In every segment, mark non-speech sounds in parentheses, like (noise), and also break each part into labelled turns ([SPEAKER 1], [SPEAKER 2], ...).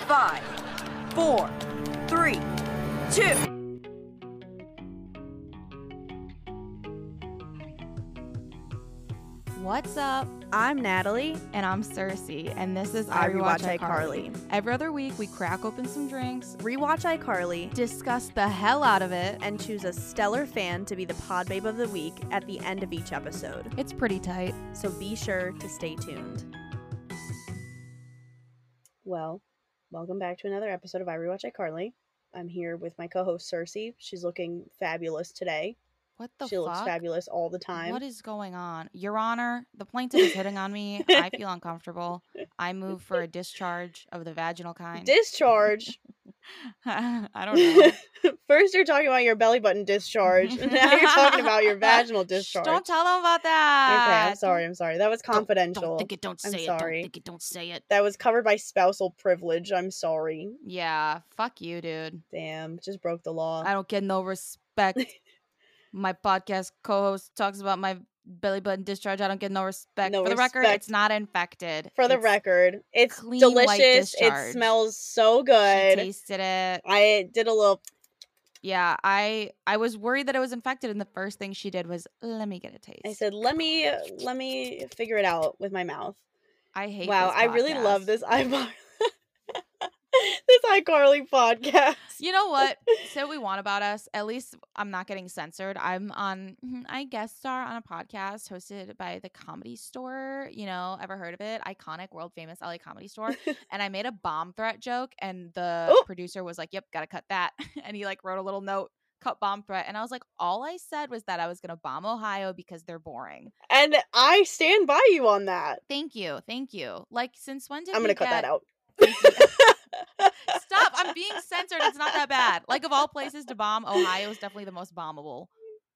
[SPEAKER 1] five, four, three, two.
[SPEAKER 2] What's up?
[SPEAKER 3] I'm Natalie.
[SPEAKER 2] And I'm Cersei, and this is
[SPEAKER 3] I
[SPEAKER 2] I Rewatch
[SPEAKER 3] Rewatch
[SPEAKER 2] iCarly.
[SPEAKER 3] iCarly.
[SPEAKER 2] Every other week, we crack open some drinks,
[SPEAKER 3] Rewatch iCarly
[SPEAKER 2] discuss the hell out of it.
[SPEAKER 3] and choose a stellar fan to be the pod babe of the week at the end of each episode.
[SPEAKER 2] It's pretty tight.
[SPEAKER 3] So be sure to stay tuned. Well, welcome back to another episode of I Rewatch iCarly. I'm here with my co-host Cersei. She's looking fabulous today.
[SPEAKER 2] What the
[SPEAKER 3] she
[SPEAKER 2] fuck?
[SPEAKER 3] looks fabulous all the time.
[SPEAKER 2] What is going on? Your Honor, the plaintiff is hitting on me.
[SPEAKER 3] (laughs)
[SPEAKER 2] I feel uncomfortable. I move for a discharge of the vaginal kind.
[SPEAKER 3] discharge.
[SPEAKER 2] (laughs) I don't know.
[SPEAKER 3] First you're talking about your belly button discharge. (laughs) and now you're talking
[SPEAKER 2] (laughs)
[SPEAKER 3] about your vaginal
[SPEAKER 2] Shh,
[SPEAKER 3] (laughs) discharge.
[SPEAKER 2] Don't tell them about that.
[SPEAKER 3] Okay, I'm sorry. I'm sorry. That was confidential.
[SPEAKER 4] Don't think it. Don't
[SPEAKER 3] I'm
[SPEAKER 4] say it.
[SPEAKER 3] sorry.
[SPEAKER 4] Don't think it. Don't say it.
[SPEAKER 3] that was covered by spousal privilege. I'm sorry.
[SPEAKER 2] Yeah, fuck you, dude.
[SPEAKER 3] Damn, just broke the law.
[SPEAKER 2] I don't get no respect. my podcast co-host talks about my belly button discharge. I don't get no respect.
[SPEAKER 3] No
[SPEAKER 2] For the record,
[SPEAKER 3] respect.
[SPEAKER 2] it's not infected.
[SPEAKER 3] For the
[SPEAKER 2] It's-
[SPEAKER 3] record, it's
[SPEAKER 2] clean white
[SPEAKER 3] delicious. It
[SPEAKER 2] discharge.
[SPEAKER 3] smells so
[SPEAKER 2] she
[SPEAKER 3] good.
[SPEAKER 2] tasted it.
[SPEAKER 3] I did a little.
[SPEAKER 2] Yeah, I I was worried that it was infected, and the first thing she did was let me get a taste.
[SPEAKER 3] I said, let me uh, let me figure it out with my mouth.
[SPEAKER 2] I hate.
[SPEAKER 3] Wow,
[SPEAKER 2] this
[SPEAKER 3] I really love
[SPEAKER 2] podcast.
[SPEAKER 3] this (laughs) iCarly. this iCarly podcast.
[SPEAKER 2] (laughs) You know what? Say what we want
[SPEAKER 3] (laughs)
[SPEAKER 2] about us. At least I'm not getting censored. I'm on. mhm, I guest star on a podcast hosted by the Comedy Store. You know, ever heard of it? Iconic, world famous LA Comedy
[SPEAKER 3] (laughs)
[SPEAKER 2] Store. and I made a bomb threat joke, and the
[SPEAKER 3] Ooh.
[SPEAKER 2] producer was like, "Yep, gotta cut that." (laughs) and he like wrote a little note, "Cut bomb threat," and I was like, "All I said was that I was gonna bomb Ohio because they're boring."
[SPEAKER 3] and I stand by you on that.
[SPEAKER 2] Thank you, thank you. Like, since when did
[SPEAKER 3] I'm
[SPEAKER 2] we
[SPEAKER 3] gonna cut that
[SPEAKER 2] get-
[SPEAKER 3] out.
[SPEAKER 2] Stop! I'm being censored. It's not that bad. Like, of all places to bomb, Ohio is definitely the most bombable.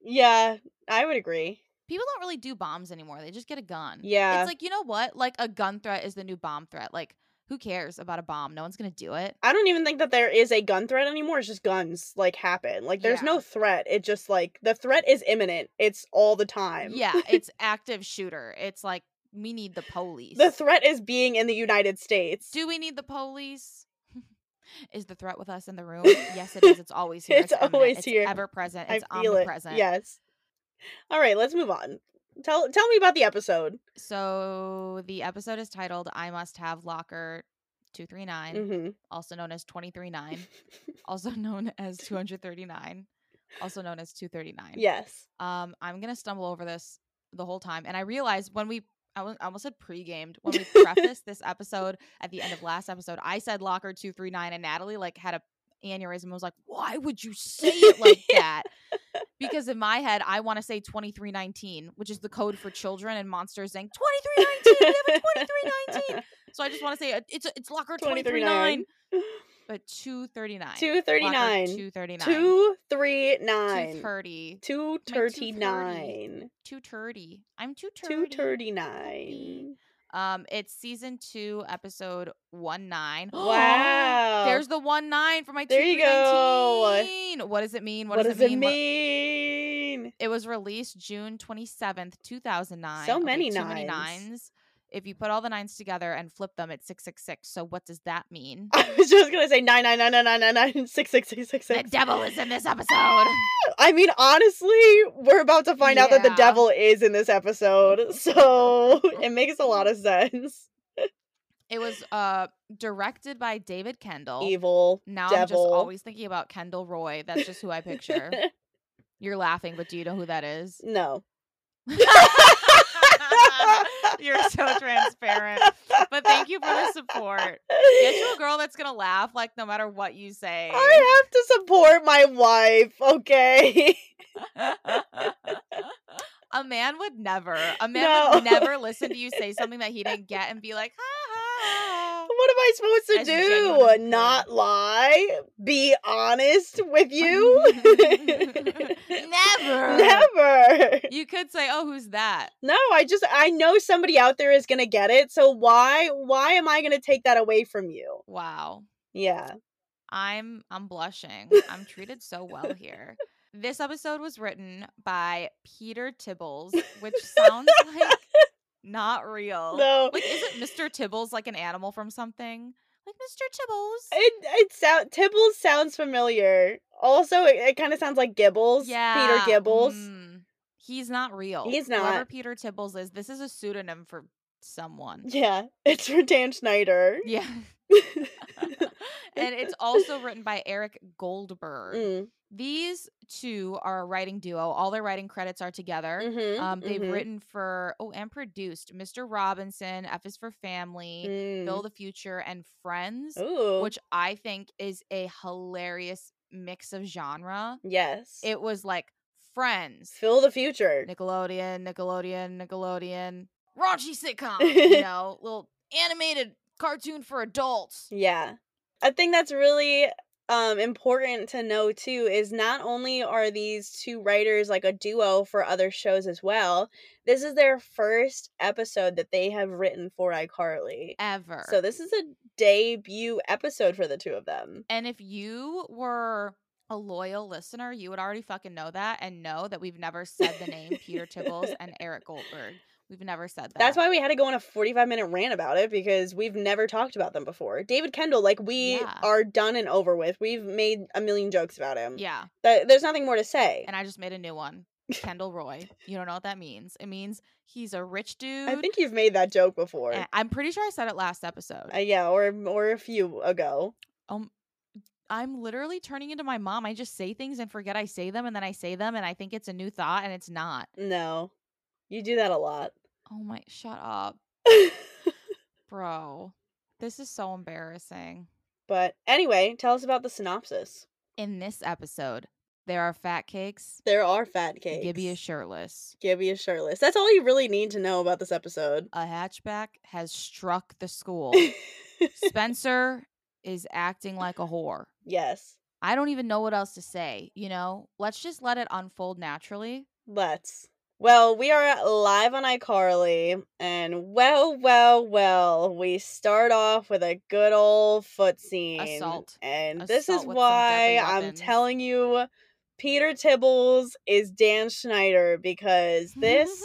[SPEAKER 3] Yeah, I would agree.
[SPEAKER 2] People don't really do bombs anymore. They just get a gun.
[SPEAKER 3] Yeah.
[SPEAKER 2] It's like, you know what? Like a gun threat is the new bomb threat. Like, who cares about a bomb? No one's gonna do it.
[SPEAKER 3] I don't even think that there is a gun threat anymore. It's just guns like happen. Like there's
[SPEAKER 2] Yeah.
[SPEAKER 3] no threat. It just like the threat is imminent. It's all the time.
[SPEAKER 2] Yeah,
[SPEAKER 3] (laughs)
[SPEAKER 2] it's active shooter. It's like we need the police.
[SPEAKER 3] The threat is being in the United States.
[SPEAKER 2] do we need the police? (laughs) is the threat with us in the
[SPEAKER 3] (laughs)
[SPEAKER 2] room? Yes, it is. It's always here.
[SPEAKER 3] It's
[SPEAKER 2] imminent.
[SPEAKER 3] always
[SPEAKER 2] it's
[SPEAKER 3] here.
[SPEAKER 2] Ever present.
[SPEAKER 3] I
[SPEAKER 2] It's
[SPEAKER 3] feel it.
[SPEAKER 2] omnipresent.
[SPEAKER 3] Yes. All right, let's move on. Tell tell me about the episode.
[SPEAKER 2] So the episode is titled "I Must Have Locker 239,"
[SPEAKER 3] Mhm.
[SPEAKER 2] also known as 239, also known as 239, also known as 239.
[SPEAKER 3] yes.
[SPEAKER 2] Um, I'm gonna stumble over this the whole time, and I realized when we. I wa- I almost said pre-gamed when we prefaced this episode at the end of last episode. I said locker two three nine, and Natalie like had a aneurysm. and was like, "Why would you say it like that?" Because in my head, I want to say twenty three nineteen, which is the code for children and Monsters Inc. Twenty three nineteen. We have a twenty three
[SPEAKER 3] (laughs)
[SPEAKER 2] nineteen. So I just want to say uh, it's a, it's locker twenty three nine, but two thirty nine.
[SPEAKER 3] 239.
[SPEAKER 2] Two thirty nine. Two
[SPEAKER 3] 239.
[SPEAKER 2] thirty.
[SPEAKER 3] 239.
[SPEAKER 2] Two turdy. I'm too turdy.
[SPEAKER 3] 239.
[SPEAKER 2] Um, it's season two, episode one nine.
[SPEAKER 3] (gasps)
[SPEAKER 2] (gasps)
[SPEAKER 3] Wow.
[SPEAKER 2] There's the one nine for my
[SPEAKER 3] There you go.
[SPEAKER 2] 2319. What does it mean? What,
[SPEAKER 3] what
[SPEAKER 2] does, it mean? What-
[SPEAKER 3] mean? (laughs)
[SPEAKER 2] It was released June twenty seventh, two thousand nine.
[SPEAKER 3] So many
[SPEAKER 2] too many
[SPEAKER 3] nines.
[SPEAKER 2] nines. If you put all the nines together and flip them, it's six six six. So what does that mean?
[SPEAKER 3] I was just gonna say nine nine nine nine nine nine nine six six six six
[SPEAKER 2] the
[SPEAKER 3] six.
[SPEAKER 2] devil is in this episode.
[SPEAKER 3] I mean, honestly, we're about to find out that the
[SPEAKER 2] Yeah.
[SPEAKER 3] devil is in
[SPEAKER 2] (laughs)
[SPEAKER 3] this episode, so (laughs) it makes a lot of sense.
[SPEAKER 2] it was uh directed by David Kendall.
[SPEAKER 3] Evil
[SPEAKER 2] Now I'm just
[SPEAKER 3] devil.
[SPEAKER 2] always thinking about Kendall Roy. That's just who I
[SPEAKER 3] (laughs)
[SPEAKER 2] picture. You're laughing, but do you know who that is?
[SPEAKER 3] no.
[SPEAKER 2] (laughs)
[SPEAKER 3] (laughs)
[SPEAKER 2] You're so transparent. But thank you for the support. Get you a girl that's gonna laugh like no matter what you say.
[SPEAKER 3] (laughs) I have to support my wife, okay? (laughs)
[SPEAKER 2] a man would never. A man would
[SPEAKER 3] No.
[SPEAKER 2] never listen to you say something that he didn't get and be like, ha ha.
[SPEAKER 3] what am I supposed to
[SPEAKER 2] As genuine as you
[SPEAKER 3] do?
[SPEAKER 2] can.
[SPEAKER 3] Not lie? Be honest with (laughs) you?
[SPEAKER 2] (laughs)
[SPEAKER 3] (laughs)
[SPEAKER 2] never.
[SPEAKER 3] Never.
[SPEAKER 2] You could say, "Oh, who's that?"
[SPEAKER 3] No, I just I know somebody out there is gonna get it. So why why am I gonna take that away from you?
[SPEAKER 2] Wow.
[SPEAKER 3] Yeah.
[SPEAKER 2] I'm I'm blushing. I'm treated so
[SPEAKER 3] (laughs)
[SPEAKER 2] well here. This episode was written by Peter Tibbles, which sounds
[SPEAKER 3] (laughs)
[SPEAKER 2] like not real.
[SPEAKER 3] No.
[SPEAKER 2] Like isn't Mr. Tibbles like an animal from something? like Mr. Tibbles.
[SPEAKER 3] It it sound Tibbles sounds familiar. Also, it, it kind of sounds like Gibbles. Peter Gibbles.
[SPEAKER 2] mm. he's not real.
[SPEAKER 3] He's
[SPEAKER 2] Whoever
[SPEAKER 3] not.
[SPEAKER 2] Peter Tibbles is, this is a pseudonym for someone.
[SPEAKER 3] Yeah, (laughs) it's for Dan Schneider.
[SPEAKER 2] (laughs) Yeah. and
[SPEAKER 3] (laughs)
[SPEAKER 2] it's also written by Eric Goldberg.
[SPEAKER 3] mm,
[SPEAKER 2] These two are a writing duo. All their writing credits are together.
[SPEAKER 3] mhm,
[SPEAKER 2] Um, they've
[SPEAKER 3] mhm,
[SPEAKER 2] written for, oh, and produced Mr. Robinson, F is for Family,
[SPEAKER 3] mm. Oh.
[SPEAKER 2] Bill the Future, and Friends,
[SPEAKER 3] Ooh,
[SPEAKER 2] which I think is a hilarious mix of genre.
[SPEAKER 3] yes.
[SPEAKER 2] It was like Friends,
[SPEAKER 3] Phil the future.
[SPEAKER 2] Nickelodeon, Nickelodeon, Nickelodeon,
[SPEAKER 3] (laughs)
[SPEAKER 2] raunchy sitcom, you know, little animated cartoon for adults.
[SPEAKER 3] Yeah. I think that's really um important to know too is not only are these two writers like a duo for other shows as well, this is their first episode that they have written for iCarly.
[SPEAKER 2] Ever.
[SPEAKER 3] So this is a debut episode for the two of them.
[SPEAKER 2] And if you were a loyal listener, you would already fucking know that and know that we've never said the name Peter Tibbles
[SPEAKER 3] (laughs)
[SPEAKER 2] and Eric Goldberg. We've never said that.
[SPEAKER 3] That's why we had to go on a 45 minute rant about it because we've never talked about them before. David Kendall, like, we
[SPEAKER 2] Yeah.
[SPEAKER 3] are done and over with. We've made a million jokes about him.
[SPEAKER 2] Yeah.
[SPEAKER 3] Th- There's nothing more to say.
[SPEAKER 2] And I just made a new one. Kendall
[SPEAKER 3] (laughs)
[SPEAKER 2] Roy. You don't know what that means. It means he's a rich dude.
[SPEAKER 3] I think you've made that joke before.
[SPEAKER 2] and I'm pretty sure I said it last episode.
[SPEAKER 3] Uh, yeah, or or a few ago.
[SPEAKER 2] I'm literally turning into my mom. I just say things and forget I say them and then I say them and I think it's a new thought and it's not.
[SPEAKER 3] No, you do that a lot. (laughs)
[SPEAKER 2] Oh my, shut up, bro. This is so embarrassing.
[SPEAKER 3] but anyway, tell us about the synopsis.
[SPEAKER 2] In this episode, there are fat cakes,
[SPEAKER 3] There are fat cakes.
[SPEAKER 2] Gibby is shirtless.
[SPEAKER 3] Gibby is shirtless. That's all you really need to know about this episode.
[SPEAKER 2] A hatchback has struck
[SPEAKER 3] (laughs)
[SPEAKER 2] the school. Spencer is acting like a whore.
[SPEAKER 3] yes,
[SPEAKER 2] I don't even know what else to say, you know? Let's just let it unfold naturally.
[SPEAKER 3] let's. Well, we are live on iCarly, and well, well, well, we start off with a good old foot scene.
[SPEAKER 2] Assault.
[SPEAKER 3] And this
[SPEAKER 2] Assault
[SPEAKER 3] is
[SPEAKER 2] with some deadly
[SPEAKER 3] why I'm
[SPEAKER 2] weapons.
[SPEAKER 3] telling you, Peter Tibbles is Dan Schneider
[SPEAKER 2] (laughs)
[SPEAKER 3] because this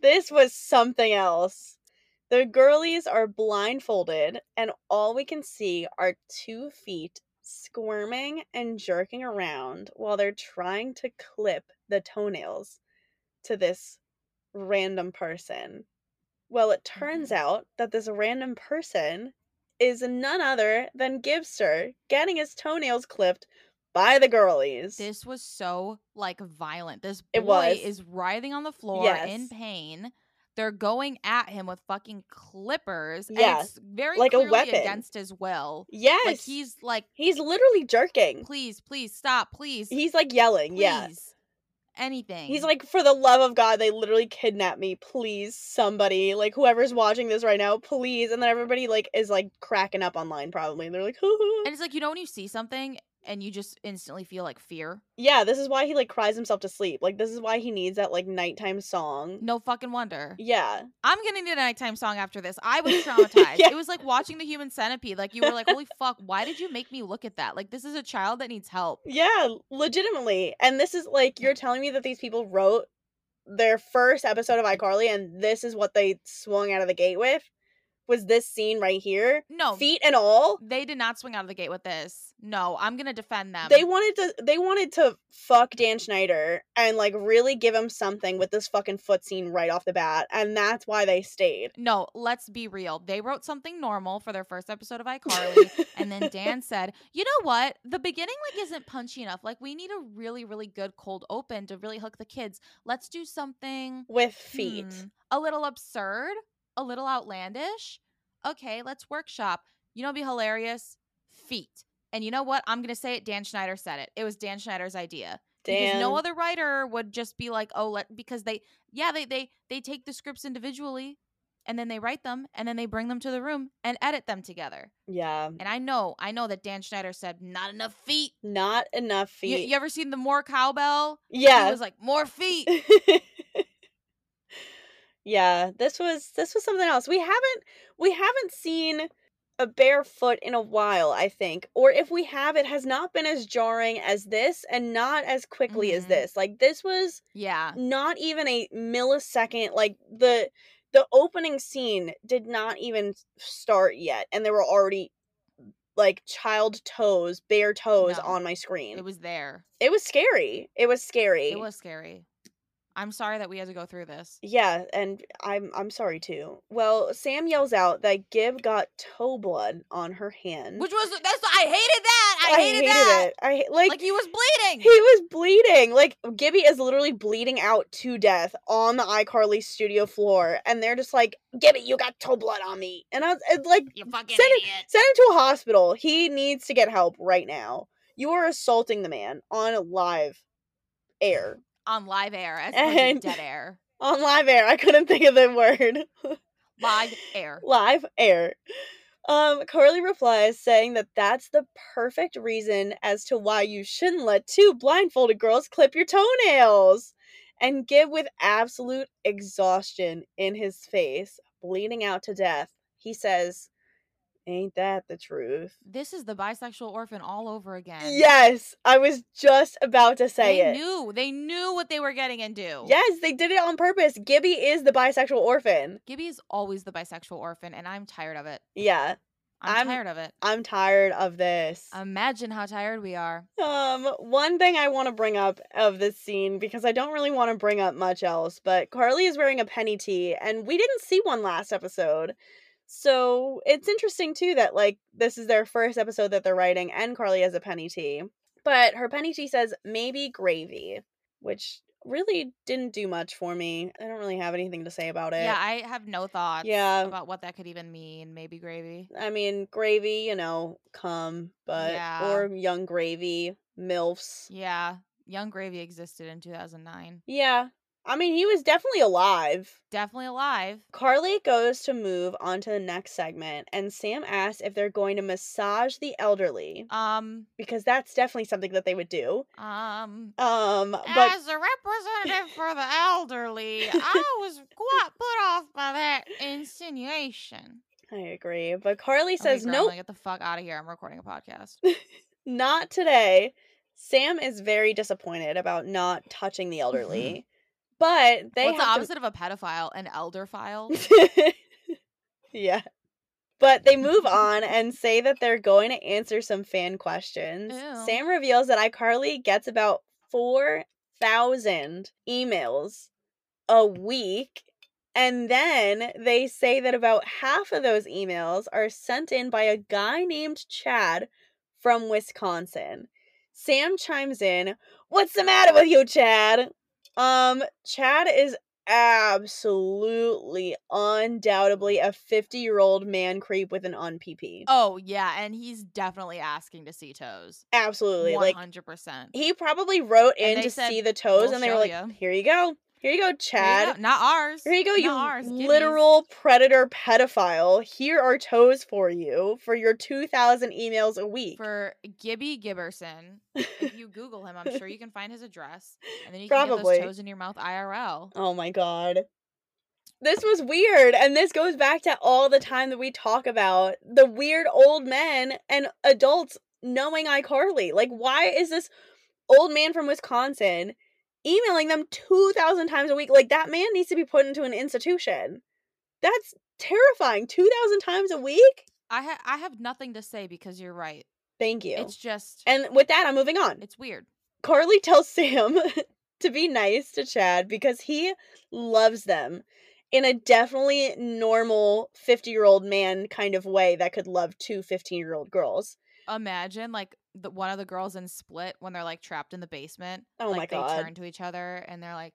[SPEAKER 3] this was something else. The girlies are blindfolded, and all we can see are two feet squirming and jerking around while they're trying to clip the toenails to this random person. Well, it turns
[SPEAKER 2] Mm-hmm.
[SPEAKER 3] out that this random person is none other than Gibster getting his toenails clipped by the girlies.
[SPEAKER 2] this was so like violent. This boy
[SPEAKER 3] It was.
[SPEAKER 2] is writhing on the floor in
[SPEAKER 3] Yes.
[SPEAKER 2] pain. They're going at him with fucking clippers.
[SPEAKER 3] Yeah,
[SPEAKER 2] And it's very
[SPEAKER 3] like a
[SPEAKER 2] clearly
[SPEAKER 3] weapon.
[SPEAKER 2] against his will.
[SPEAKER 3] yes,
[SPEAKER 2] Like he's like,
[SPEAKER 3] he's literally jerking.
[SPEAKER 2] please, please stop, please.
[SPEAKER 3] He's like yelling,
[SPEAKER 2] please.
[SPEAKER 3] yeah.
[SPEAKER 2] Anything.
[SPEAKER 3] He's like, for the love of God, they literally kidnapped me. Please, somebody, like whoever's watching this right now, please. And then everybody like is like cracking up online probably. They're like,
[SPEAKER 2] (laughs) and it's like, you know, when you see something and you just instantly feel like fear.
[SPEAKER 3] yeah, this is why he like cries himself to sleep. Like this is why he needs that like nighttime song.
[SPEAKER 2] No fucking wonder.
[SPEAKER 3] Yeah,
[SPEAKER 2] I'm gonna need a nighttime song after this. I was traumatized.
[SPEAKER 3] Yeah.
[SPEAKER 2] It was like watching the human centipede. Like you were like, holy fuck, why did you make me look at that? Like this is a child that needs help.
[SPEAKER 3] yeah, legitimately. And this is like you're telling me that these people wrote their first episode of iCarly, and this is what they swung out of the gate with. Was this scene right here,
[SPEAKER 2] No,
[SPEAKER 3] feet and all?
[SPEAKER 2] they did not swing out of the gate with this. No, I'm gonna defend them.
[SPEAKER 3] they wanted to they wanted to fuck Dan Schneider and like really give him something with this fucking foot scene right off the bat, and that's why they stayed.
[SPEAKER 2] no, let's be real. They wrote something normal for their first episode of
[SPEAKER 3] (laughs)
[SPEAKER 2] iCarly. and then Dan said, You know what? The beginning like isn't punchy enough. Like we need a really, really good cold open to really hook the kids. Let's do something
[SPEAKER 3] with feet.
[SPEAKER 2] hmm, a little absurd, a little outlandish. Okay, let's workshop. You know, what'd be hilarious feet. And you know what? I'm gonna say it. Dan Schneider said it. It was Dan Schneider's idea because
[SPEAKER 3] Dan,
[SPEAKER 2] no other writer would just be like, oh, let because they yeah they they they take the scripts individually. And then they write them, and then they bring them to the room and edit them together.
[SPEAKER 3] yeah,
[SPEAKER 2] And I know, I know that Dan Schneider said not enough feet.
[SPEAKER 3] not enough
[SPEAKER 2] You-
[SPEAKER 3] feet.
[SPEAKER 2] You, ever seen the more cowbell? He
[SPEAKER 3] yeah, (laughs)
[SPEAKER 2] was like more feet.
[SPEAKER 3] yeah. This was this was something else. We haven't we haven't seen a barefoot in a while, I think. Or if we have, it has not been as jarring as this, and not as quickly as
[SPEAKER 2] Mhm.
[SPEAKER 3] this. Like this was
[SPEAKER 2] Yeah,
[SPEAKER 3] not even a millisecond like the the opening scene did not even start yet, and there were already like child toes, bare toes
[SPEAKER 2] No.
[SPEAKER 3] on my screen.
[SPEAKER 2] It was there.
[SPEAKER 3] It was scary. It was scary.
[SPEAKER 2] It was scary. I'm sorry that we had to go through this.
[SPEAKER 3] Yeah, and I'm I'm sorry too. Well, Sam yells out that Gib got toe blood on her hand.
[SPEAKER 2] Which was that's I hated that. I, hated, that.
[SPEAKER 3] Mm. it. I ha-
[SPEAKER 2] Like,
[SPEAKER 3] like,
[SPEAKER 2] he was bleeding.
[SPEAKER 3] he was bleeding. Like Gibby is literally bleeding out to death on the iCarly studio floor, and they're just like, "Gibby, you got toe blood on me," and I was and, like,
[SPEAKER 2] you fucking
[SPEAKER 3] send
[SPEAKER 2] idiot.
[SPEAKER 3] Send him to a hospital. He needs to get help right now. You are assaulting the man on live air.
[SPEAKER 2] On live air as opposed to
[SPEAKER 3] And-
[SPEAKER 2] dead air.
[SPEAKER 3] On live air. I couldn't think of the word.
[SPEAKER 2] Live
[SPEAKER 3] (laughs)
[SPEAKER 2] air.
[SPEAKER 3] live air. Um, Carly replies saying that that's the perfect reason as to why you shouldn't let two blindfolded girls clip your toenails. And Gib, with absolute exhaustion in his face, bleeding out to death, he says, Ain't that the truth?
[SPEAKER 2] This is the bisexual orphan all over again.
[SPEAKER 3] Yes, I was just about to say
[SPEAKER 2] They
[SPEAKER 3] it.
[SPEAKER 2] knew. They knew what they were getting into.
[SPEAKER 3] Yes, they did it on purpose. Gibby is the bisexual orphan.
[SPEAKER 2] Gibby is always the bisexual orphan, and I'm tired of it.
[SPEAKER 3] Yeah, I'm-
[SPEAKER 2] I'm, tired of it.
[SPEAKER 3] I'm tired of this.
[SPEAKER 2] Imagine how tired we are.
[SPEAKER 3] Um, one thing I want to bring up of this scene because I don't really want to bring up much else, but Carly is wearing a penny tee, and we didn't see one last episode. So it's interesting too that like this is their first episode that they're writing, and Carly has a penny tee. But her penny tee says maybe gravy, which really didn't do much for me. I don't really have anything to say about it.
[SPEAKER 2] Yeah, I have no thoughts
[SPEAKER 3] Yeah.
[SPEAKER 2] about what that could even mean. Maybe gravy.
[SPEAKER 3] I mean, gravy, you know, cum, but
[SPEAKER 2] Yeah.
[SPEAKER 3] or young gravy, milfs.
[SPEAKER 2] Yeah. Young Gravy existed in 2009.
[SPEAKER 3] Yeah. I mean, he was definitely alive.
[SPEAKER 2] Definitely alive.
[SPEAKER 3] Carly goes to move on to the next segment, and Sam asks if they're going to massage the elderly
[SPEAKER 2] Um,
[SPEAKER 3] because that's definitely something that they would do.
[SPEAKER 2] um,
[SPEAKER 3] Um, but (laughs)
[SPEAKER 2] As a representative for the elderly, I was quite put off by that insinuation.
[SPEAKER 3] I agree. But Carly
[SPEAKER 2] Okay,
[SPEAKER 3] says,
[SPEAKER 2] Gremlin,
[SPEAKER 3] nope,
[SPEAKER 2] Get the fuck out of here. I'm recording a podcast.
[SPEAKER 3] not today. Sam is very disappointed about not
[SPEAKER 2] (laughs)
[SPEAKER 3] touching the elderly, but they
[SPEAKER 2] What's the
[SPEAKER 3] have to-
[SPEAKER 2] opposite of a pedophile? An elderphile?
[SPEAKER 3] (laughs) yeah. But they move on and say that they're going to answer some fan questions.
[SPEAKER 2] Ew.
[SPEAKER 3] Sam reveals that iCarly gets about 4,000 emails a week. And then they say that about half of those emails are sent in by a guy named Chad from Wisconsin. Sam chimes in, What's the matter with you, Chad? Um, Chad is absolutely, undoubtedly a 50 year old man creep with an unpp.
[SPEAKER 2] oh, yeah. And he's definitely asking to see toes.
[SPEAKER 3] absolutely. Like,
[SPEAKER 2] 100%.
[SPEAKER 3] he probably wrote
[SPEAKER 2] And
[SPEAKER 3] in
[SPEAKER 2] they
[SPEAKER 3] to
[SPEAKER 2] said,
[SPEAKER 3] see the toes,
[SPEAKER 2] "We'll
[SPEAKER 3] and they were
[SPEAKER 2] show
[SPEAKER 3] like,
[SPEAKER 2] ya."
[SPEAKER 3] Here you go. Here you go,
[SPEAKER 2] There you
[SPEAKER 3] Chad.
[SPEAKER 2] go. Not ours.
[SPEAKER 3] Here you go,
[SPEAKER 2] Not
[SPEAKER 3] you
[SPEAKER 2] ours. Gibby's.
[SPEAKER 3] literal predator pedophile. Here are toes for you for your 2,000 emails a week.
[SPEAKER 2] For Gibby Gibberson, if
[SPEAKER 3] (laughs)
[SPEAKER 2] you Google him, I'm sure you can find his address. And then you can
[SPEAKER 3] Probably.
[SPEAKER 2] get those toes in your mouth IRL.
[SPEAKER 3] Oh my god. This was weird. And this goes back to all the time that we talk about the weird old men and adults knowing iCarly. Like, why is this old man from Wisconsin emailing them 2,000 times a week? Like, that man needs to be put into an institution. That's terrifying. 2,000 times a week?
[SPEAKER 2] I, ha- I have nothing to say because you're right.
[SPEAKER 3] Thank you.
[SPEAKER 2] It's just.
[SPEAKER 3] and with that, I'm moving on.
[SPEAKER 2] It's weird.
[SPEAKER 3] Carly tells Sam (laughs) to be nice to Chad because he loves them in a definitely normal 50 year old man kind of way that could love two 15 year old girls.
[SPEAKER 2] Imagine like the one of the girls in Split when they're like trapped in the basement.
[SPEAKER 3] Oh my
[SPEAKER 2] like, They
[SPEAKER 3] God.
[SPEAKER 2] turn to each other and they're like,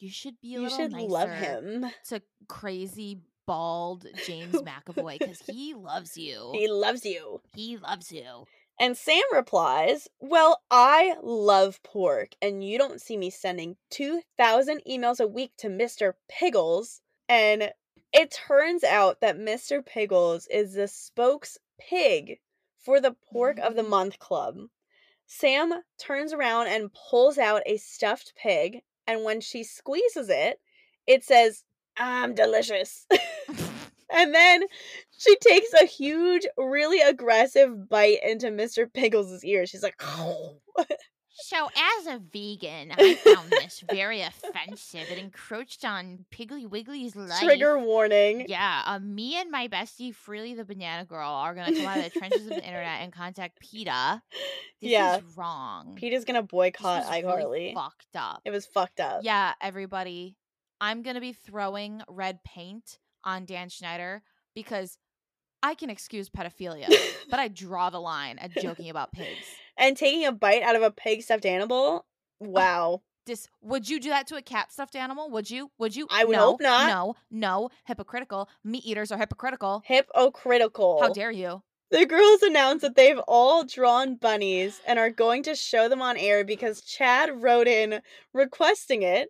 [SPEAKER 2] "You should be a
[SPEAKER 3] you
[SPEAKER 2] little
[SPEAKER 3] should
[SPEAKER 2] nicer
[SPEAKER 3] love him.
[SPEAKER 2] to crazy bald
[SPEAKER 3] (laughs)
[SPEAKER 2] James McAvoy because he loves you.
[SPEAKER 3] He loves you.
[SPEAKER 2] He loves you.
[SPEAKER 3] And Sam replies, Well, I love pork, and you don't see me sending 2,000 emails a week to Mr. Piggles. And it turns out that Mr. Piggles is the spokes pig for the Pork of the Month Club. Sam turns around and pulls out a stuffed pig, and when she squeezes it, it says, I'm delicious. And then she takes a huge, really aggressive bite into Mr. Piggles' ear. She's like,
[SPEAKER 5] So, as a vegan, I found this very offensive. It encroached on Piggly Wiggly's life.
[SPEAKER 3] (laughs) Trigger warning.
[SPEAKER 5] Yeah, uh,
[SPEAKER 2] um,
[SPEAKER 5] me and my bestie, Freely the Banana Girl, are gonna come out of the trenches of the internet and contact
[SPEAKER 3] (laughs)
[SPEAKER 5] PETA. This
[SPEAKER 3] Yeah.
[SPEAKER 5] is wrong.
[SPEAKER 3] Peter's gonna
[SPEAKER 5] This
[SPEAKER 3] boycott
[SPEAKER 5] was really
[SPEAKER 3] iCarly.
[SPEAKER 5] fucked up.
[SPEAKER 3] it was fucked up.
[SPEAKER 2] Yeah, everybody, I'm gonna be throwing red paint on Dan Schneider because I can excuse pedophilia, but I draw the line at joking about pigs.
[SPEAKER 3] (laughs) and taking a bite out of a pig stuffed animal.
[SPEAKER 5] Oh.
[SPEAKER 3] Wow.
[SPEAKER 2] Dis- would you do that to a cat stuffed animal? Would you? Would you?
[SPEAKER 3] I would
[SPEAKER 2] no,
[SPEAKER 3] hope not.
[SPEAKER 2] No, no, hypocritical. Meat eaters are hypocritical.
[SPEAKER 3] Hypocritical.
[SPEAKER 2] How dare you?
[SPEAKER 3] The girls announced that they've all drawn bunnies and are going to show them on air because Chad wrote in requesting it.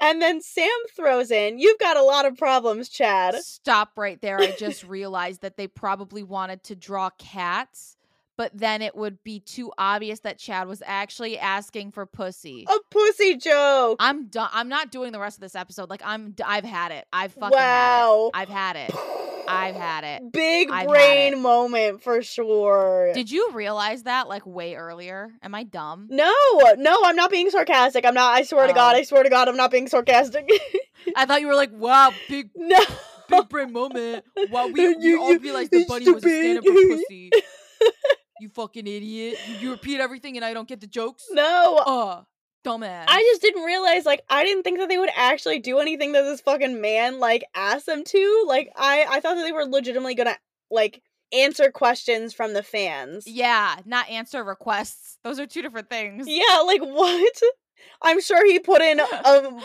[SPEAKER 3] And then Sam throws in, You've got a lot of problems, Chad.
[SPEAKER 2] Stop right there. I just realized that they probably wanted to draw cats, but then it would be too obvious that Chad was actually asking for pussy.
[SPEAKER 3] A pussy joke.
[SPEAKER 2] I'm done. I'm not doing the rest of this episode. Like I'm. D- I've had it. I've fucking
[SPEAKER 3] Wow.
[SPEAKER 2] had it. I've had it. I've had it.
[SPEAKER 3] Big
[SPEAKER 2] I've had
[SPEAKER 3] brain
[SPEAKER 2] it.
[SPEAKER 3] moment for sure.
[SPEAKER 2] Did you realize that like way earlier? Am I dumb?
[SPEAKER 3] no, no, I'm not being sarcastic. I'm not, I swear to God,
[SPEAKER 2] Oh.
[SPEAKER 3] I swear to God, I'm not being sarcastic. (laughs)
[SPEAKER 2] I thought you were like, wow, big
[SPEAKER 3] no.
[SPEAKER 2] big brain moment. Wow,
[SPEAKER 3] (laughs)
[SPEAKER 2] we, we
[SPEAKER 3] You-
[SPEAKER 2] all
[SPEAKER 3] you-
[SPEAKER 2] realized the
[SPEAKER 3] you
[SPEAKER 2] bunny was a stand up for
[SPEAKER 3] stupid.
[SPEAKER 2] pussy. You fucking idiot. You, you repeat everything and I don't get the jokes.
[SPEAKER 3] No,
[SPEAKER 2] Uh, dumbass.
[SPEAKER 3] I just didn't realize, like, I didn't think that they would actually do anything that this fucking man, like, asked them to. Like, I, I thought that they were legitimately gonna, like, answer questions from the fans.
[SPEAKER 2] yeah, not answer requests. Those are two different things.
[SPEAKER 3] Yeah, like, what? I'm sure he put in
[SPEAKER 2] (laughs)
[SPEAKER 3] um,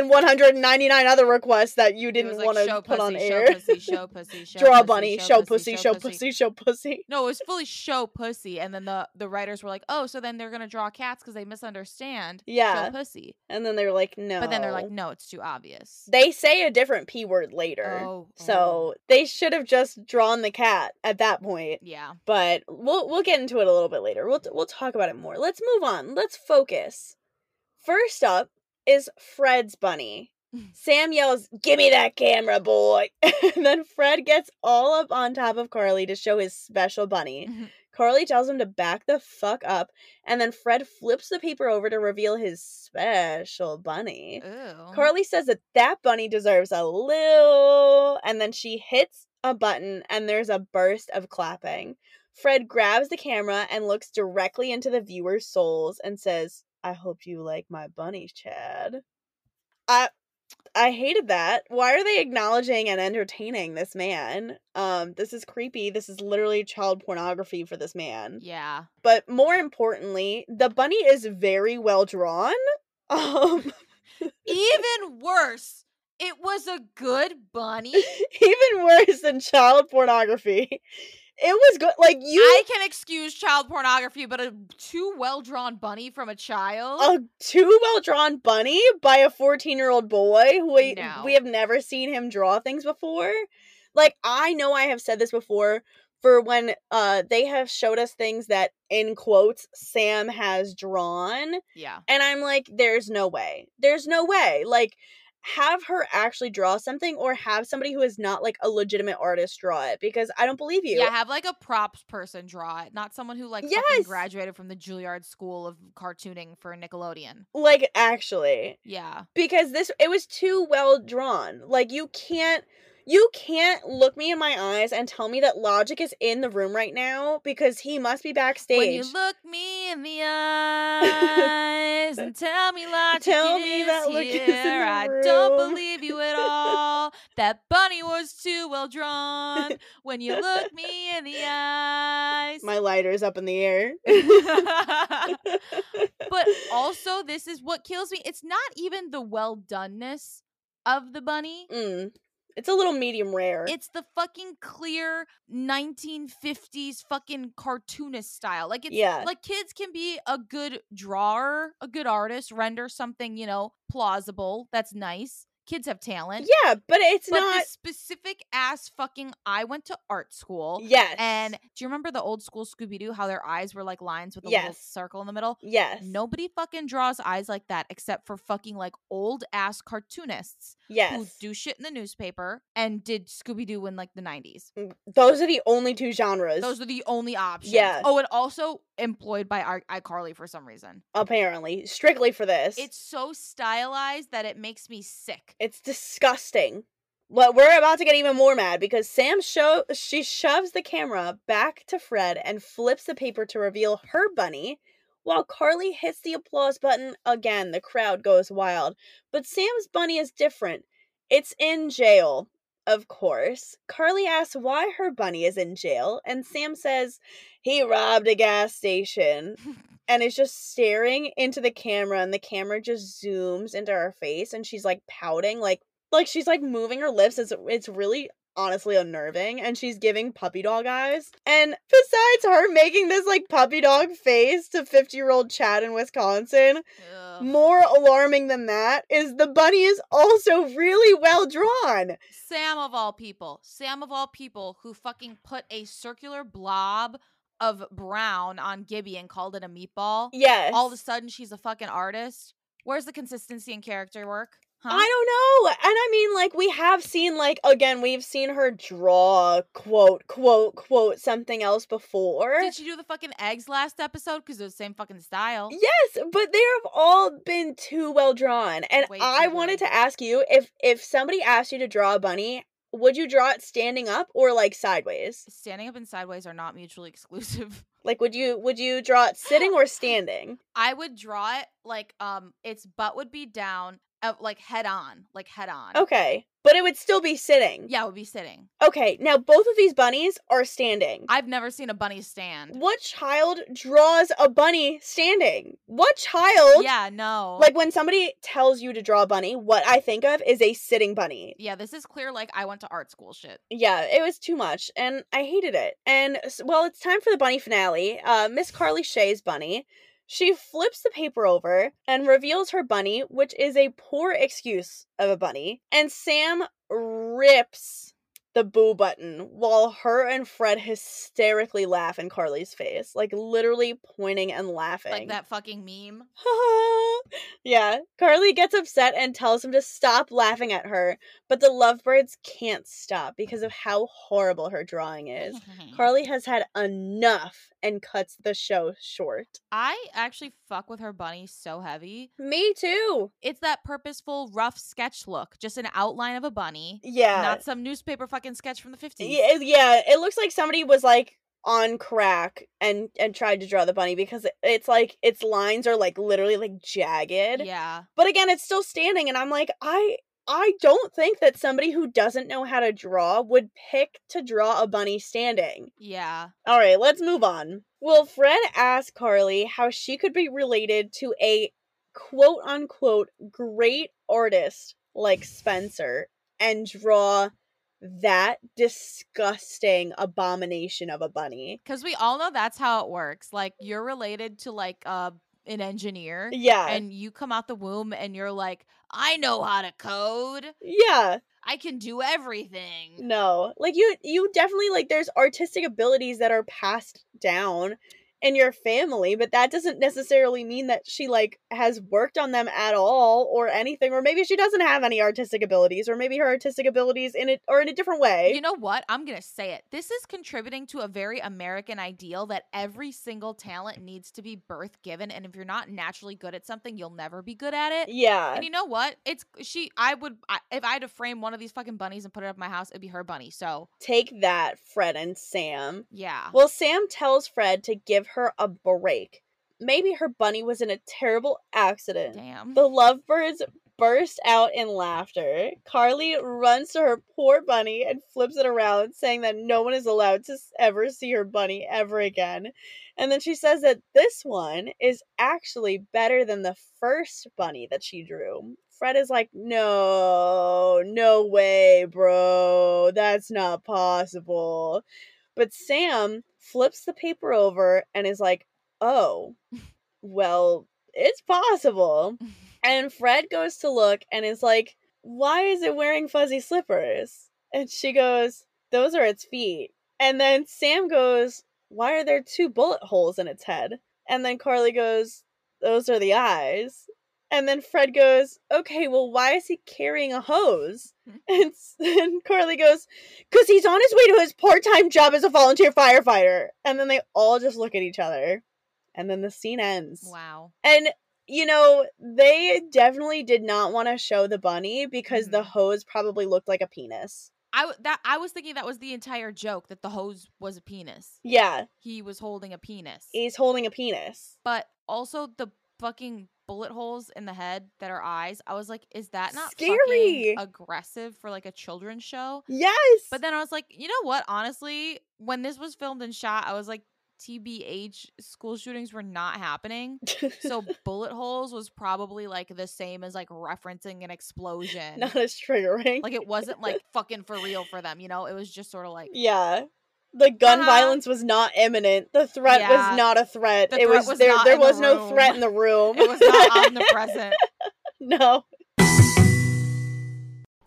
[SPEAKER 3] 1,199 other requests that you
[SPEAKER 2] It
[SPEAKER 3] didn't
[SPEAKER 2] was like,
[SPEAKER 3] want to
[SPEAKER 2] show
[SPEAKER 3] put on
[SPEAKER 2] pussy,
[SPEAKER 3] air.
[SPEAKER 2] Show pussy,
[SPEAKER 3] (laughs)
[SPEAKER 2] show pussy, show
[SPEAKER 3] Draw a
[SPEAKER 2] pussy,
[SPEAKER 3] bunny, show pussy, show pussy, show pussy.
[SPEAKER 2] No, it was fully show pussy, and then the the writers were like, "Oh, so then they're gonna draw cats because they misunderstand
[SPEAKER 3] (laughs) Yeah.
[SPEAKER 2] show pussy."
[SPEAKER 3] And then they were like, no.
[SPEAKER 2] But then they're like, "No, it's too obvious."
[SPEAKER 3] they say a different P word later.
[SPEAKER 2] Oh, oh,
[SPEAKER 3] So they should have just drawn the cat at that point.
[SPEAKER 2] yeah,
[SPEAKER 3] but we'll we'll get into it a little bit later. We'll we'll talk about it more. Let's move on. Let's focus. First up is Fred's bunny. Sam yells, "Give me that camera, boy!" (laughs) and then Fred gets all up on top of Carly to show his special bunny.
[SPEAKER 2] Mhm.
[SPEAKER 3] Carly tells him to back the fuck up, and then Fred flips the paper over to reveal his special bunny.
[SPEAKER 2] Ew.
[SPEAKER 3] Carly says that that bunny deserves a little, and then she hits a button, and there's a burst of clapping. Fred grabs the camera and looks directly into the viewer's souls and says, "I hope you like my bunny, Chad." I I hated that. Why are they acknowledging and entertaining this man? Um, this is creepy. This is literally child pornography for this man. (laughs)
[SPEAKER 2] yeah.
[SPEAKER 3] But more importantly, the bunny is very well drawn. (laughs) Um,
[SPEAKER 2] Even worse, it was a good bunny.
[SPEAKER 3] (laughs) even worse than child pornography. It was good. Like you,
[SPEAKER 2] I can excuse child pornography, but a too well drawn bunny from a child.
[SPEAKER 3] a too well drawn bunny by a fourteen year old boy who we,
[SPEAKER 2] No.
[SPEAKER 3] we have never seen him draw things before. Like I know I have said this before for when uh they have showed us things that in quotes Sam has drawn
[SPEAKER 2] yeah.
[SPEAKER 3] and I'm like there's no way. There's no way. Like have her actually draw something or have somebody who is not like a legitimate artist draw it because I don't believe you.
[SPEAKER 2] Yeah, have like a props person draw it, not someone who like fucking
[SPEAKER 3] Yes.
[SPEAKER 2] graduated from the Juilliard School of Cartooning for Nickelodeon.
[SPEAKER 3] Like actually.
[SPEAKER 2] Yeah.
[SPEAKER 3] because this it was too well drawn. Like you can't you can't look me in my eyes and tell me that Logic is in the room right now because he must be
[SPEAKER 2] When you
[SPEAKER 3] backstage.
[SPEAKER 2] look me in the eyes
[SPEAKER 3] (laughs)
[SPEAKER 2] and tell me logic
[SPEAKER 3] Tell me
[SPEAKER 2] is
[SPEAKER 3] that look is
[SPEAKER 2] here,
[SPEAKER 3] in the
[SPEAKER 2] I don't
[SPEAKER 3] room.
[SPEAKER 2] believe you
[SPEAKER 3] (laughs)
[SPEAKER 2] at all. that bunny was too well drawn.
[SPEAKER 3] (laughs)
[SPEAKER 2] When you look me in the eyes. (laughs)
[SPEAKER 3] my (laughs) lighter's up in the air. (laughs)
[SPEAKER 2] but also, this is what kills me. It's not even the well doneness of the bunny.
[SPEAKER 3] mm, it's a little medium rare.
[SPEAKER 2] It's the fucking clear 1950s fucking cartoonist style. Like it's
[SPEAKER 3] Yeah.
[SPEAKER 2] like kids can be a good drawer, a good artist, render something, you know, plausible, that's nice. Kids have talent.
[SPEAKER 3] Yeah, but it's
[SPEAKER 2] but
[SPEAKER 3] not.
[SPEAKER 2] this specific ass fucking I went to art school.
[SPEAKER 3] Yes.
[SPEAKER 2] And do you remember the old school Scooby Doo? How their eyes were like lines with a little
[SPEAKER 3] Yes.
[SPEAKER 2] circle in the middle.
[SPEAKER 3] yes.
[SPEAKER 2] Nobody fucking draws eyes like that except for fucking like old ass cartoonists who
[SPEAKER 3] Yes.
[SPEAKER 2] do shit in the newspaper and did Scooby Doo in like the nineties.
[SPEAKER 3] Mm, Those are the only two genres.
[SPEAKER 2] Those are the only options.
[SPEAKER 3] Yeah.
[SPEAKER 2] Oh, and also employed by Ar- iCarly for some reason.
[SPEAKER 3] apparently, strictly for this.
[SPEAKER 2] It's so stylized that it makes me sick.
[SPEAKER 3] It's disgusting. But we're about to get even more mad because Sam show she shoves the camera back to Fred and flips the paper to reveal her bunny, while Carly hits the applause button again. The crowd goes wild. But Sam's bunny is different. It's in jail, of course. Carly asks why her bunny is in jail, and Sam says he robbed a gas station and is just staring into the camera and the camera just zooms into her face and she's like pouting like like she's like moving her lips it's it's really honestly unnerving and she's giving puppy dog eyes and besides her making this like puppy dog face to 50 year old chad in wisconsin
[SPEAKER 2] Ugh.
[SPEAKER 3] more alarming than that is the bunny is also really well drawn
[SPEAKER 2] Sam of all people, Sam of all people who fucking put a circular blob of brown on Gibby and called it a meatball.
[SPEAKER 3] yes
[SPEAKER 2] All of a sudden she's a fucking artist. Where's the consistency in character work? Huh?
[SPEAKER 3] I don't know. And I mean, like, we have seen, like, again, we've seen her draw, quote, quote, quote, something else before.
[SPEAKER 2] Did she do the fucking eggs last episode? Because it was the same fucking style.
[SPEAKER 3] Yes, but they have all been too well drawn. And
[SPEAKER 2] Way too
[SPEAKER 3] I wanted
[SPEAKER 2] good.
[SPEAKER 3] to ask you if if somebody asked you to draw a bunny, would you draw it standing up or like sideways?
[SPEAKER 2] Standing up and sideways are not mutually (laughs) exclusive.
[SPEAKER 3] Like would you would you
[SPEAKER 2] (gasps)
[SPEAKER 3] draw it sitting or standing?
[SPEAKER 2] I would draw it like um its butt would be down, uh, like head on, like head on.
[SPEAKER 3] Okay. But it would still be sitting.
[SPEAKER 2] Yeah, it would be sitting.
[SPEAKER 3] Okay, now both of these bunnies are standing.
[SPEAKER 2] I've never seen a bunny stand.
[SPEAKER 3] what child draws a bunny standing? What child
[SPEAKER 2] Yeah, no.
[SPEAKER 3] Like when somebody tells you to draw a bunny, what I think of is a sitting bunny.
[SPEAKER 2] yeah, this is clear. Like I went to art school shit.
[SPEAKER 3] Yeah, it was too much, and I hated it. And s- well, it's time for the bunny finale. Uh, Miss Carly Shea's bunny. She flips the paper over and reveals her bunny, which is a poor excuse of a bunny. And Sam rips the boo button while her and Fred hysterically laugh in Carly's face, like literally pointing and laughing.
[SPEAKER 2] Like that fucking meme.
[SPEAKER 3] (laughs) yeah, Carly gets upset and tells him to stop laughing at her, but the lovebirds can't stop because of how horrible her drawing (sighs) is.
[SPEAKER 2] (laughs)
[SPEAKER 3] Carly has had enough and cuts the show short.
[SPEAKER 2] I actually fuck with her bunny so heavy.
[SPEAKER 3] Me too.
[SPEAKER 2] It's that purposeful, rough sketch look, just an outline of a bunny,
[SPEAKER 3] Yeah.
[SPEAKER 2] not some newspaper fucking sketch from the 50s.
[SPEAKER 3] yeah, it- yeah, it looks like somebody was like on crack and and tried to draw the bunny because it- it's like its lines are like literally like jagged.
[SPEAKER 2] Yeah.
[SPEAKER 3] but again it's still standing and i'm like i i don't think that somebody who doesn't know how to draw would pick to draw a bunny standing
[SPEAKER 2] Yeah.
[SPEAKER 3] all right let's move on well fred asked carly how she could be related to a quote unquote great artist like spencer and draw that disgusting abomination of a bunny
[SPEAKER 2] Cause we all know that's how it works. Like you're related to like uh an engineer.
[SPEAKER 3] yeah
[SPEAKER 2] And you come out the womb and you're like, I know how to code.
[SPEAKER 3] yeah
[SPEAKER 2] I can do everything.
[SPEAKER 3] No. Like you you definitely like there's artistic abilities that are passed down in your family, but that doesn't necessarily mean that she like has worked on them at all or anything or maybe she doesn't have any artistic abilities or maybe her artistic abilities in it are in a different way.
[SPEAKER 2] You know what? I'm going to say it. This is contributing to a very American ideal that every single talent needs to be birth given. And if you're not naturally good at something, you'll never be good at it.
[SPEAKER 3] yeah.
[SPEAKER 2] And you know what? It's she. I would I, if I had to frame one of these fucking bunnies and put it up my house, it'd be her bunny. So
[SPEAKER 3] Take that, Fred and Sam.
[SPEAKER 2] yeah,
[SPEAKER 3] Well, Sam tells Fred to give her a break. Maybe her bunny was in a terrible accident.
[SPEAKER 2] damn.
[SPEAKER 3] The lovebirds burst out in laughter. Carly runs to her poor bunny and flips it around, saying that no one is allowed to s- ever see her bunny ever again. And then she says that this one is actually better than the first bunny that she drew. Fred is like, no, no way, bro. That's not possible. But Sam flips the paper over and is like, oh, well, it's possible. And Fred goes to look and is like, why is it wearing fuzzy slippers? And she goes, those are its feet. And then Sam goes, why are there two bullet holes in its head? And then Carly goes, those are the eyes. And then Fred goes, okay, well, why is he carrying a hose? (laughs) And, s- and Carly goes, because he's on his way to his part time job as a volunteer firefighter. And then they all just look at each other. And then the scene ends.
[SPEAKER 6] Wow.
[SPEAKER 3] And you know, they definitely did not want to show the bunny because
[SPEAKER 6] Mm-hmm.
[SPEAKER 3] the hose probably looked like a penis.
[SPEAKER 6] I w- that I was thinking that was the entire joke that the hose was a penis.
[SPEAKER 3] Yeah,
[SPEAKER 6] He was holding a penis.
[SPEAKER 3] he's holding a penis.
[SPEAKER 6] but also the fucking bullet holes in the head that are eyes. I was like, is that not fucking
[SPEAKER 3] Scary.
[SPEAKER 6] aggressive for like a children's show?
[SPEAKER 3] Yes. (laughs)
[SPEAKER 6] But then I was like, you know what? Honestly, when this was filmed and shot, I was like, TBH, school shootings were not happening. So bullet holes was probably like the same as like referencing an explosion.
[SPEAKER 3] not as triggering.
[SPEAKER 6] Like it wasn't like fucking for real for them, you know? It was just sort of like
[SPEAKER 3] yeah. The gun
[SPEAKER 6] Uh-huh.
[SPEAKER 3] violence was not imminent. The threat
[SPEAKER 6] Yeah.
[SPEAKER 3] was not a threat.
[SPEAKER 6] The
[SPEAKER 3] it
[SPEAKER 6] threat
[SPEAKER 3] was,
[SPEAKER 6] was
[SPEAKER 3] there
[SPEAKER 6] not
[SPEAKER 3] there
[SPEAKER 6] in the
[SPEAKER 3] was no
[SPEAKER 6] room.
[SPEAKER 3] threat in the room.
[SPEAKER 6] it was
[SPEAKER 3] (laughs)
[SPEAKER 6] not omnipresent.
[SPEAKER 3] no.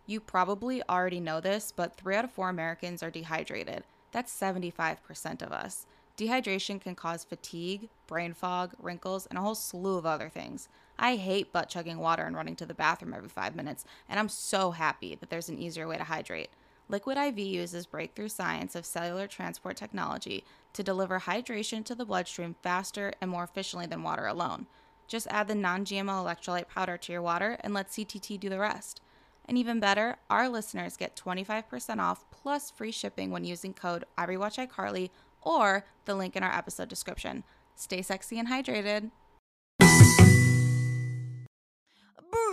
[SPEAKER 6] You probably already know this, but three out of four Americans are dehydrated. That's 75% of us. Dehydration can cause fatigue, brain fog, wrinkles, and a whole slew of other things. I hate butt chugging water and running to the bathroom every five minutes, and I'm so happy that there's an easier way to hydrate. Liquid IV uses breakthrough science of cellular transport technology to deliver hydration to the bloodstream faster and more efficiently than water alone. Just add the non GMO electrolyte powder to your water and let CTT do the rest. And even better, our listeners get 25% off plus free shipping when using code IRewatchICarly or the link in our episode description. Stay sexy and hydrated.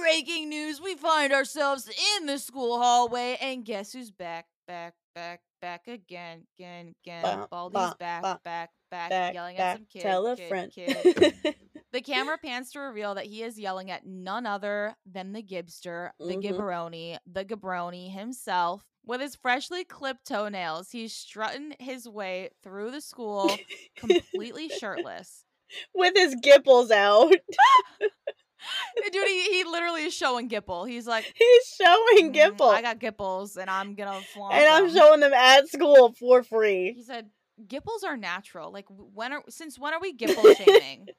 [SPEAKER 2] Breaking news, we find ourselves in the school hallway, and guess who's back, back, back, back again, again, again.
[SPEAKER 3] Ba-
[SPEAKER 2] Baldy's
[SPEAKER 3] ba-
[SPEAKER 2] back,
[SPEAKER 3] ba-
[SPEAKER 2] back, back,
[SPEAKER 3] Back,
[SPEAKER 2] yelling at
[SPEAKER 3] back,
[SPEAKER 2] some kid.
[SPEAKER 3] tell a
[SPEAKER 2] kid,
[SPEAKER 3] friend.
[SPEAKER 2] kid.
[SPEAKER 3] (laughs)
[SPEAKER 2] The camera pans to reveal that he is yelling at none other than the Gibster, the
[SPEAKER 3] Mhm.
[SPEAKER 2] Gibberoni, the Gabroni himself. With his freshly clipped toenails, he's strutting his way through the
[SPEAKER 3] (laughs)
[SPEAKER 2] school completely shirtless.
[SPEAKER 3] With his gipples out. (laughs)
[SPEAKER 2] Dude, he, he literally is showing Gipple. He's like,
[SPEAKER 3] He's
[SPEAKER 6] Mm-hmm.
[SPEAKER 3] showing
[SPEAKER 2] "Mm,
[SPEAKER 3] gipples.
[SPEAKER 2] I got Gipples and I'm gonna flaunt
[SPEAKER 3] and I'm
[SPEAKER 2] them."
[SPEAKER 3] (laughs) showing them at school for free.
[SPEAKER 2] He said, Gipples are natural. Like, w- when are since when are
[SPEAKER 3] (laughs)
[SPEAKER 2] we Gipple shaming?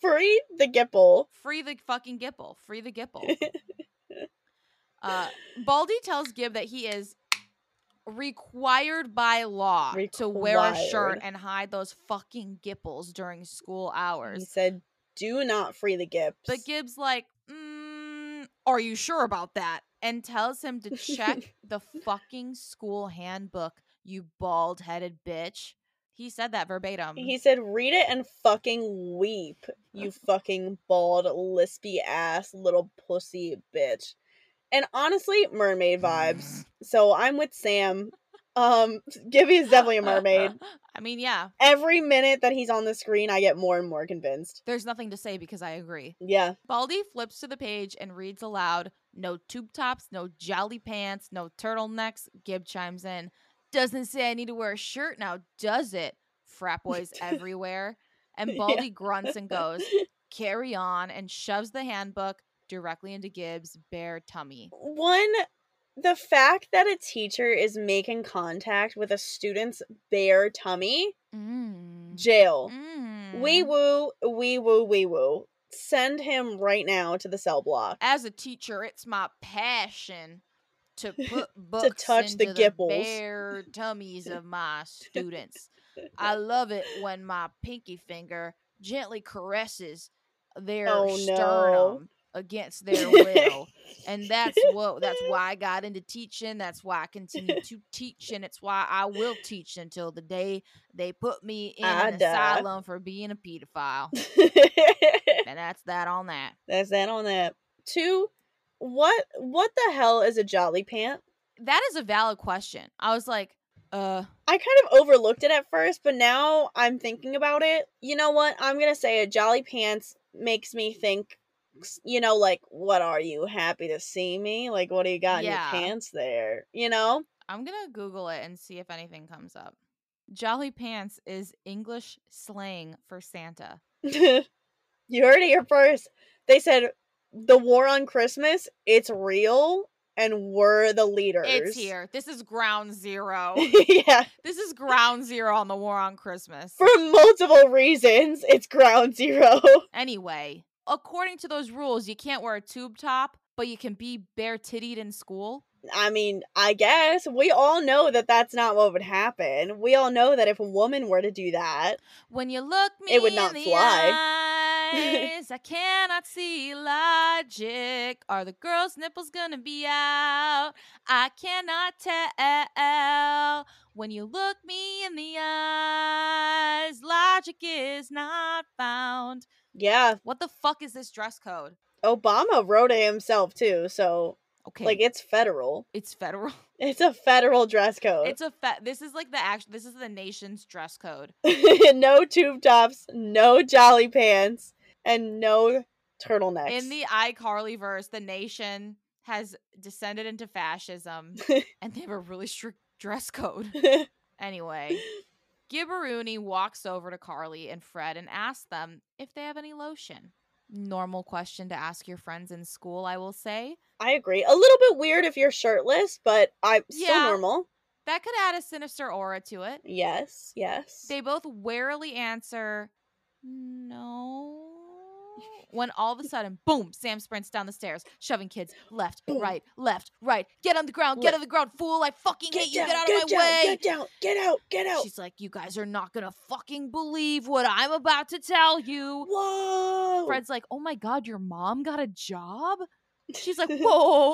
[SPEAKER 3] Free the gipple.
[SPEAKER 2] Free the fucking Gipple. Free the Gipple. Uh, Baldy tells Gib that he is required by law to wear a shirt
[SPEAKER 3] Required.
[SPEAKER 2] and hide those fucking gipples during school
[SPEAKER 3] He
[SPEAKER 2] hours.
[SPEAKER 3] said, "Do not free the gips."
[SPEAKER 2] But Gib's like, mm, "Are you sure about that?" and tells him to
[SPEAKER 3] (laughs)
[SPEAKER 2] check the fucking school handbook. You bald-headed bitch. He said that verbatim.
[SPEAKER 3] he said, "Read it and fucking weep, you fucking bald, lispy ass little pussy bitch." And honestly, mermaid vibes. So I'm with Sam. Um, (laughs) Gibby is definitely a mermaid.
[SPEAKER 2] (laughs) I mean, yeah.
[SPEAKER 3] Every minute that he's on the screen, I get more and more convinced.
[SPEAKER 2] There's nothing to say because I agree.
[SPEAKER 3] Yeah,
[SPEAKER 2] Baldy flips to the page and reads aloud No tube tops, no jolly pants, no turtlenecks. Gib chimes in. Doesn't say I need to wear a shirt now, does it? Frat boys everywhere. And
[SPEAKER 3] Yeah.
[SPEAKER 2] Baldy grunts and goes, Carry on, and shoves the handbook directly into Gibb's bare tummy.
[SPEAKER 3] one the fact that a teacher is making contact with a student's bare tummy
[SPEAKER 2] Mm.
[SPEAKER 3] jail
[SPEAKER 2] Mm.
[SPEAKER 3] Wee woo, wee woo, wee woo. Send him right now to the cell block.
[SPEAKER 2] As a teacher, it's my passion
[SPEAKER 3] (laughs)
[SPEAKER 2] to put books
[SPEAKER 3] touch the
[SPEAKER 2] into
[SPEAKER 3] gipples.
[SPEAKER 2] bare tummies of my
[SPEAKER 3] (laughs)
[SPEAKER 2] students. I love it when my pinky finger gently caresses their
[SPEAKER 3] Oh, no.
[SPEAKER 2] sternum against
[SPEAKER 3] (laughs)
[SPEAKER 2] their will. and that's what that's why I got into teaching. That's why I continue to teach, and it's why I will teach until the day they put me in
[SPEAKER 3] I
[SPEAKER 2] an
[SPEAKER 3] die.
[SPEAKER 2] asylum for being a pedophile. and that's that on that.
[SPEAKER 3] That's that on that. Two, what what the hell is a jolly pant?
[SPEAKER 2] That is a valid question. I was like, uh,
[SPEAKER 3] I kind of overlooked it at first, but now I'm thinking about it. You know what? I'm gonna say a jolly pants makes me think. You know, like what are you happy to see me? Like what do you got
[SPEAKER 2] Yeah.
[SPEAKER 3] in your pants there? You know,
[SPEAKER 2] I'm gonna Google it and see if anything comes up. Jolly pants is English slang for Santa.
[SPEAKER 3] (laughs) you heard it here first. They said the war on Christmas. It's real. and we're the leaders. (laughs)
[SPEAKER 2] It's here. This is ground zero.
[SPEAKER 3] yeah.
[SPEAKER 2] this is ground zero on the war on Christmas.
[SPEAKER 3] For multiple reasons, it's ground zero. (laughs)
[SPEAKER 2] Anyway, according to those rules, you can't wear a tube top, but you can be bare tittied in school.
[SPEAKER 3] I mean, I guess we all know that that's not what would happen. We all know that if a woman were to do that,
[SPEAKER 2] When you look me
[SPEAKER 3] It would
[SPEAKER 2] in
[SPEAKER 3] not
[SPEAKER 2] the
[SPEAKER 3] (laughs) fly.
[SPEAKER 2] eyes, I cannot see logic. Are the girls' nipples gonna be out? I cannot tell. When you look me in the eyes, logic is not found.
[SPEAKER 3] yeah,
[SPEAKER 2] What the fuck is this dress code?
[SPEAKER 3] Obama wrote it himself too. So,
[SPEAKER 2] Okay,
[SPEAKER 3] like, it's federal.
[SPEAKER 2] it's
[SPEAKER 3] (laughs)
[SPEAKER 2] federal.
[SPEAKER 3] It's a federal dress code.
[SPEAKER 2] It's a fe- this is like the act. This is the nation's dress code.
[SPEAKER 3] (laughs) no tube tops, no jolly pants, and no turtlenecks.
[SPEAKER 2] In the iCarly verse, the nation has descended into fascism and they have a really strict dress code. Anyway, Gibberuni walks over to Carly and Fred and asks them if they have any lotion. Normal question to ask your friends in school, I will say.
[SPEAKER 3] I agree. A little bit weird if you're shirtless, but I'm still
[SPEAKER 2] Yeah.
[SPEAKER 3] normal.
[SPEAKER 2] That could add a sinister aura to it.
[SPEAKER 3] Yes, yes.
[SPEAKER 2] They both warily answer, no. When all of
[SPEAKER 3] (laughs)
[SPEAKER 2] a sudden, boom, Sam sprints down the stairs, shoving kids left,
[SPEAKER 3] Boom.
[SPEAKER 2] right, left, right. Get on the ground, get
[SPEAKER 3] Left.
[SPEAKER 2] on the ground, fool. I fucking hate you.
[SPEAKER 3] down,
[SPEAKER 2] Get out
[SPEAKER 3] get
[SPEAKER 2] of my
[SPEAKER 3] down,
[SPEAKER 2] way.
[SPEAKER 3] Get down, get out, get out.
[SPEAKER 2] She's like, you guys are not going to fucking believe what I'm about to tell you.
[SPEAKER 3] Whoa.
[SPEAKER 2] Fred's like, oh my God, your mom got a job? She's
[SPEAKER 3] (laughs)
[SPEAKER 2] like, whoa,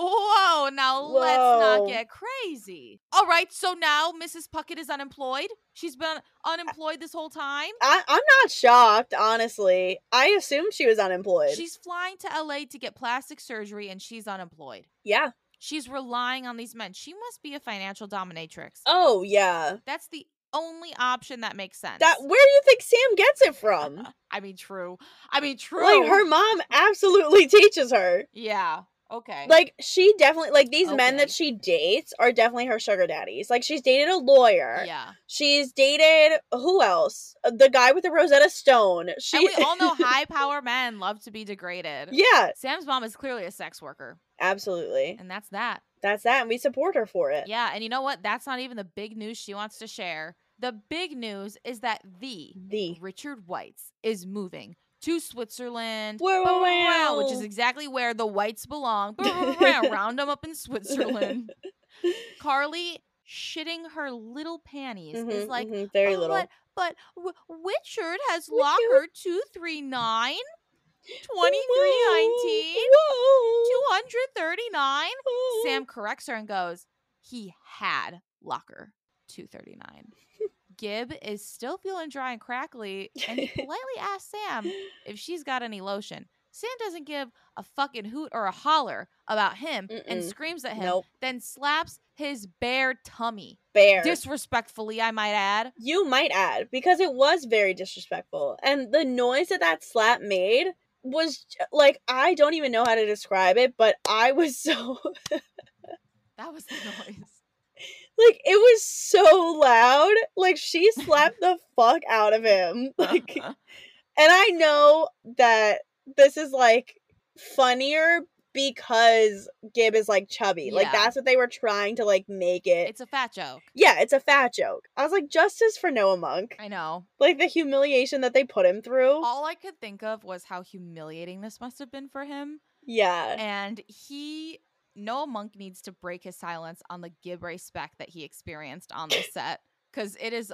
[SPEAKER 2] whoa, whoa, now let's
[SPEAKER 3] Whoa.
[SPEAKER 2] not get crazy. All right, so now Mrs. Puckett is unemployed. She's been unemployed this whole time.
[SPEAKER 3] I, I'm not shocked, honestly. I assumed she was unemployed.
[SPEAKER 2] She's flying to LA to get plastic surgery and she's unemployed.
[SPEAKER 3] yeah.
[SPEAKER 2] She's relying on these men. She must be a financial dominatrix.
[SPEAKER 3] Oh yeah.
[SPEAKER 2] That's the only option that makes sense.
[SPEAKER 3] That where do you think Sam gets it from?
[SPEAKER 2] I mean, true. I mean, true.
[SPEAKER 3] Like her mom absolutely (laughs) teaches her.
[SPEAKER 2] Yeah. Okay.
[SPEAKER 3] Like she definitely like these men that
[SPEAKER 2] Okay.
[SPEAKER 3] she dates are definitely her sugar daddies. Like she's dated a lawyer. (laughs)
[SPEAKER 2] yeah.
[SPEAKER 3] She's dated who else? Uh, The guy with the Rosetta Stone. She
[SPEAKER 2] and we all know high power men love to be degraded.
[SPEAKER 3] (laughs) Yeah,
[SPEAKER 2] Sam's mom is clearly a sex worker,
[SPEAKER 3] absolutely.
[SPEAKER 2] and that's that.
[SPEAKER 3] That's that and we support her for it.
[SPEAKER 2] Yeah, and you know what? That's not even the big news she wants to share. The big news is that the
[SPEAKER 3] The
[SPEAKER 2] Richard Whites is moving to Switzerland,
[SPEAKER 3] Wow, wow,
[SPEAKER 2] Bow, Mm-hmm. which is
[SPEAKER 3] wow.
[SPEAKER 2] exactly where the Whites belong. Round them up in
[SPEAKER 3] (laughs)
[SPEAKER 2] Switzerland. Carly shitting her little panties is
[SPEAKER 3] Mhm,
[SPEAKER 2] like,
[SPEAKER 3] mhm, very
[SPEAKER 2] "Oh,
[SPEAKER 3] little.
[SPEAKER 2] But, but w- Richard has
[SPEAKER 3] Richard.
[SPEAKER 2] locker 239,
[SPEAKER 3] Oh,
[SPEAKER 2] 2319,
[SPEAKER 3] Whoa.
[SPEAKER 2] 239.
[SPEAKER 3] Whoa.
[SPEAKER 2] Sam corrects her and goes, he had locker 239. Gib is still feeling dry and crackly and he
[SPEAKER 3] (laughs)
[SPEAKER 2] politely asks Sam if she's got any lotion. Sam doesn't give a fucking hoot or a holler about him and
[SPEAKER 3] Mm-mm.
[SPEAKER 2] screams at him,
[SPEAKER 3] Nope.
[SPEAKER 2] then slaps his bare tummy.
[SPEAKER 3] Bear.
[SPEAKER 2] Disrespectfully, I might add.
[SPEAKER 3] you might add because it was very disrespectful and the noise that that slap made was j- like i don't even know how to describe it but i was (laughs) so
[SPEAKER 2] That was the noise.
[SPEAKER 3] like it was so loud like she slapped the fuck out of him (laughs) (laughs)
[SPEAKER 2] (laughs)
[SPEAKER 3] like and i know that this is like funnier because gib is like chubby like
[SPEAKER 2] Yeah.
[SPEAKER 3] that's what they were trying to like make it
[SPEAKER 2] it's a fat joke.
[SPEAKER 3] yeah it's a fat joke i was like justice for noah monk
[SPEAKER 2] I know.
[SPEAKER 3] like the humiliation that they put him through
[SPEAKER 2] All I could think of was how humiliating this must have been for him.
[SPEAKER 3] yeah
[SPEAKER 2] and he Noah Monk needs to break his silence on the Gib respect that he experienced on the set because it is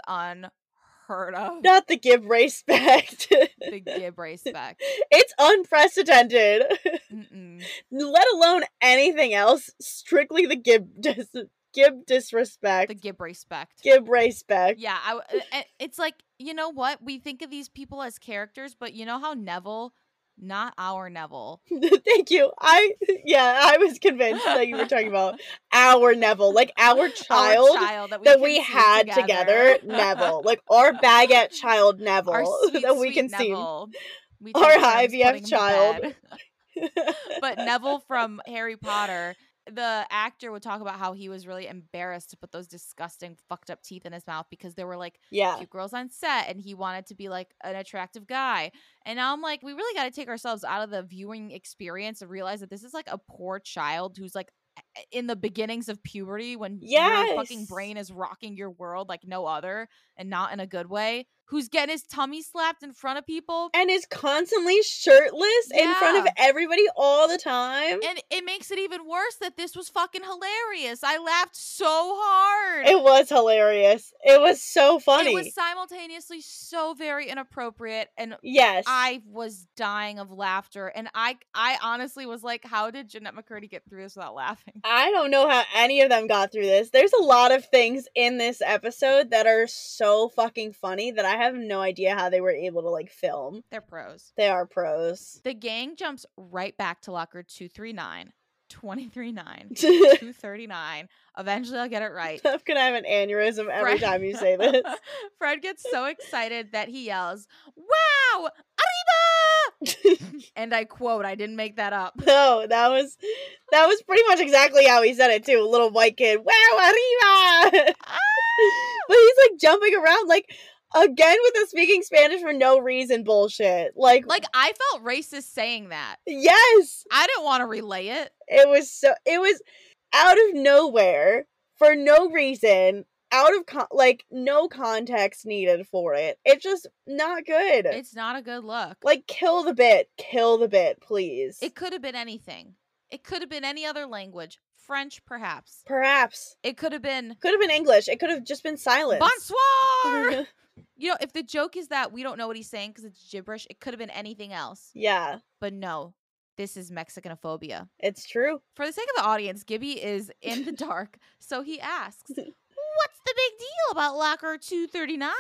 [SPEAKER 2] unheard of.
[SPEAKER 3] not the give respect. (laughs)
[SPEAKER 2] The Gib respect,
[SPEAKER 3] it's unprecedented,
[SPEAKER 2] Mm-mm.
[SPEAKER 3] let alone anything else. Strictly the give dis- give disrespect,
[SPEAKER 2] the Gib respect.
[SPEAKER 3] give
[SPEAKER 2] (laughs)
[SPEAKER 3] respect. (laughs)
[SPEAKER 2] Yeah, I w- uh, uh, it's like you know what we think of these people as characters, but you know how Neville, not our Neville,
[SPEAKER 3] Thank you. I yeah, I was convinced that you were talking about our Neville, like our child,
[SPEAKER 2] (laughs) our child that we,
[SPEAKER 3] that
[SPEAKER 2] can
[SPEAKER 3] we
[SPEAKER 2] see
[SPEAKER 3] had together.
[SPEAKER 2] (laughs)
[SPEAKER 3] Neville, like our baguette child Neville
[SPEAKER 2] our sweet,
[SPEAKER 3] (laughs) that we
[SPEAKER 2] sweet
[SPEAKER 3] can
[SPEAKER 2] Neville. We
[SPEAKER 3] Our
[SPEAKER 2] took turns putting
[SPEAKER 3] IVF
[SPEAKER 2] him to
[SPEAKER 3] child.
[SPEAKER 2] bed.
[SPEAKER 3] see.
[SPEAKER 2] but Neville from Harry Potter, the actor would talk about how he was really embarrassed to put those disgusting fucked up teeth in his mouth because there were like
[SPEAKER 3] (laughs) yeah,
[SPEAKER 2] cute girls on set and he wanted to be like an attractive guy. And now I'm like, we really got to take ourselves out of the viewing experience and realize that this is like a poor child who's like in the beginnings of puberty when your fucking
[SPEAKER 3] Yes.
[SPEAKER 2] brain is rocking your world like no other and not in a good way, who's getting his tummy slapped in front of people.
[SPEAKER 3] and is constantly shirtless in front of
[SPEAKER 2] Yeah.
[SPEAKER 3] everybody all the time.
[SPEAKER 2] And it makes it even worse that this was fucking hilarious. I laughed so hard.
[SPEAKER 3] It was hilarious. It was so funny.
[SPEAKER 2] It was simultaneously so very inappropriate and
[SPEAKER 3] yes.
[SPEAKER 2] I was dying of laughter and I I honestly was like how did Jeanette McCurdy get through this without laughing?
[SPEAKER 3] I don't know how any of them got through this. There's a lot of things in this episode that are so fucking funny that I have no idea how they were able to like film.
[SPEAKER 2] They're pros.
[SPEAKER 3] They are pros. (laughs)
[SPEAKER 2] The gang jumps right back to locker 239, 239,
[SPEAKER 3] (laughs)
[SPEAKER 2] 239. Eventually I'll get it right.
[SPEAKER 3] I'm gonna have an aneurysm every
[SPEAKER 2] Fred-
[SPEAKER 3] time you say this.
[SPEAKER 2] (laughs)
[SPEAKER 3] (laughs)
[SPEAKER 2] Fred gets so excited that he yells, "Wow! Arriba!" and I quote, I didn't make that
[SPEAKER 3] (laughs)
[SPEAKER 2] up.
[SPEAKER 3] No, that was that was pretty much exactly how he said it too. Little white kid, wow, arriba! (laughs) but he's like jumping around like again with the speaking Spanish for no reason bullshit. Like,
[SPEAKER 2] Like I felt racist saying that.
[SPEAKER 3] yes,
[SPEAKER 2] I didn't want to relay it.
[SPEAKER 3] it was so it was out of nowhere for no reason, out of con- like no context needed for it. It's just not good.
[SPEAKER 2] It's not a good look.
[SPEAKER 3] like kill the bit, kill the bit, please.
[SPEAKER 2] It could have been anything. It could have been any other language. French, perhaps.
[SPEAKER 3] Perhaps
[SPEAKER 2] It could have been
[SPEAKER 3] could have been English. It could have just been silence. (laughs)
[SPEAKER 2] bonsoir. you know, if the joke is that we don't know what he's saying because it's gibberish, it could have been anything else.
[SPEAKER 3] yeah,
[SPEAKER 2] But no, this is Mexicanophobia.
[SPEAKER 3] it's true.
[SPEAKER 2] For the sake of the audience, Gibby is in the dark, so he asks, What's the big deal about locker 239?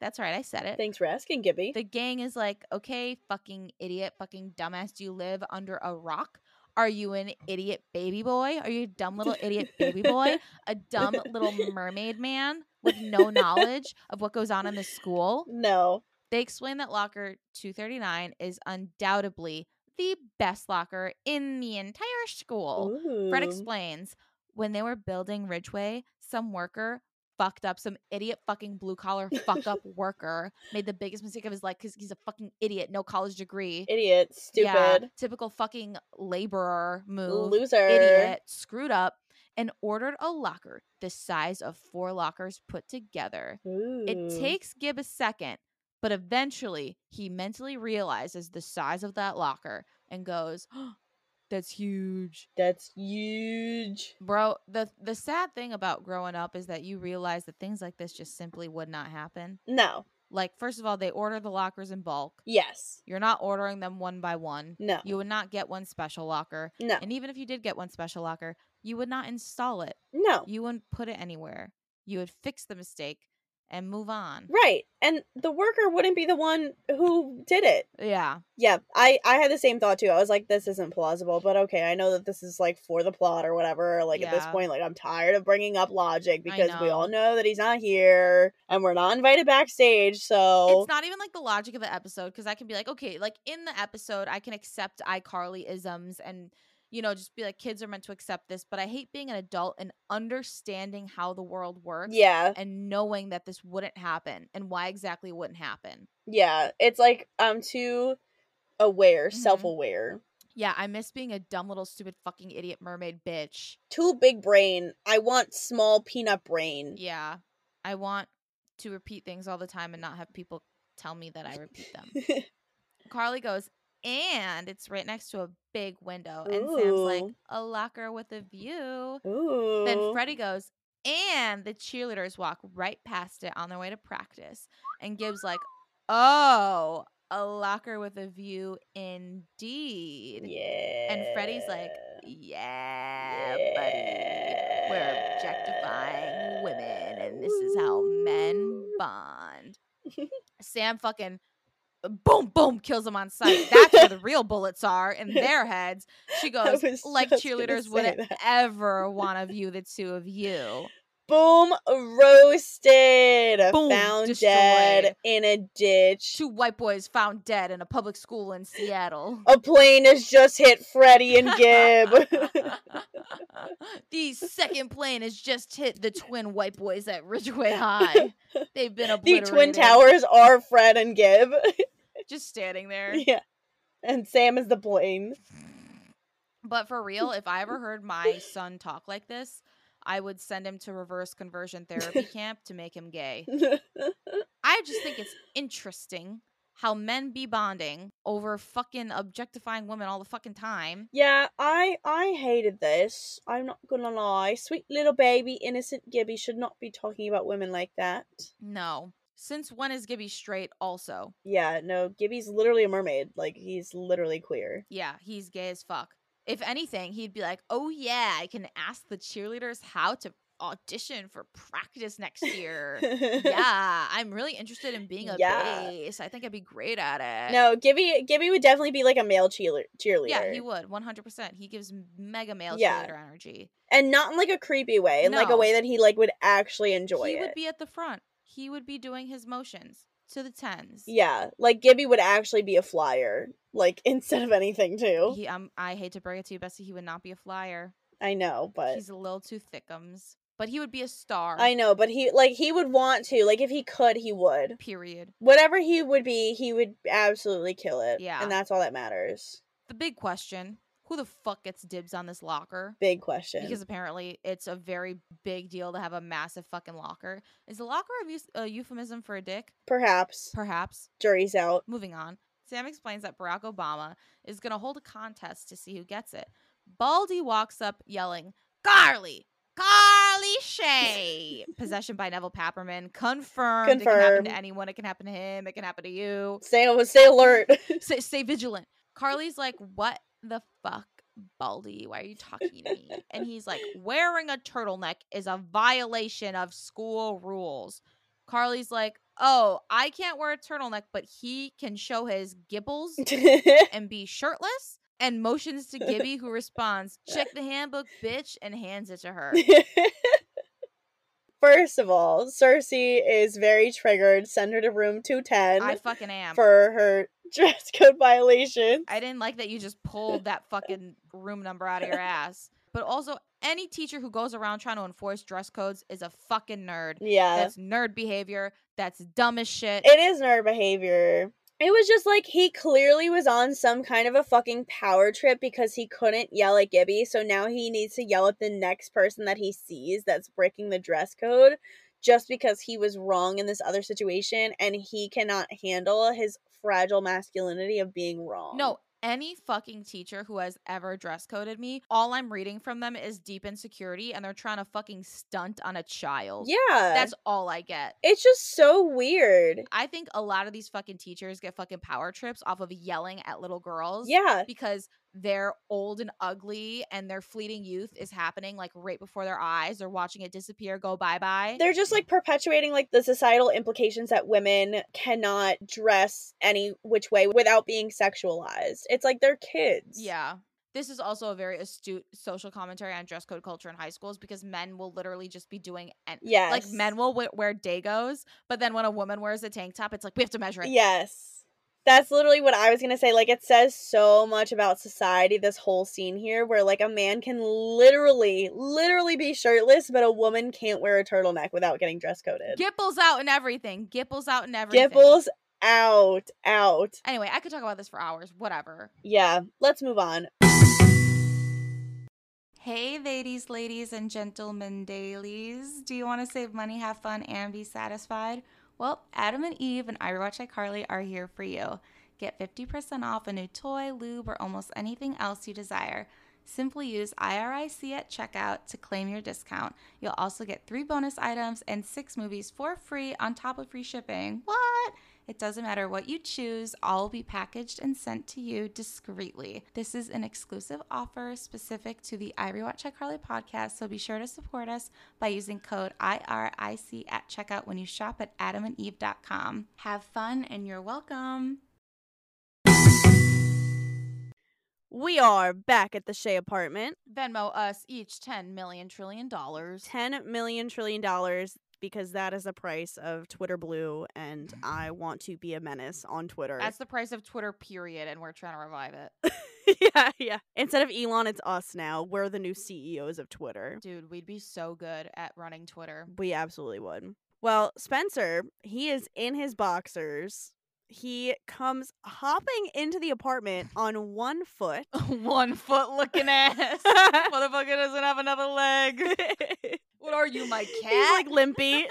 [SPEAKER 2] That's right, I said it.
[SPEAKER 3] Thanks for asking, Gibby.
[SPEAKER 2] The gang is like, okay, fucking idiot, fucking dumbass, do you live under a rock? Are you an idiot baby boy? Are you a dumb little idiot baby boy? A dumb little mermaid man with no knowledge of what goes on in the school?
[SPEAKER 3] no.
[SPEAKER 2] They explain that locker 239 is undoubtedly the best locker in the entire school. Fred
[SPEAKER 3] Ooh.
[SPEAKER 2] explains when they were building Ridgeway, some worker fucked up, some idiot fucking blue collar fuck
[SPEAKER 3] (laughs)
[SPEAKER 2] up worker made the biggest mistake of his life because he's a fucking idiot, no college degree.
[SPEAKER 3] Idiot. Stupid.
[SPEAKER 2] Yeah, typical fucking laborer move.
[SPEAKER 3] Loser.
[SPEAKER 2] Idiot, screwed up, and ordered a locker the size of four lockers put together. It
[SPEAKER 3] Ooh.
[SPEAKER 2] takes Gibb a second, but eventually he mentally realizes the size of that locker and goes, That's huge
[SPEAKER 3] That's huge.
[SPEAKER 2] bro the the sad thing about growing up is that you realize that things like this just simply would not happen
[SPEAKER 3] No.
[SPEAKER 2] like first of all they order the lockers in bulk
[SPEAKER 3] Yes.
[SPEAKER 2] you're not ordering them one by one
[SPEAKER 3] No.
[SPEAKER 2] you would not get one special locker
[SPEAKER 3] No.
[SPEAKER 2] and even if you did get one special locker you would not install it
[SPEAKER 3] No.
[SPEAKER 2] you wouldn't put it anywhere you would fix the mistake and move on
[SPEAKER 3] Right. And the worker wouldn't be the one who did it.
[SPEAKER 2] yeah
[SPEAKER 3] Yeah, I I had the same thought too. I was like, this isn't plausible, but okay, I know that this is like for the plot or whatever. or, Like at this
[SPEAKER 2] Yeah.
[SPEAKER 3] point, like I'm tired of bringing up logic
[SPEAKER 2] I
[SPEAKER 3] because we
[SPEAKER 2] know.
[SPEAKER 3] all know that he's not here and we're not invited backstage. So
[SPEAKER 2] it's not even like the logic of the episode because I can be like, okay, like in the episode, I can accept iCarly isms and you know just be like, kids are meant to accept this. But I hate being an adult and understanding how the world works,
[SPEAKER 3] yeah,
[SPEAKER 2] and knowing that this wouldn't happen and why exactly it wouldn't happen.
[SPEAKER 3] yeah. It's like I'm too aware,
[SPEAKER 2] Mhm.
[SPEAKER 3] self-aware,
[SPEAKER 2] Yeah, I miss being a dumb little stupid fucking idiot mermaid bitch.
[SPEAKER 3] too big brain. I want small peanut brain.
[SPEAKER 2] Yeah, I want to repeat things all the time and not have people tell me that I repeat them.
[SPEAKER 3] (laughs)
[SPEAKER 2] Carly goes, and it's right next to a big window. And Sam's like,
[SPEAKER 3] Ooh.
[SPEAKER 2] a locker with a view.
[SPEAKER 3] Ooh.
[SPEAKER 2] Then Freddie goes, and the cheerleaders walk right past it on their way to practice. And Gibbs like, oh, a locker with a view indeed.
[SPEAKER 3] Yeah.
[SPEAKER 2] And Freddie's like, yeah, buddy. We're objectifying women, and this is how men
[SPEAKER 3] Ooh. (laughs)
[SPEAKER 2] bond. Sam fucking boom, boom, kills them on sight. That's where the
[SPEAKER 3] (laughs)
[SPEAKER 2] real bullets are in their heads. She
[SPEAKER 3] I
[SPEAKER 2] goes,
[SPEAKER 3] was
[SPEAKER 2] like
[SPEAKER 3] just gonna
[SPEAKER 2] cheerleaders
[SPEAKER 3] say
[SPEAKER 2] wouldn't
[SPEAKER 3] that.
[SPEAKER 2] ever want to view the two of
[SPEAKER 3] (laughs)
[SPEAKER 2] you.
[SPEAKER 3] Boom, roasted.
[SPEAKER 2] Boom,
[SPEAKER 3] Found dead
[SPEAKER 2] destroyed.
[SPEAKER 3] in a ditch.
[SPEAKER 2] Two white boys found dead in a public school in Seattle.
[SPEAKER 3] A plane has just hit Freddie and
[SPEAKER 2] (laughs)
[SPEAKER 3] Gib. (laughs)
[SPEAKER 2] the second plane has just hit
[SPEAKER 3] (laughs)
[SPEAKER 2] the twin white boys at Ridgeway High. They've been
[SPEAKER 3] the
[SPEAKER 2] obliterated.
[SPEAKER 3] Twin Towers are Fred and Gib. (laughs)
[SPEAKER 2] just standing there.
[SPEAKER 3] (laughs) yeah. And Sam is the plane.
[SPEAKER 2] But for real, if I ever heard my son talk like this, I would send him to reverse conversion
[SPEAKER 3] (laughs)
[SPEAKER 2] therapy camp to make him gay. I just think it's interesting how men be bonding over fucking objectifying women all the fucking time.
[SPEAKER 3] yeah, I I hated this. I'm not gonna lie. Sweet little baby, innocent Gibby should not be talking about women like that.
[SPEAKER 2] No. Since when is Gibby straight also?
[SPEAKER 3] Yeah, no, Gibby's literally a mermaid. Like he's literally queer.
[SPEAKER 2] Yeah, he's gay as fuck. If anything, he'd be like, "Oh yeah, I can ask the cheerleaders how to audition for practice next
[SPEAKER 3] (laughs)
[SPEAKER 2] year." yeah, I'm really interested in being a
[SPEAKER 3] Yeah.
[SPEAKER 2] bass. I think I'd be great at it.
[SPEAKER 3] No, Gibby Gibby would definitely be like a male cheerle- cheerleader.
[SPEAKER 2] Yeah, he would 100%. He gives mega male
[SPEAKER 3] Yeah.
[SPEAKER 2] cheerleader energy.
[SPEAKER 3] and not in like a creepy way, in like a
[SPEAKER 2] No.
[SPEAKER 3] way that he like would actually enjoy
[SPEAKER 2] he
[SPEAKER 3] it.
[SPEAKER 2] would be at the front. He would be doing his motions to the tens.
[SPEAKER 3] yeah, like Gibby would actually be a flyer, like (laughs) instead of anything too.
[SPEAKER 2] He, um, I hate to break it to you, Bessie. He would not be a flyer.
[SPEAKER 3] I know, but
[SPEAKER 2] He's a little too thickums. But he would be a star.
[SPEAKER 3] I know, but he like he would want to, like if he could, he would.
[SPEAKER 2] Period.
[SPEAKER 3] Whatever he would be, he would absolutely kill it.
[SPEAKER 2] Yeah.
[SPEAKER 3] and that's all that matters.
[SPEAKER 2] The big question: Who the fuck gets dibs on this locker?
[SPEAKER 3] Big question.
[SPEAKER 2] Because apparently it's a very big deal to have a massive fucking locker. Is the locker a, eus- a euphemism for a dick?
[SPEAKER 3] Perhaps
[SPEAKER 2] Perhaps.
[SPEAKER 3] jury's out.
[SPEAKER 2] Moving on. Sam explains that Barack Obama is going to hold a contest to see who gets it. Baldy walks up yelling, Garly! Carly
[SPEAKER 3] (laughs)
[SPEAKER 2] Shay! Possession by Neville Papperman. Confirmed. It can happen
[SPEAKER 3] Confirmed.
[SPEAKER 2] to anyone. It can happen to him. It can happen to you.
[SPEAKER 3] Stay stay alert. (laughs)
[SPEAKER 2] Stay, stay vigilant. Carly's like, What the fuck, Baldy? Why are you talking to me? And he's like, Wearing a turtleneck is a violation of school rules. Carly's like, Oh, I can't wear a turtleneck, but he can show his gibbles and be shirtless. And motions to Gibby, who responds, Check the handbook, bitch, and hands it to
[SPEAKER 3] (laughs)
[SPEAKER 2] her.
[SPEAKER 3] First of all, Cersei is very triggered. Send her to room two ten.
[SPEAKER 2] I fucking am.
[SPEAKER 3] for her dress code violations.
[SPEAKER 2] I didn't like that you just pulled that fucking room number out of
[SPEAKER 3] (laughs)
[SPEAKER 2] your ass. But also, any teacher who goes around trying to enforce dress codes is a fucking nerd.
[SPEAKER 3] yeah.
[SPEAKER 2] That's nerd behavior. That's dumb as shit.
[SPEAKER 3] it is nerd behavior. It was just like he clearly was on some kind of a fucking power trip because he couldn't yell at Gibby, so now he needs to yell at the next person that he sees that's breaking the dress code just because he was wrong in this other situation and he cannot handle his fragile masculinity of being wrong.
[SPEAKER 2] No, any fucking teacher who has ever dress coded me, all I'm reading from them is deep insecurity and they're trying to fucking stunt on a child.
[SPEAKER 3] Yeah.
[SPEAKER 2] That's all I get.
[SPEAKER 3] it's just so weird.
[SPEAKER 2] I think a lot of these fucking teachers get fucking power trips off of yelling at little girls.
[SPEAKER 3] Yeah.
[SPEAKER 2] because they're old and ugly and their fleeting youth is happening like right before their eyes. They're watching it disappear, go bye bye.
[SPEAKER 3] they're just like perpetuating like the societal implications that women cannot dress any which way without being sexualized. It's like they're kids.
[SPEAKER 2] Yeah. This is also a very astute social commentary on dress code culture in high schools because men will literally just be doing and
[SPEAKER 3] Yes.
[SPEAKER 2] like men will w- wear dagos, but then when a woman wears a tank top, it's like we have to measure it.
[SPEAKER 3] Yes. That's literally what I was going to say. Like it says so much about society this whole scene here where like a man can literally literally be shirtless but a woman can't wear a turtleneck without getting dress coded.
[SPEAKER 2] Gipples out and everything. Gipples out and everything.
[SPEAKER 3] Gipples out out.
[SPEAKER 2] Anyway, I could talk about this for hours. Whatever.
[SPEAKER 3] Yeah, let's move on.
[SPEAKER 7] Hey, ladies, ladies, and gentlemen, dailies. Do you want to save money, have fun, and be satisfied? Well, Adam and Eve and I Watch iCarly are here for you. Get 50% off a new toy, lube, or almost anything else you desire. Simply use IRIC at checkout to claim your discount. You'll also get three bonus items and six movies for free on top of free shipping. What? It doesn't matter what you choose, all will be packaged and sent to you discreetly. This is an exclusive offer specific to the I Rewatch iCarly podcast, so be sure to support us by using code IRIC at checkout when you shop at adamandeve.com. Have fun and you're welcome.
[SPEAKER 3] We are back at the Shea apartment.
[SPEAKER 2] Venmo us each 10 million trillion dollars.
[SPEAKER 3] 10 million trillion dollars because that is the price of Twitter Blue, and I want to be a menace on Twitter.
[SPEAKER 2] That's the price of Twitter, period, and we're trying to revive it.
[SPEAKER 3] (laughs) yeah, yeah. Instead of Elon, it's us now. We're the new CEOs of Twitter.
[SPEAKER 2] Dude, we'd be so good at running Twitter.
[SPEAKER 3] We absolutely would. Well, Spencer, he is in his boxers he comes hopping into the apartment on one foot.
[SPEAKER 2] (laughs)
[SPEAKER 3] (laughs)
[SPEAKER 2] One foot (laughs) looking ass. Motherfucker doesn't have another leg. What are you, (laughs) my
[SPEAKER 3] (laughs) He's
[SPEAKER 2] cat?
[SPEAKER 4] (laughs)
[SPEAKER 3] like limpy.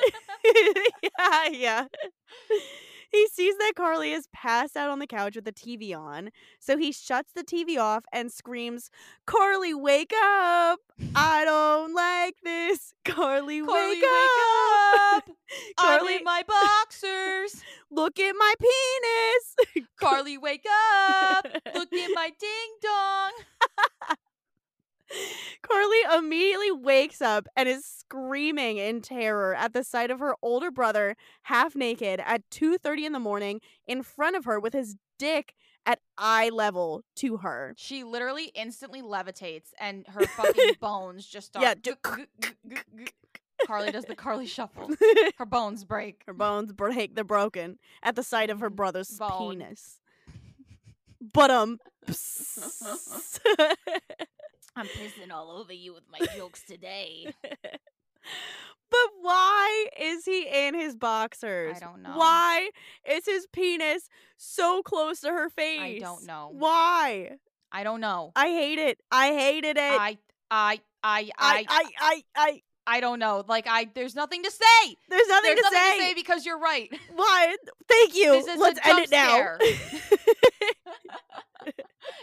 [SPEAKER 3] (laughs) yeah, yeah. He sees that Carly is passed out on the couch with the TV on, so he shuts the TV off and screams, "Carly, wake up! I don't like this. (laughs) Carly,
[SPEAKER 2] Carly, wake
[SPEAKER 3] wake, up!
[SPEAKER 2] (laughs) Carly,
[SPEAKER 3] Carly,
[SPEAKER 2] my (laughs) boxers.
[SPEAKER 3] look at my penis."
[SPEAKER 2] Carly, wake
[SPEAKER 3] (laughs)
[SPEAKER 2] up. Look at (laughs) my ding dong.
[SPEAKER 3] Carly immediately wakes up and is screaming in terror at the sight of her older brother half naked at 2:30 in the morning in front of her with his dick at eye level to her.
[SPEAKER 2] She literally instantly levitates and her fucking (laughs) bones just start.
[SPEAKER 3] Yeah,
[SPEAKER 2] (laughs)
[SPEAKER 3] do-
[SPEAKER 2] Carly does (laughs) the Carly shuffle. Her bones break.
[SPEAKER 3] Her bones break, they're broken at the sight of her brother's
[SPEAKER 2] Bone.
[SPEAKER 3] penis. But um (laughs)
[SPEAKER 4] I'm pissing all over you with my jokes today.
[SPEAKER 3] But why is he in his boxers?
[SPEAKER 2] I don't know.
[SPEAKER 3] Why is his penis so close to her face?
[SPEAKER 2] I don't know.
[SPEAKER 3] Why?
[SPEAKER 2] I don't know.
[SPEAKER 3] I hate it. I hated it.
[SPEAKER 2] I, I, I, I,
[SPEAKER 3] I, I, I, I-
[SPEAKER 2] I don't know. Like, I, there's nothing to say.
[SPEAKER 3] there's nothing,
[SPEAKER 2] There's
[SPEAKER 3] to,
[SPEAKER 2] nothing
[SPEAKER 3] say.
[SPEAKER 2] to say because you're right. (laughs)
[SPEAKER 3] Why? Thank you.
[SPEAKER 2] This is
[SPEAKER 3] Let's
[SPEAKER 2] a
[SPEAKER 3] end
[SPEAKER 2] jump
[SPEAKER 3] it now.
[SPEAKER 2] scare.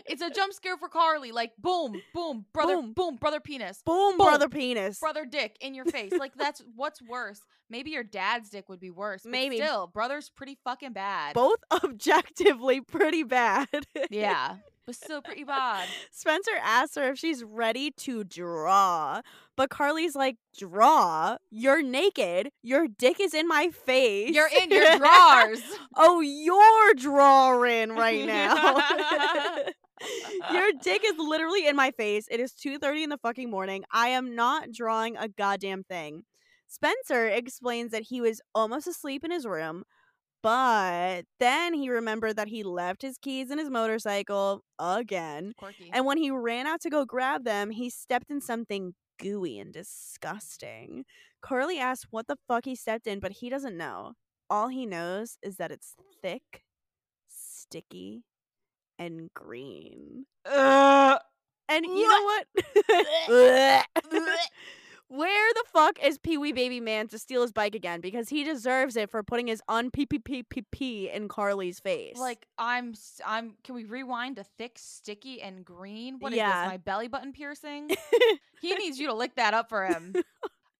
[SPEAKER 2] it's a jump scare for Carly. Like, boom, boom, brother,
[SPEAKER 3] Boom.
[SPEAKER 2] boom, brother penis.
[SPEAKER 3] Boom,
[SPEAKER 2] Boom.
[SPEAKER 3] (laughs) brother penis.
[SPEAKER 2] brother dick in your face. Like that's what's worse. Maybe your dad's dick would be worse. but
[SPEAKER 3] Maybe.
[SPEAKER 2] still, brother's pretty fucking bad.
[SPEAKER 3] (laughs) Both objectively pretty bad.
[SPEAKER 2] yeah, but still pretty
[SPEAKER 3] (laughs)
[SPEAKER 2] bad.
[SPEAKER 3] Spencer asks her if she's ready to draw, but Carly's like, "Draw? You're naked. Your dick is in my face.
[SPEAKER 2] You're
[SPEAKER 3] (laughs)
[SPEAKER 2] in your drawers.
[SPEAKER 3] oh, you're drawing right now. (laughs)
[SPEAKER 2] (laughs)
[SPEAKER 3] Your dick is literally in my face. It is 2:30 in the fucking morning. I am not drawing a goddamn thing. Spencer explains that he was almost asleep in his room, but then he remembered that he left his keys in his motorcycle again.
[SPEAKER 2] Quirky.
[SPEAKER 3] And when he ran out to go grab them, he stepped in something gooey and disgusting. Carly asks what the fuck he stepped in, but he doesn't know. All he knows is that it's thick, sticky, and green.
[SPEAKER 2] Uh,
[SPEAKER 3] And you know what? (laughs) Where the fuck is Pee Wee Baby Man to steal his bike again? Because he deserves it for putting his unpppp in Carly's
[SPEAKER 2] (laughs)
[SPEAKER 3] face.
[SPEAKER 2] like I'm, s- I'm. Can we rewind to thick, sticky, and green? What is
[SPEAKER 3] Yeah.
[SPEAKER 2] this? My belly button
[SPEAKER 3] (laughs)
[SPEAKER 2] piercing. he needs you to lick that up for him.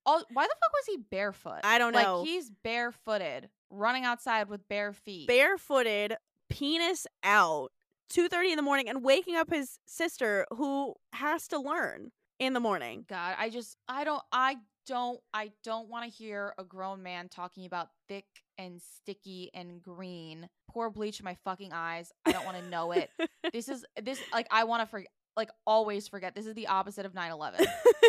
[SPEAKER 2] All, why the fuck was he barefoot?
[SPEAKER 3] I don't
[SPEAKER 2] like, (laughs)
[SPEAKER 3] know.
[SPEAKER 2] he's barefooted, running outside with bare feet.
[SPEAKER 3] barefooted, penis out, two thirty in the morning, and waking up his sister who has to learn in the morning.
[SPEAKER 2] God, I just I don't I don't I don't want to hear a grown man talking about thick and sticky and green. Pour bleach in my fucking eyes. I don't want to know it. This is this like I want to forget like always forget. This is the opposite of 9/11.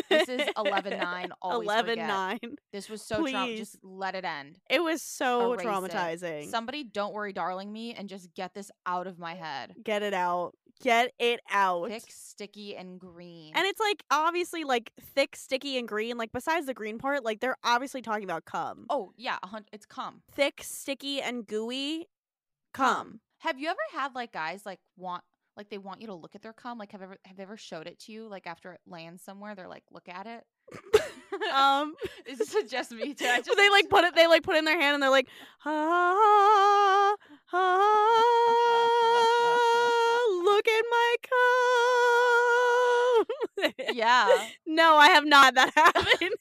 [SPEAKER 2] This is
[SPEAKER 3] (laughs)
[SPEAKER 2] 11/9 always
[SPEAKER 3] 11
[SPEAKER 2] forget.
[SPEAKER 3] 9.
[SPEAKER 2] This was so traum-
[SPEAKER 3] Please.
[SPEAKER 2] just let it end.
[SPEAKER 3] (laughs) It was so
[SPEAKER 2] Erase it.
[SPEAKER 3] traumatizing.
[SPEAKER 2] Somebody don't worry darling me and just get this out of my head.
[SPEAKER 3] Get it out. Get it out.
[SPEAKER 2] Thick, sticky and green.
[SPEAKER 3] And it's like obviously like thick, sticky, and green. Like besides the green part, like they're obviously talking about cum.
[SPEAKER 2] oh, yeah, a hun- it's cum.
[SPEAKER 3] Thick, sticky, and gooey cum.
[SPEAKER 2] Have you ever had like guys like want like they want you to look at their cum? Like have ever have they ever showed it to you? Like after it lands somewhere, they're like, look at it.
[SPEAKER 3] Um,
[SPEAKER 2] Is this a just me? (laughs) Too? I
[SPEAKER 3] But
[SPEAKER 2] just
[SPEAKER 3] they like put it. They like put it in their hand and they're like, ah, ah, look at my cum.
[SPEAKER 2] yeah,
[SPEAKER 3] no, I have
[SPEAKER 2] (laughs)
[SPEAKER 3] not. That happened.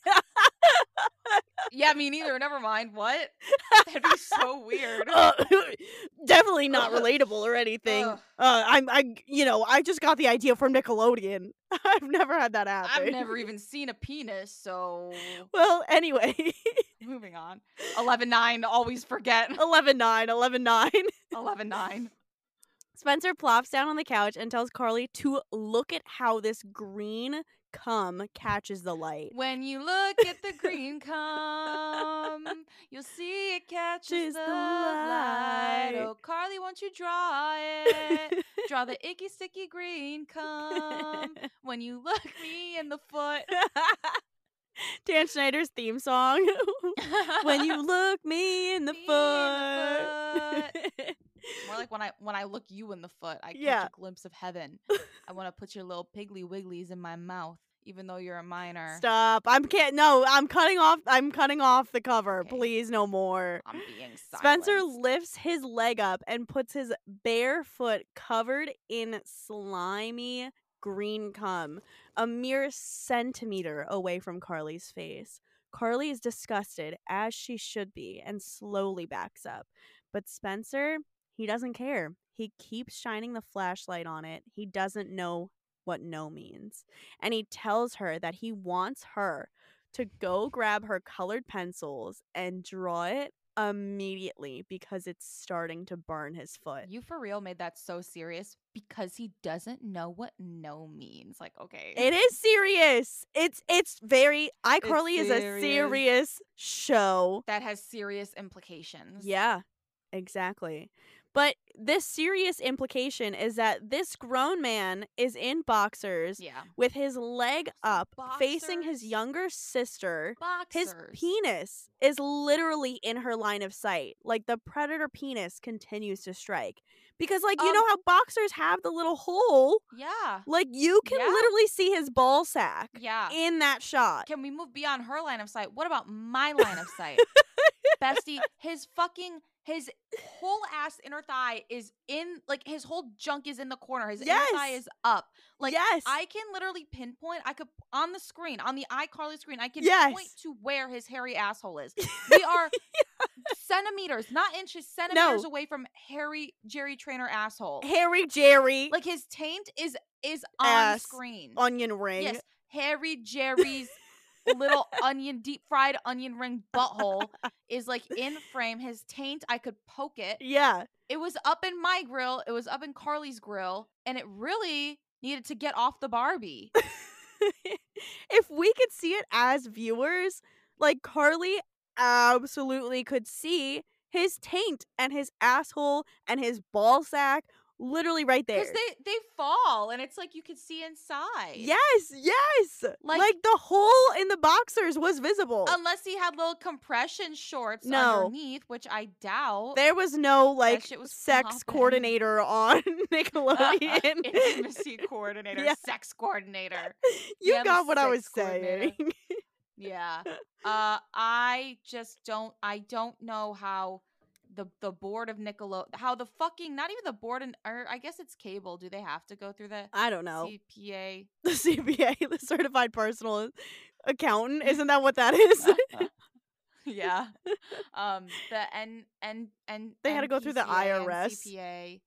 [SPEAKER 2] yeah. Me neither. Never mind. What? (laughs) That'd be so (laughs) weird.
[SPEAKER 3] Uh, (laughs)
[SPEAKER 2] (laughs)
[SPEAKER 3] definitely not relatable or anything. Uh,
[SPEAKER 2] Ugh.
[SPEAKER 3] I'm, I, you know, I just got the idea from Nickelodeon. (laughs) I've never had that happen.
[SPEAKER 2] I've never even seen a penis, (laughs) so
[SPEAKER 3] Well, anyway, (laughs)
[SPEAKER 2] moving on. Eleven nine, always (laughs) forget.
[SPEAKER 3] 11 9, 11 9.
[SPEAKER 2] Eleven nine.
[SPEAKER 3] Spencer plops down on the couch and tells Carly to (laughs) (laughs) look at how this green cum catches the light.
[SPEAKER 2] When you look at the green cum, you'll see it catches
[SPEAKER 3] Just
[SPEAKER 2] the
[SPEAKER 3] the
[SPEAKER 2] light.
[SPEAKER 3] light.
[SPEAKER 2] Oh, Carly, won't you draw it? draw the icky, sticky green
[SPEAKER 3] (laughs)
[SPEAKER 2] cum. When you look me in the foot.
[SPEAKER 3] Dan Schneider's
[SPEAKER 2] (laughs)
[SPEAKER 3] theme (laughs) song. when you look (laughs) me in the
[SPEAKER 2] Me in the
[SPEAKER 3] (laughs) foot.
[SPEAKER 2] More like when I when I look you in the foot, I
[SPEAKER 3] Yeah.
[SPEAKER 2] catch a glimpse of
[SPEAKER 3] (laughs)
[SPEAKER 2] heaven. I want to put your little piggly wigglies in my mouth, even though you're a minor.
[SPEAKER 3] Stop. I'm can't no, I'm cutting off I'm cutting off the cover.
[SPEAKER 2] Okay.
[SPEAKER 3] Please no more.
[SPEAKER 2] I'm being silenced.
[SPEAKER 3] Spencer lifts his leg up and puts his bare foot covered in slimy green cum a mere centimeter away from Carly's face. Carly is disgusted, as she should be, and slowly backs up. But Spencer, he doesn't care. He keeps shining the flashlight on it. He doesn't know what no means. And he tells her that he wants her to go grab her colored pencils and draw it immediately because it's starting to burn his foot.
[SPEAKER 2] You for real made that so serious because he doesn't know what no means. Like, okay.
[SPEAKER 3] It is serious. It's it's very iCarly is a
[SPEAKER 2] serious.
[SPEAKER 3] serious show.
[SPEAKER 2] that has serious implications.
[SPEAKER 3] Yeah, exactly. But this serious implication is that this grown man is in boxers
[SPEAKER 2] Yeah.
[SPEAKER 3] with his leg
[SPEAKER 2] Some
[SPEAKER 3] up facing his
[SPEAKER 2] boxers.
[SPEAKER 3] younger sister. His
[SPEAKER 2] Boxers.
[SPEAKER 3] penis is literally in her line of sight. Like the predator penis continues to strike. Because like you
[SPEAKER 2] Um,
[SPEAKER 3] know how boxers have the little hole?
[SPEAKER 2] Yeah.
[SPEAKER 3] Like you can
[SPEAKER 2] Yeah.
[SPEAKER 3] literally see his ball sack
[SPEAKER 2] Yeah.
[SPEAKER 3] in that shot.
[SPEAKER 2] Can we move beyond her line of sight? What about my line of
[SPEAKER 3] (laughs)
[SPEAKER 2] sight? Bestie, his fucking his whole ass inner thigh is in like his whole junk is in the corner. His inner thigh
[SPEAKER 3] Yes.
[SPEAKER 2] is up. Like
[SPEAKER 3] yes.
[SPEAKER 2] I can literally pinpoint. I could on the screen, on the iCarly screen, I can point
[SPEAKER 3] Yes.
[SPEAKER 2] to where his hairy asshole
[SPEAKER 3] (laughs)
[SPEAKER 2] is. We are centimeters, not inches, centimeters
[SPEAKER 3] No.
[SPEAKER 2] away from hairy Jerry Trainer asshole.
[SPEAKER 3] Harry Jerry
[SPEAKER 2] Like his taint is is on
[SPEAKER 3] Ass
[SPEAKER 2] screen.
[SPEAKER 3] onion ring.
[SPEAKER 2] yes, hairy Jerry's little onion deep fried onion ring butthole is like
[SPEAKER 3] (laughs)
[SPEAKER 2] in frame. His taint, I could poke it
[SPEAKER 3] Yeah.
[SPEAKER 2] it was up in my grill, it was up in Carly's grill, and it really needed to get off the Barbie.
[SPEAKER 3] if we could see it as viewers, like Carly absolutely could see his taint and his asshole and his ball sack literally right there.
[SPEAKER 2] Because they they fall and it's like you could see inside.
[SPEAKER 3] yes, yes. Like,
[SPEAKER 2] Like- Um
[SPEAKER 3] the hole in the boxers was visible.
[SPEAKER 2] Unless he had little compression shorts
[SPEAKER 3] No.
[SPEAKER 2] underneath, which I doubt.
[SPEAKER 3] there was Uh, no like
[SPEAKER 2] shit was
[SPEAKER 3] sex
[SPEAKER 2] flopping. (laughs)
[SPEAKER 3] coordinator on (laughs) Nickelodeon.
[SPEAKER 2] Uh, Intimacy coordinator,
[SPEAKER 3] Yeah.
[SPEAKER 2] sex coordinator.
[SPEAKER 3] (laughs) you
[SPEAKER 2] Yeah,
[SPEAKER 3] got what I was
[SPEAKER 2] sex coordinator.
[SPEAKER 3] saying.
[SPEAKER 2] Yeah. Uh I just don't I don't know how the the board of Nickelode how the fucking not even the board and or I guess it's cable. Do they have to go through the
[SPEAKER 3] I don't know.
[SPEAKER 2] CPA?
[SPEAKER 3] the CPA, the certified personal accountant, isn't that what that (laughs) is? (laughs)
[SPEAKER 2] (laughs) yeah. Um the N N N
[SPEAKER 3] They had to go through the
[SPEAKER 2] NPCA,
[SPEAKER 3] IRS.
[SPEAKER 2] NCPA,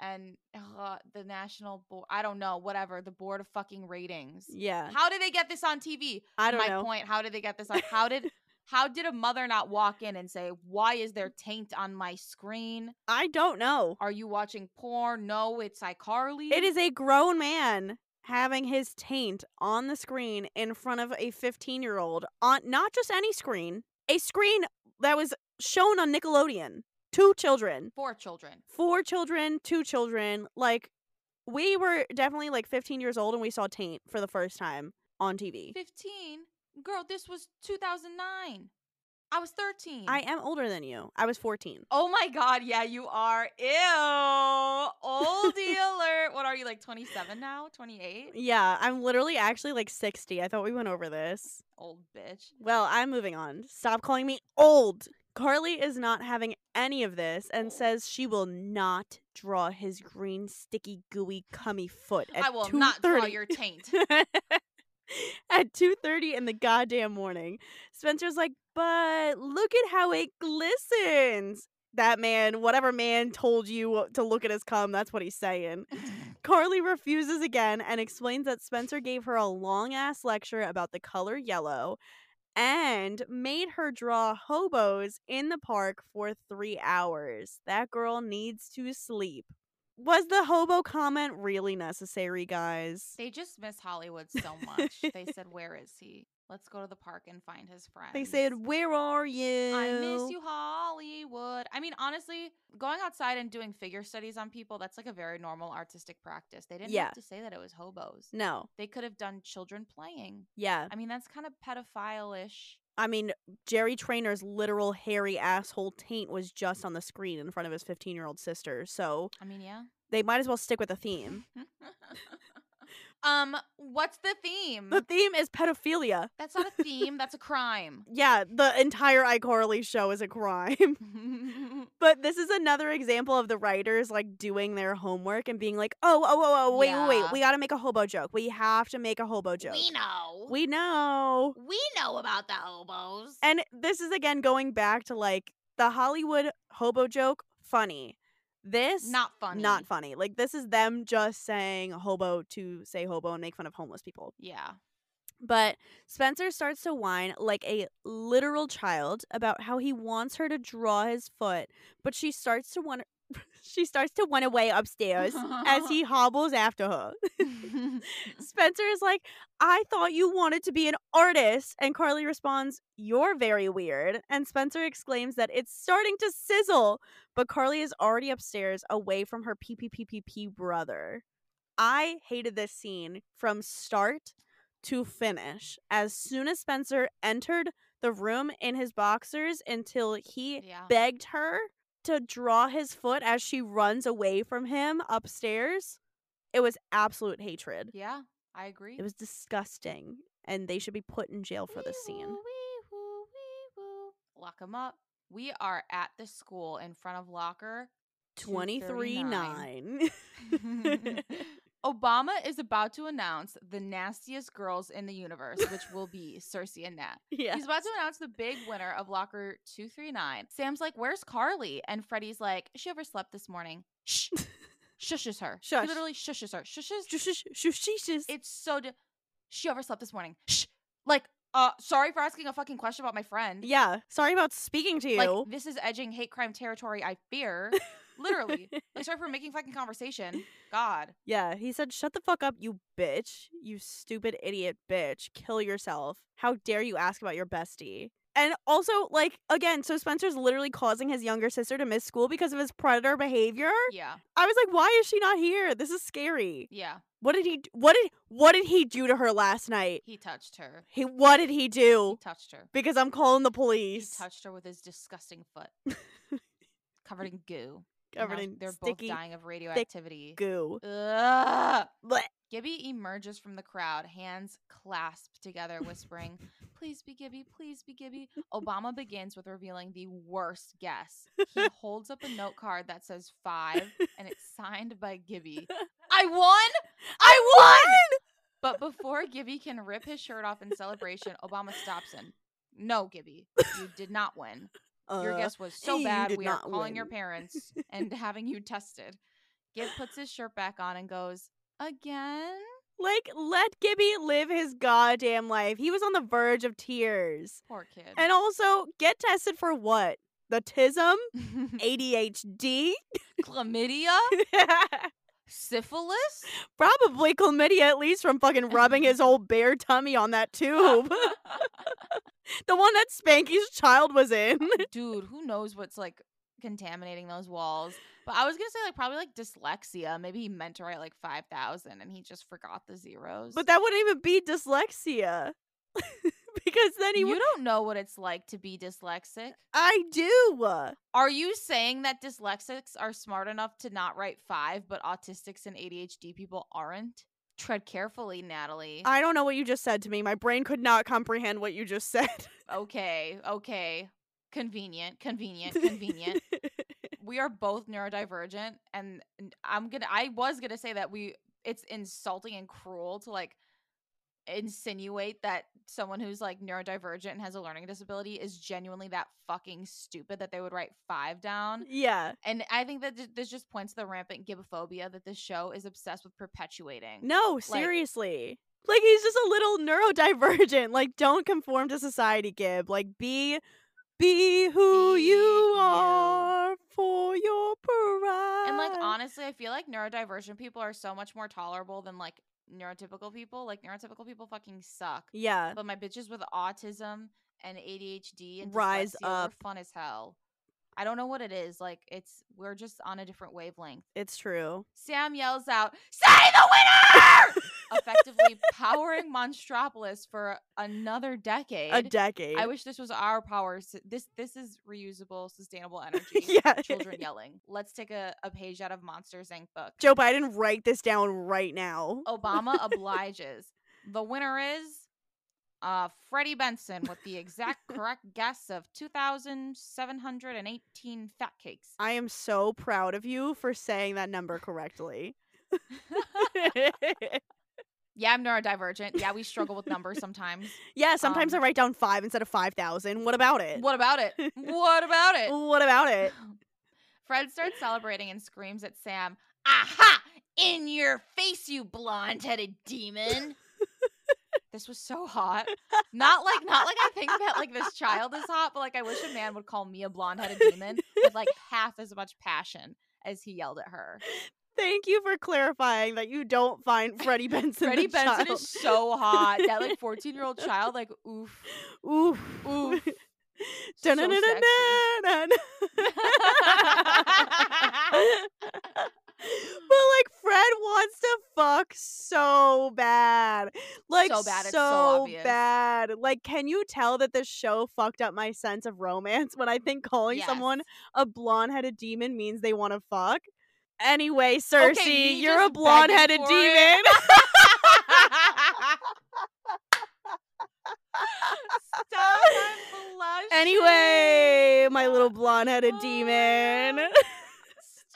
[SPEAKER 2] and uh, the National Board I don't know, whatever, the Board of fucking ratings.
[SPEAKER 3] yeah.
[SPEAKER 2] How did they get this on TV?
[SPEAKER 3] I don't
[SPEAKER 2] My
[SPEAKER 3] know.
[SPEAKER 2] point, how did they get this
[SPEAKER 3] (laughs)
[SPEAKER 2] on how did how did a mother not walk in and say, "Why is there taint on my screen?
[SPEAKER 3] I don't know.
[SPEAKER 2] Are you watching porn? No, it's iCarly."
[SPEAKER 3] It is a grown man having his taint on the screen in front of a 15 year old on not just any screen, a screen that was shown on Nickelodeon. Two children,
[SPEAKER 2] for children.
[SPEAKER 3] four children, two children. Like, we were definitely like 15 years old and we saw taint for the first time on TV.
[SPEAKER 2] 15. Girl, this was 2009. I was 13.
[SPEAKER 3] I am older than you. I was 14.
[SPEAKER 2] Oh my god, yeah, you are. Ew. Oldie alert. What are you like 27 now? 28?
[SPEAKER 3] Yeah, I'm literally actually like 60. I thought we went over this.
[SPEAKER 2] Old bitch.
[SPEAKER 3] Well, I'm moving on. Stop calling me old. Carly is not having any of this and says she will not draw his green, sticky, gooey, cummy foot at
[SPEAKER 2] I will
[SPEAKER 3] 2:30.
[SPEAKER 2] not draw your
[SPEAKER 3] (laughs)
[SPEAKER 2] taint.
[SPEAKER 3] at 2:30 in the goddamn morning. Spencer's like, "But look at how it glistens." That man, whatever man told you to look at his cum, that's what he's saying. Carly refuses again and explains that Spencer gave her a long ass lecture about the color yellow and made her draw hobos in the park for three hours. That girl needs to sleep. Was the hobo comment really necessary, guys?
[SPEAKER 2] They just miss Hollywood so much. they said, Where is he? Let's go to the park and find his friend.
[SPEAKER 3] They said, Where are you?
[SPEAKER 2] I miss you, Hollywood. I mean, honestly, going outside and doing figure studies on people, that's like a very normal artistic practice. They didn't
[SPEAKER 3] Yeah.
[SPEAKER 2] have to say that it was hobos.
[SPEAKER 3] No.
[SPEAKER 2] They could have done children playing.
[SPEAKER 3] Yeah.
[SPEAKER 2] I mean, that's kind of pedophile ish.
[SPEAKER 3] I mean, Jerry Trainer's literal hairy asshole taint was just on the screen in front of his 15 year old sister. So
[SPEAKER 2] I mean, yeah.
[SPEAKER 3] they might as well stick with the theme.
[SPEAKER 2] um, what's the theme?
[SPEAKER 3] The theme is pedophilia.
[SPEAKER 2] That's not a theme. That's a
[SPEAKER 3] (laughs)
[SPEAKER 2] crime. (laughs)
[SPEAKER 3] Yeah, the entire iCarly show is a crime. (laughs) But this is another example of the writers like doing their homework and being like, oh, oh, oh, oh, wait, wait, wait.
[SPEAKER 2] Yeah.
[SPEAKER 3] We got to make a hobo joke. We have to make a hobo joke.
[SPEAKER 4] We know.
[SPEAKER 3] We know.
[SPEAKER 4] We know about the hobos.
[SPEAKER 3] And this is again going back to like the Hollywood hobo joke, funny. This,
[SPEAKER 2] not funny.
[SPEAKER 3] not funny. Like, this is them just saying hobo to say hobo and make fun of homeless people.
[SPEAKER 2] Yeah.
[SPEAKER 3] But Spencer starts to whine like a literal child about how he wants her to draw his foot, but she starts to want (laughs) she starts to run away upstairs
[SPEAKER 2] (laughs)
[SPEAKER 3] as he (laughs) hobbles after her. Spencer is like, "I thought you wanted to be an artist." And Carly responds, "You're very weird." And Spencer exclaims that it's starting to sizzle, but Carly is already upstairs away from her PPPPP brother. I hated this scene from start to finish. As soon as Spencer entered the room in his boxers until he
[SPEAKER 2] yeah.
[SPEAKER 3] begged her to draw his foot as she runs away from him upstairs, it was absolute hatred.
[SPEAKER 2] Yeah. I agree.
[SPEAKER 3] It was disgusting. And they should be put in jail for this scene.
[SPEAKER 2] Lock them up. We are at the school in front of locker
[SPEAKER 3] 23 9.
[SPEAKER 2] (laughs)
[SPEAKER 3] (laughs)
[SPEAKER 2] Obama is about to announce the nastiest girls in the universe, which will be Cersei and Nat.
[SPEAKER 3] (laughs) yeah.
[SPEAKER 2] He's about to announce the big winner of Locker 239. Sam's like, Where's Carly? And Freddie's like, She overslept this morning.
[SPEAKER 3] (laughs)
[SPEAKER 2] Shh. Shushes her.
[SPEAKER 3] Shush.
[SPEAKER 2] He literally shushes her. Shushes.
[SPEAKER 3] Shushishis.
[SPEAKER 2] It's so. Di- she overslept this morning. Shh. Like, uh, sorry for asking a fucking question about my friend.
[SPEAKER 3] (laughs) Yeah. Sorry about speaking to you.
[SPEAKER 2] Like, this is edging hate crime territory, I
[SPEAKER 3] (laughs)
[SPEAKER 2] fear. Literally. Like, sorry for making fucking conversation. God.
[SPEAKER 3] Yeah, he said, Shut the fuck up, you bitch. You stupid idiot bitch. Kill yourself. How dare you ask about your bestie? And also, like, again, so Spencer's literally causing his younger sister to miss school because of his predator behavior.
[SPEAKER 2] Yeah.
[SPEAKER 3] I was like, why is she not here? This is scary.
[SPEAKER 2] Yeah.
[SPEAKER 3] What did he d- what did what did he do to her last night?
[SPEAKER 2] He touched her.
[SPEAKER 3] He what did he
[SPEAKER 2] He
[SPEAKER 3] do?
[SPEAKER 2] touched her.
[SPEAKER 3] Because I'm calling the
[SPEAKER 2] He
[SPEAKER 3] police.
[SPEAKER 2] touched her with his disgusting
[SPEAKER 3] (laughs)
[SPEAKER 2] foot, covered in goo. and
[SPEAKER 3] Covered
[SPEAKER 2] now
[SPEAKER 3] in
[SPEAKER 2] they're both
[SPEAKER 3] sticky
[SPEAKER 2] dying of radioactivity.
[SPEAKER 3] goo.
[SPEAKER 2] Ugh.
[SPEAKER 3] Blech.
[SPEAKER 2] Gibby emerges from the crowd, hands clasped together, whispering, Please be Gibby, please be Gibby. Obama begins with revealing the worst guess. (laughs) He holds up a note card that says five, and it's signed by (laughs) Gibby. I won! I won! But before Gibby can rip his shirt off in celebration, Obama stops him. No, Gibby, you did not win. Your
[SPEAKER 3] Uh,
[SPEAKER 2] guess was so
[SPEAKER 3] you
[SPEAKER 2] bad,
[SPEAKER 3] did
[SPEAKER 2] we are
[SPEAKER 3] not
[SPEAKER 2] calling your
[SPEAKER 3] win. (laughs)
[SPEAKER 2] parents and having you tested. Gib puts his shirt back on and goes, Again?
[SPEAKER 3] Like, let Gibby live his goddamn life. He was on the verge of tears.
[SPEAKER 2] Poor kid.
[SPEAKER 3] And also, get tested for what? The tism? ADHD?
[SPEAKER 2] (laughs) Chlamydia?
[SPEAKER 3] (laughs)
[SPEAKER 2] Syphilis?
[SPEAKER 3] (laughs) Probably chlamydia, at least from
[SPEAKER 2] (laughs)
[SPEAKER 3] fucking rubbing his whole bare tummy on that (laughs) tube. the one that Spanky's child was in. (laughs)
[SPEAKER 2] Dude, who knows what's like contaminating those walls? But I was gonna say, like, probably like dyslexia. Maybe he meant to write like 5,000 and he just forgot the zeros.
[SPEAKER 3] But that wouldn't even be dyslexia. (laughs) because then he
[SPEAKER 2] you
[SPEAKER 3] would.
[SPEAKER 2] don't know what it's like to be dyslexic.
[SPEAKER 3] I do.
[SPEAKER 2] Are you saying that dyslexics are smart enough to not write five, but autistics and ADHD people aren't? Tread carefully, Natalie.
[SPEAKER 3] I don't know what you just said to me. My brain could not comprehend what you just (laughs) said.
[SPEAKER 2] okay, okay. Convenient, convenient, convenient. we are both neurodivergent, and and I'm gonna. I was gonna say that we. It's insulting and cruel to like insinuate that someone who's like neurodivergent and has a learning disability is genuinely that fucking stupid that they would write five down.
[SPEAKER 3] yeah.
[SPEAKER 2] And I think that th- this just points to the rampant gibophobia that this show is obsessed with perpetuating.
[SPEAKER 3] No, seriously. Like, he's just a little neurodivergent. (laughs) Like don't conform to society, Gib. Like be be who
[SPEAKER 2] Be
[SPEAKER 3] you
[SPEAKER 2] you.
[SPEAKER 3] are for your pride.
[SPEAKER 2] And like honestly, I feel like neurodivergent people are so much more tolerable than like neurotypical people. Like neurotypical people fucking suck.
[SPEAKER 3] Yeah.
[SPEAKER 2] But my bitches with autism and ADHD and
[SPEAKER 3] Rise
[SPEAKER 2] dyslexia were
[SPEAKER 3] up.
[SPEAKER 2] fun as hell. I don't know what it is. Like it's we're just on a different wavelength.
[SPEAKER 3] It's true.
[SPEAKER 2] Sam yells out,
[SPEAKER 3] (laughs)
[SPEAKER 2] "Say the winner!" effectively powering Monstropolis for another decade.
[SPEAKER 3] A decade. (laughs)
[SPEAKER 2] I wish this was our power. s- This this is reusable, (laughs) sustainable energy.
[SPEAKER 3] yeah.
[SPEAKER 2] Children yelling. Let's take a, a page out of Monsters Inc. book.
[SPEAKER 3] Joe Biden, write this down right now.
[SPEAKER 2] (laughs) Obama obliges. The winner is uh, Freddie Benson with the (laughs) exact correct guess of 2,718 fat cakes.
[SPEAKER 3] I am so proud of you for saying that
[SPEAKER 2] (laughs)
[SPEAKER 3] number correctly. (laughs)
[SPEAKER 2] yeah, I'm neurodivergent. Yeah, we struggle with numbers (laughs) sometimes.
[SPEAKER 3] yeah, sometimes
[SPEAKER 2] Um,
[SPEAKER 3] I write down five instead of 5,000. What about it?
[SPEAKER 2] What about it? (laughs) What about it?
[SPEAKER 3] What about
[SPEAKER 2] (laughs)
[SPEAKER 3] it?
[SPEAKER 2] Fred starts celebrating and screams at Sam, Aha! In your face, you blonde headed
[SPEAKER 3] (laughs)
[SPEAKER 2] demon! this was so hot. Not like not like I think that like this child is hot, but like I wish a man would call me a blonde headed demon with
[SPEAKER 3] (laughs)
[SPEAKER 2] like half as much passion as he yelled at her.
[SPEAKER 3] Thank you for clarifying that you don't find Freddie Benson.
[SPEAKER 2] Freddie
[SPEAKER 3] the
[SPEAKER 2] Benson
[SPEAKER 3] child.
[SPEAKER 2] is so hot. That like 14 year old child, like oof.
[SPEAKER 3] (laughs) Oof. (laughs)
[SPEAKER 2] Oof. So
[SPEAKER 3] Dun-dun-dun-dun-dun. (laughs) but like Fred wants to fuck so bad. Like
[SPEAKER 2] So bad, it's so
[SPEAKER 3] so
[SPEAKER 2] obvious.
[SPEAKER 3] bad. Like can you tell that this show fucked up my sense of romance when I think (laughs) calling someone
[SPEAKER 2] Yes.
[SPEAKER 3] a blonde-headed demon means they want to fuck? Anyway, Cersei,
[SPEAKER 2] me
[SPEAKER 3] you're a
[SPEAKER 2] just begging
[SPEAKER 3] blonde-headed
[SPEAKER 2] for (laughs)
[SPEAKER 3] demon.
[SPEAKER 2] it. Stop, I'm blushing.
[SPEAKER 3] anyway, my little blonde-headed demon.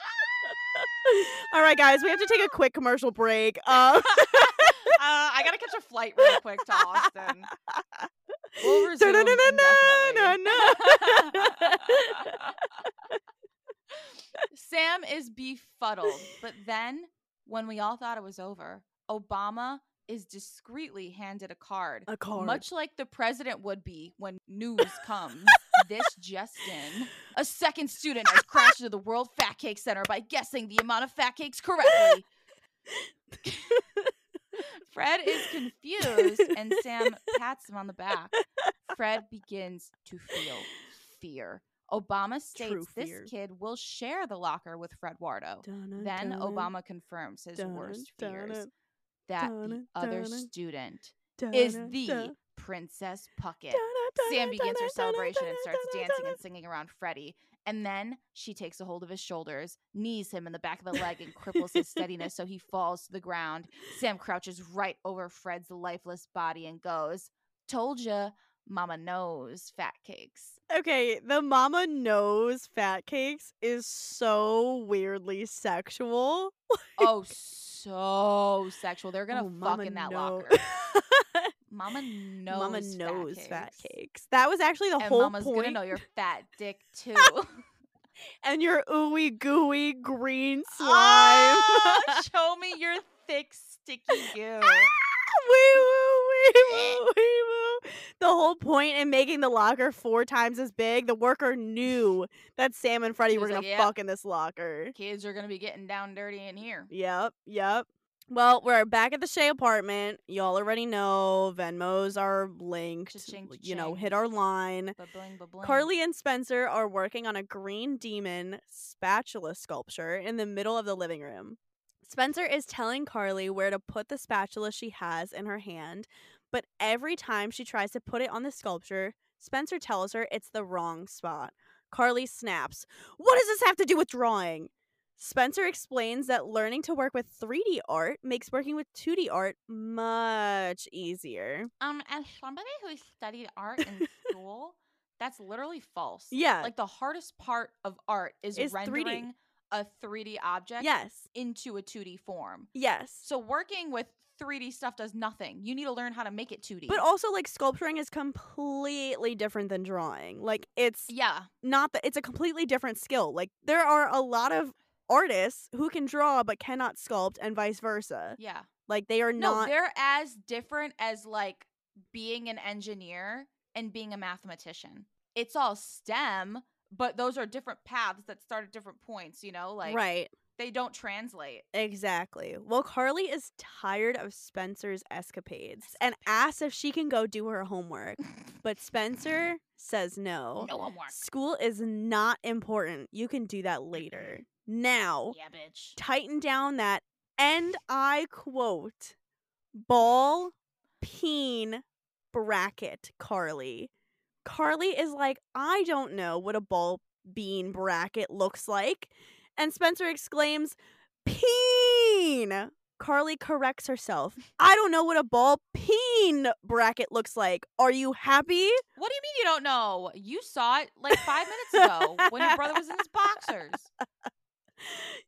[SPEAKER 2] Oh.
[SPEAKER 3] All right, guys, we have to take a quick commercial break. (laughs)
[SPEAKER 2] (laughs)
[SPEAKER 3] Um,
[SPEAKER 2] Uh, I gotta catch a flight real quick to Austin.
[SPEAKER 3] (laughs)
[SPEAKER 2] We'll resume (laughs) indefinitely. Sam is befuddled, but then when we all thought it was over, Obama is discreetly handed a card,
[SPEAKER 3] A card.
[SPEAKER 2] much like the president would be when news comes. this Justin, a second student has crashed into the World Fat Cake Center by guessing the amount of fat cakes correctly. Fred is confused, and Sam pats him on the back. Fred begins to feel fear. Obama states this
[SPEAKER 3] fear.
[SPEAKER 2] kid will share the locker with Fred Wardo. Then Obama confirms his worst fears that the
[SPEAKER 3] dun-dun,
[SPEAKER 2] other
[SPEAKER 3] dun-dun,
[SPEAKER 2] student is the Princess Puckett. Sam begins her celebration and starts dancing and singing around Freddie. And then she takes a hold of his shoulders, knees him in the back of the leg, and cripples
[SPEAKER 3] (laughs)
[SPEAKER 2] his steadiness so he falls to the ground. Sam crouches right over Fred's lifeless body and goes, Told ya, Mama knows fat
[SPEAKER 3] (laughs)
[SPEAKER 2] cakes.
[SPEAKER 3] Okay, the mama knows fat cakes is so weirdly sexual.
[SPEAKER 2] Oh, so sexual. They're gonna
[SPEAKER 3] Oh,
[SPEAKER 2] fuck
[SPEAKER 3] mama
[SPEAKER 2] in that
[SPEAKER 3] know- (laughs)
[SPEAKER 2] locker. Mama knows.
[SPEAKER 3] mama
[SPEAKER 2] fat
[SPEAKER 3] knows fat
[SPEAKER 2] cakes.
[SPEAKER 3] cakes. That was actually the
[SPEAKER 2] And
[SPEAKER 3] whole
[SPEAKER 2] mama's
[SPEAKER 3] point.
[SPEAKER 2] gonna know your fat
[SPEAKER 3] (laughs)
[SPEAKER 2] dick too.
[SPEAKER 3] and your ooey gooey green slime.
[SPEAKER 2] Ah,
[SPEAKER 3] (laughs)
[SPEAKER 2] show me your thick, sticky goo.
[SPEAKER 3] Ah! wee woo, wee
[SPEAKER 2] (laughs)
[SPEAKER 3] woo, wee woo. The whole point in making the locker four times as big, the worker knew that Sam and Freddie
[SPEAKER 2] He
[SPEAKER 3] were
[SPEAKER 2] was
[SPEAKER 3] gonna
[SPEAKER 2] like, "Yep."
[SPEAKER 3] fuck in this locker.
[SPEAKER 2] Kids are gonna be getting down dirty in here.
[SPEAKER 3] Yep, yep. Well, we're back at the Shea apartment. Y'all already know Venmos are linked.
[SPEAKER 2] Cha-ching,
[SPEAKER 3] You know,
[SPEAKER 2] cha-ching.
[SPEAKER 3] hit our line.
[SPEAKER 2] Ba-bling, ba-bling.
[SPEAKER 3] Carly and Spencer are working on a green demon spatula sculpture in the middle of the living room. Spencer is telling Carly where to put the spatula she has in her hand, but every time she tries to put it on the sculpture, Spencer tells her it's the wrong spot. Carly snaps, What does this have to do with drawing? Spencer explains that learning to work with 3D art makes working with 2D art much easier.
[SPEAKER 2] Um, as somebody who studied art
[SPEAKER 3] (laughs)
[SPEAKER 2] in school, that's literally false.
[SPEAKER 3] Yeah.
[SPEAKER 2] Like the hardest part of art is
[SPEAKER 3] Is 3D.
[SPEAKER 2] rendering a 3D object
[SPEAKER 3] Yes.
[SPEAKER 2] into a 2D form.
[SPEAKER 3] Yes.
[SPEAKER 2] So working with 3D stuff does nothing. You need to learn how to make it 2D.
[SPEAKER 3] But also, like sculpturing is completely different than drawing. Like it's
[SPEAKER 2] yeah,
[SPEAKER 3] not that it's a completely different skill. Like there are a lot of artists who can draw but cannot sculpt, and vice versa.
[SPEAKER 2] yeah.
[SPEAKER 3] Like they are
[SPEAKER 2] No,
[SPEAKER 3] not.
[SPEAKER 2] they're as different as like being an engineer and being a mathematician. It's all STEM, but those are different paths that start at different points, you know? Like
[SPEAKER 3] right.
[SPEAKER 2] they don't translate.
[SPEAKER 3] Exactly. Well, Carly is tired of Spencer's escapades and asks if she can go do her homework. But Spencer says no.
[SPEAKER 2] No one works.
[SPEAKER 3] School is not important. You can do that later. Now,
[SPEAKER 2] Yeah, bitch.
[SPEAKER 3] tighten down that, and I quote, ball peen bracket, Carly. Carly is like, I don't know what a ball bean bracket looks like. And Spencer exclaims, peen. Carly corrects herself. I don't know what a ball peen bracket looks like. Are you happy?
[SPEAKER 2] What do you mean you don't know? You saw it like five minutes ago when your brother was in his
[SPEAKER 3] (laughs)
[SPEAKER 2] boxers.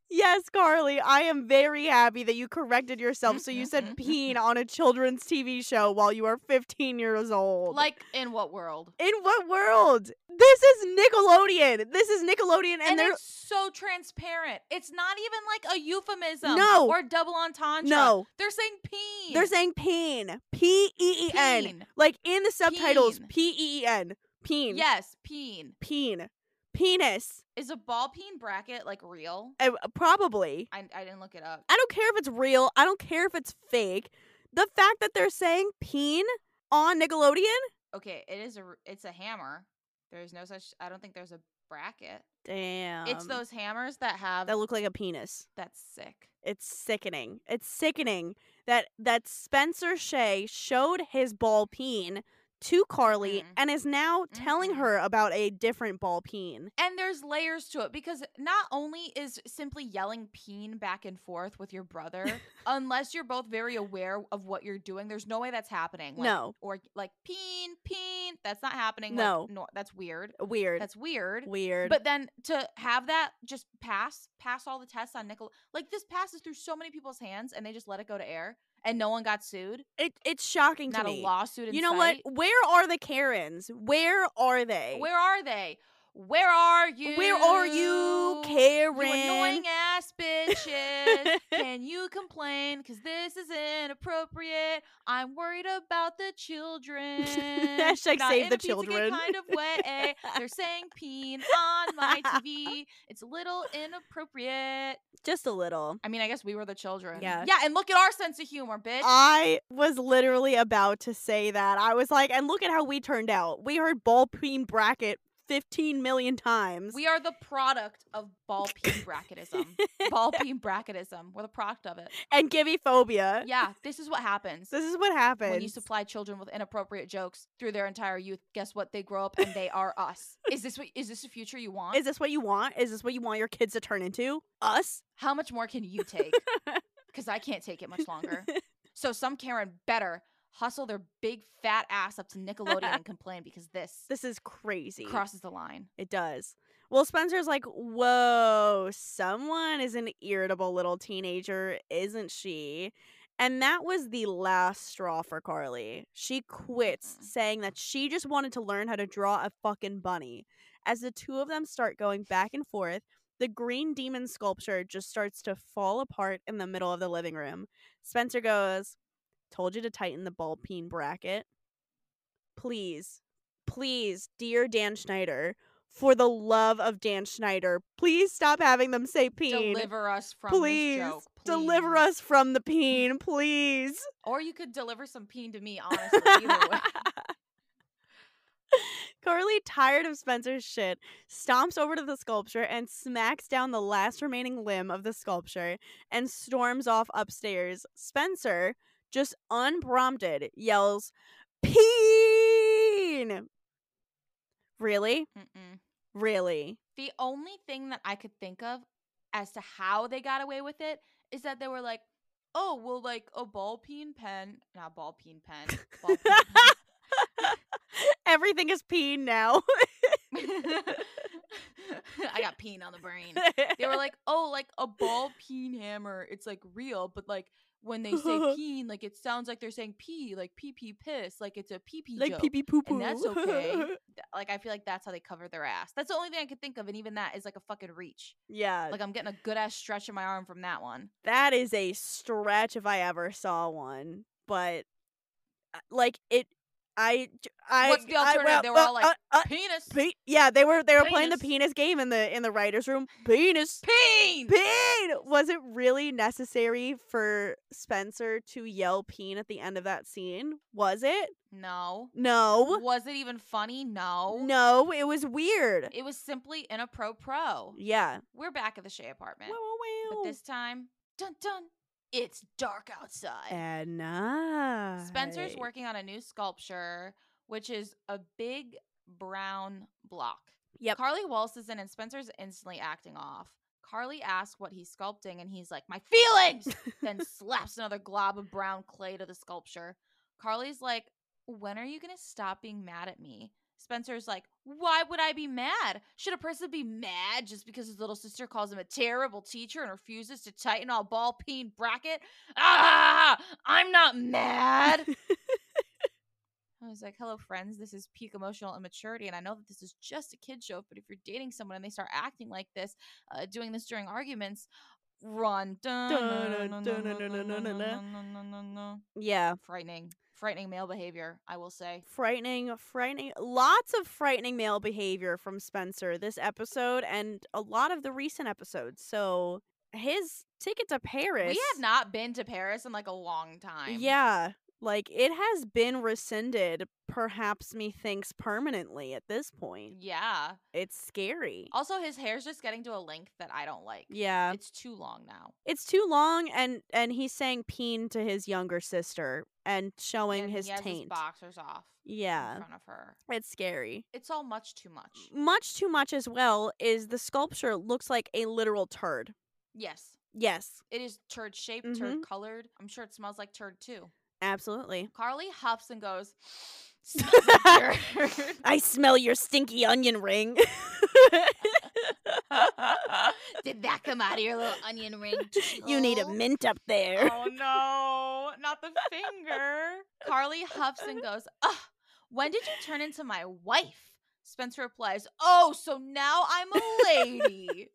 [SPEAKER 3] Yes, Carly, I am very happy that you corrected yourself.
[SPEAKER 2] Mm-hmm,
[SPEAKER 3] So you said peen on a children's TV show while you are 15 years old.
[SPEAKER 2] Like in what world?
[SPEAKER 3] in what world? This is Nickelodeon. This is Nickelodeon, and,
[SPEAKER 2] And,
[SPEAKER 3] they're
[SPEAKER 2] it's so transparent. It's not even like a euphemism
[SPEAKER 3] No.
[SPEAKER 2] or double entendre.
[SPEAKER 3] no,
[SPEAKER 2] They're saying peen.
[SPEAKER 3] they're saying peen, P E E N,
[SPEAKER 2] Peen.
[SPEAKER 3] like in the subtitles,
[SPEAKER 2] Peen.
[SPEAKER 3] P E E N, peen,
[SPEAKER 2] Yes, peen.
[SPEAKER 3] peen, penis,
[SPEAKER 2] Is a ball peen bracket like real?
[SPEAKER 3] uh, probably.
[SPEAKER 2] I, I didn't look it up.
[SPEAKER 3] I don't care if it's real. I don't care if it's fake. The fact that they're saying peen on Nickelodeon.
[SPEAKER 2] Okay, it is a r- it's a hammer. There's no such I don't think there's a bracket.
[SPEAKER 3] Damn.
[SPEAKER 2] it's those hammers that have
[SPEAKER 3] that look like a penis.
[SPEAKER 2] that's sick.
[SPEAKER 3] It's sickening. It's sickening that that Spencer Shea showed his ball peen to Carly
[SPEAKER 2] Mm-mm.
[SPEAKER 3] and is now telling
[SPEAKER 2] Mm-mm.
[SPEAKER 3] her about a different ball peen.
[SPEAKER 2] And there's layers to it because not only is simply yelling peen back and forth with your
[SPEAKER 3] (laughs)
[SPEAKER 2] brother, unless you're both very aware of what you're doing, there's no way that's happening. Like,
[SPEAKER 3] no,
[SPEAKER 2] Or like peen, peen, that's not happening. like,
[SPEAKER 3] No.
[SPEAKER 2] no. That's weird.
[SPEAKER 3] weird.
[SPEAKER 2] That's weird.
[SPEAKER 3] weird.
[SPEAKER 2] But then to have that just pass, pass all the tests on Nickel, like this passes through so many people's hands and they just let it go to air and no one got sued.
[SPEAKER 3] it it's shocking
[SPEAKER 2] Not
[SPEAKER 3] to
[SPEAKER 2] a
[SPEAKER 3] me.
[SPEAKER 2] lawsuit. In
[SPEAKER 3] You know
[SPEAKER 2] sight.
[SPEAKER 3] what? Where are the Karens? Where are they?
[SPEAKER 2] Where are they? Where are you?
[SPEAKER 3] Where are you, Karen?
[SPEAKER 2] You annoying ass bitches. Can you complain? Because this is inappropriate. I'm worried about
[SPEAKER 3] (laughs)
[SPEAKER 2] the children.
[SPEAKER 3] Hashtag
[SPEAKER 2] Not
[SPEAKER 3] save
[SPEAKER 2] in
[SPEAKER 3] the
[SPEAKER 2] a Pizzagate
[SPEAKER 3] children.
[SPEAKER 2] kind of way. They're
[SPEAKER 3] (laughs)
[SPEAKER 2] saying peen on my TV. It's a little inappropriate.
[SPEAKER 3] Just a little.
[SPEAKER 2] I mean, I guess we were the children.
[SPEAKER 3] Yeah.
[SPEAKER 2] Yeah, and look at our sense of humor, (laughs) bitch.
[SPEAKER 3] I was literally about to say that. I was like, and look at how we turned out. We heard ball peen bracket 15 million times.
[SPEAKER 2] we are the product of
[SPEAKER 3] (laughs)
[SPEAKER 2] ball peen bracketism. ball peen bracketism. We're the product
[SPEAKER 3] (laughs)
[SPEAKER 2] of it.
[SPEAKER 3] and Gibby phobia.
[SPEAKER 2] Yeah, this is what happens.
[SPEAKER 3] This is what happens.
[SPEAKER 2] When you supply children with inappropriate jokes through their entire youth, guess what? They grow up and they are us. Is this what is this the future you want?
[SPEAKER 3] Is this what you want? Is this what you want your kids to turn into? Us?
[SPEAKER 2] How much more can you
[SPEAKER 3] (laughs)
[SPEAKER 2] take? Because I can't take it much longer. So some Karen better hustle their big fat ass up to Nickelodeon
[SPEAKER 3] (laughs)
[SPEAKER 2] and complain because this
[SPEAKER 3] This is crazy.
[SPEAKER 2] crosses the line.
[SPEAKER 3] It does. Well, Spencer's like, whoa, someone is an irritable little teenager, isn't she? And that was the last straw for Carly. She quits,
[SPEAKER 2] Mhm.
[SPEAKER 3] saying that she just wanted to learn how to draw a fucking bunny. As the two of them start going back and forth, the green demon sculpture just starts to fall apart in the middle of the living room. Spencer goes, Told you to tighten the ball peen bracket. Please, please, dear Dan Schneider, for the love of Dan Schneider, please stop having them say peen.
[SPEAKER 2] Deliver us from
[SPEAKER 3] please,
[SPEAKER 2] this joke.
[SPEAKER 3] deliver
[SPEAKER 2] please.
[SPEAKER 3] us from the peen, please.
[SPEAKER 2] Or you could deliver some peen to me, honestly. Either way.
[SPEAKER 3] Carly, tired of Spencer's shit, stomps over to the sculpture and smacks down the last remaining limb of the sculpture and storms off upstairs. Spencer, just unprompted, yells, Peen! Really?
[SPEAKER 2] Mm-mm.
[SPEAKER 3] Really?
[SPEAKER 2] The only thing that I could think of as to how they got away with it is that they were like, oh, well, like a ball peen pen, not ball peen pen, ball peen
[SPEAKER 3] Everything is
[SPEAKER 2] (laughs)
[SPEAKER 3] peen now.
[SPEAKER 2] pen. (laughs) I got peen on the brain. They were like, oh, like a ball peen hammer. It's like real, but like when they say peen, like it sounds like they're saying pee, like pee pee piss, like it's a pee pee
[SPEAKER 3] like
[SPEAKER 2] joke.
[SPEAKER 3] pee pee poo poo.
[SPEAKER 2] and that's okay.
[SPEAKER 3] (laughs)
[SPEAKER 2] Th- like I feel like that's how they cover their ass. That's the only thing I could think of, and even that is like a fucking reach.
[SPEAKER 3] yeah.
[SPEAKER 2] Like I'm getting a good ass stretch in my arm from that one.
[SPEAKER 3] that is a stretch if I ever saw one. But uh, like it, I, j- I,
[SPEAKER 2] What's the
[SPEAKER 3] I-
[SPEAKER 2] alternative?
[SPEAKER 3] well,
[SPEAKER 2] They were
[SPEAKER 3] well,
[SPEAKER 2] all like,
[SPEAKER 3] uh, uh,
[SPEAKER 2] penis.
[SPEAKER 3] pe- yeah, they were they were playing the
[SPEAKER 2] Penis. Mm.
[SPEAKER 3] penis game in the in the writers' room. Penis,
[SPEAKER 2] Peen.
[SPEAKER 3] peen. Was it really necessary for Spencer to yell "peen" at the end of that scene? Was it?
[SPEAKER 2] No.
[SPEAKER 3] No,
[SPEAKER 2] Was it even funny? No.
[SPEAKER 3] no. It was weird.
[SPEAKER 2] It was simply in a pro pro.
[SPEAKER 3] Yeah.
[SPEAKER 2] We're back at the Shea apartment.
[SPEAKER 3] Wow, wow,
[SPEAKER 2] Eh, But
[SPEAKER 3] wow.
[SPEAKER 2] this time, dun dun, it's dark outside.
[SPEAKER 3] And nice.
[SPEAKER 2] Spencer's working on a new sculpture, which is a big brown block.
[SPEAKER 3] Yep.
[SPEAKER 2] Carly waltzes in and Spencer's instantly acting off. Carly asks what he's sculpting and he's like, My feelings! then slaps another glob of brown clay to the sculpture. Carly's like, When are you going to stop being mad at me? Spencer's like, Why would I be mad? Should a person be mad just because his little sister calls him a terrible teacher and refuses to tighten all ball peen bracket? Ah, I'm not mad. I was like, hello, friends. This is peak emotional immaturity. And I know that this is just a kid show, but if you're dating someone and they start acting like this, uh, doing this during arguments, run. Dun,
[SPEAKER 3] Dun,
[SPEAKER 2] dun,
[SPEAKER 3] dun,
[SPEAKER 2] dun,
[SPEAKER 3] dun,
[SPEAKER 2] dun,
[SPEAKER 3] dun,
[SPEAKER 2] dun,
[SPEAKER 3] dun,
[SPEAKER 2] dun, dun, dun, dun, dun.
[SPEAKER 3] Yeah.
[SPEAKER 2] Frightening. Frightening male behavior, I will say.
[SPEAKER 3] frightening, frightening, lots of frightening male behavior from Spencer this episode and a lot of the recent episodes. So his ticket to Paris.
[SPEAKER 2] We have not been to Paris in like a long time.
[SPEAKER 3] Yeah. Like it has been rescinded, perhaps methinks permanently at this
[SPEAKER 2] Mm.
[SPEAKER 3] point.
[SPEAKER 2] Yeah.
[SPEAKER 3] It's scary.
[SPEAKER 2] Also, his hair's just getting to a length that I don't like.
[SPEAKER 3] yeah.
[SPEAKER 2] It's too long now.
[SPEAKER 3] It's too long and and he's saying peen to his younger sister and showing
[SPEAKER 2] and
[SPEAKER 3] his
[SPEAKER 2] he has His
[SPEAKER 3] taint.
[SPEAKER 2] boxers off in
[SPEAKER 3] yeah. Mm.
[SPEAKER 2] front of her.
[SPEAKER 3] It's scary.
[SPEAKER 2] It's all much too much.
[SPEAKER 3] Much too much as well is the sculpture looks like a literal turd.
[SPEAKER 2] Yes.
[SPEAKER 3] Yes,
[SPEAKER 2] It is turd shaped,
[SPEAKER 3] Mm-hmm.
[SPEAKER 2] turd colored. I'm sure it smells like turd too.
[SPEAKER 3] absolutely.
[SPEAKER 2] Carly huffs and goes, smells like
[SPEAKER 3] (laughs)
[SPEAKER 2] turd. (laughs)
[SPEAKER 3] I smell your stinky onion ring. (laughs)
[SPEAKER 2] Did that come out of your little onion ring?
[SPEAKER 3] you need a
[SPEAKER 2] tool?
[SPEAKER 3] mint up there.
[SPEAKER 2] Oh no, not the finger. Carly huffs and goes, Ugh, when did you turn into my wife? Spencer replies, Oh, so now I'm a (laughs) lady.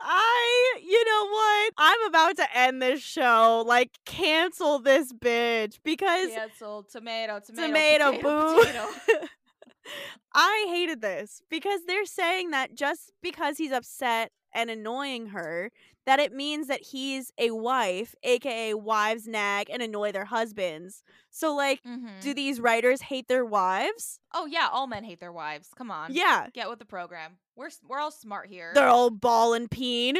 [SPEAKER 3] I, you know what? I'm about to end this show. Like, cancel this bitch because
[SPEAKER 2] Canceled. Tomato, tomato.
[SPEAKER 3] tomato,
[SPEAKER 2] potato,
[SPEAKER 3] boo.
[SPEAKER 2] (laughs) potato.
[SPEAKER 3] (laughs) I hated this because they're saying that just because he's upset and annoying her, that it means that he's a wife, aka wives nag and annoy their husbands. So, like,
[SPEAKER 2] Mhm.
[SPEAKER 3] do these writers hate their wives?
[SPEAKER 2] Oh yeah, all men hate their wives. Come on.
[SPEAKER 3] Yeah.
[SPEAKER 2] Get with the program. We're s- we're all smart here.
[SPEAKER 3] They're all ball and peen.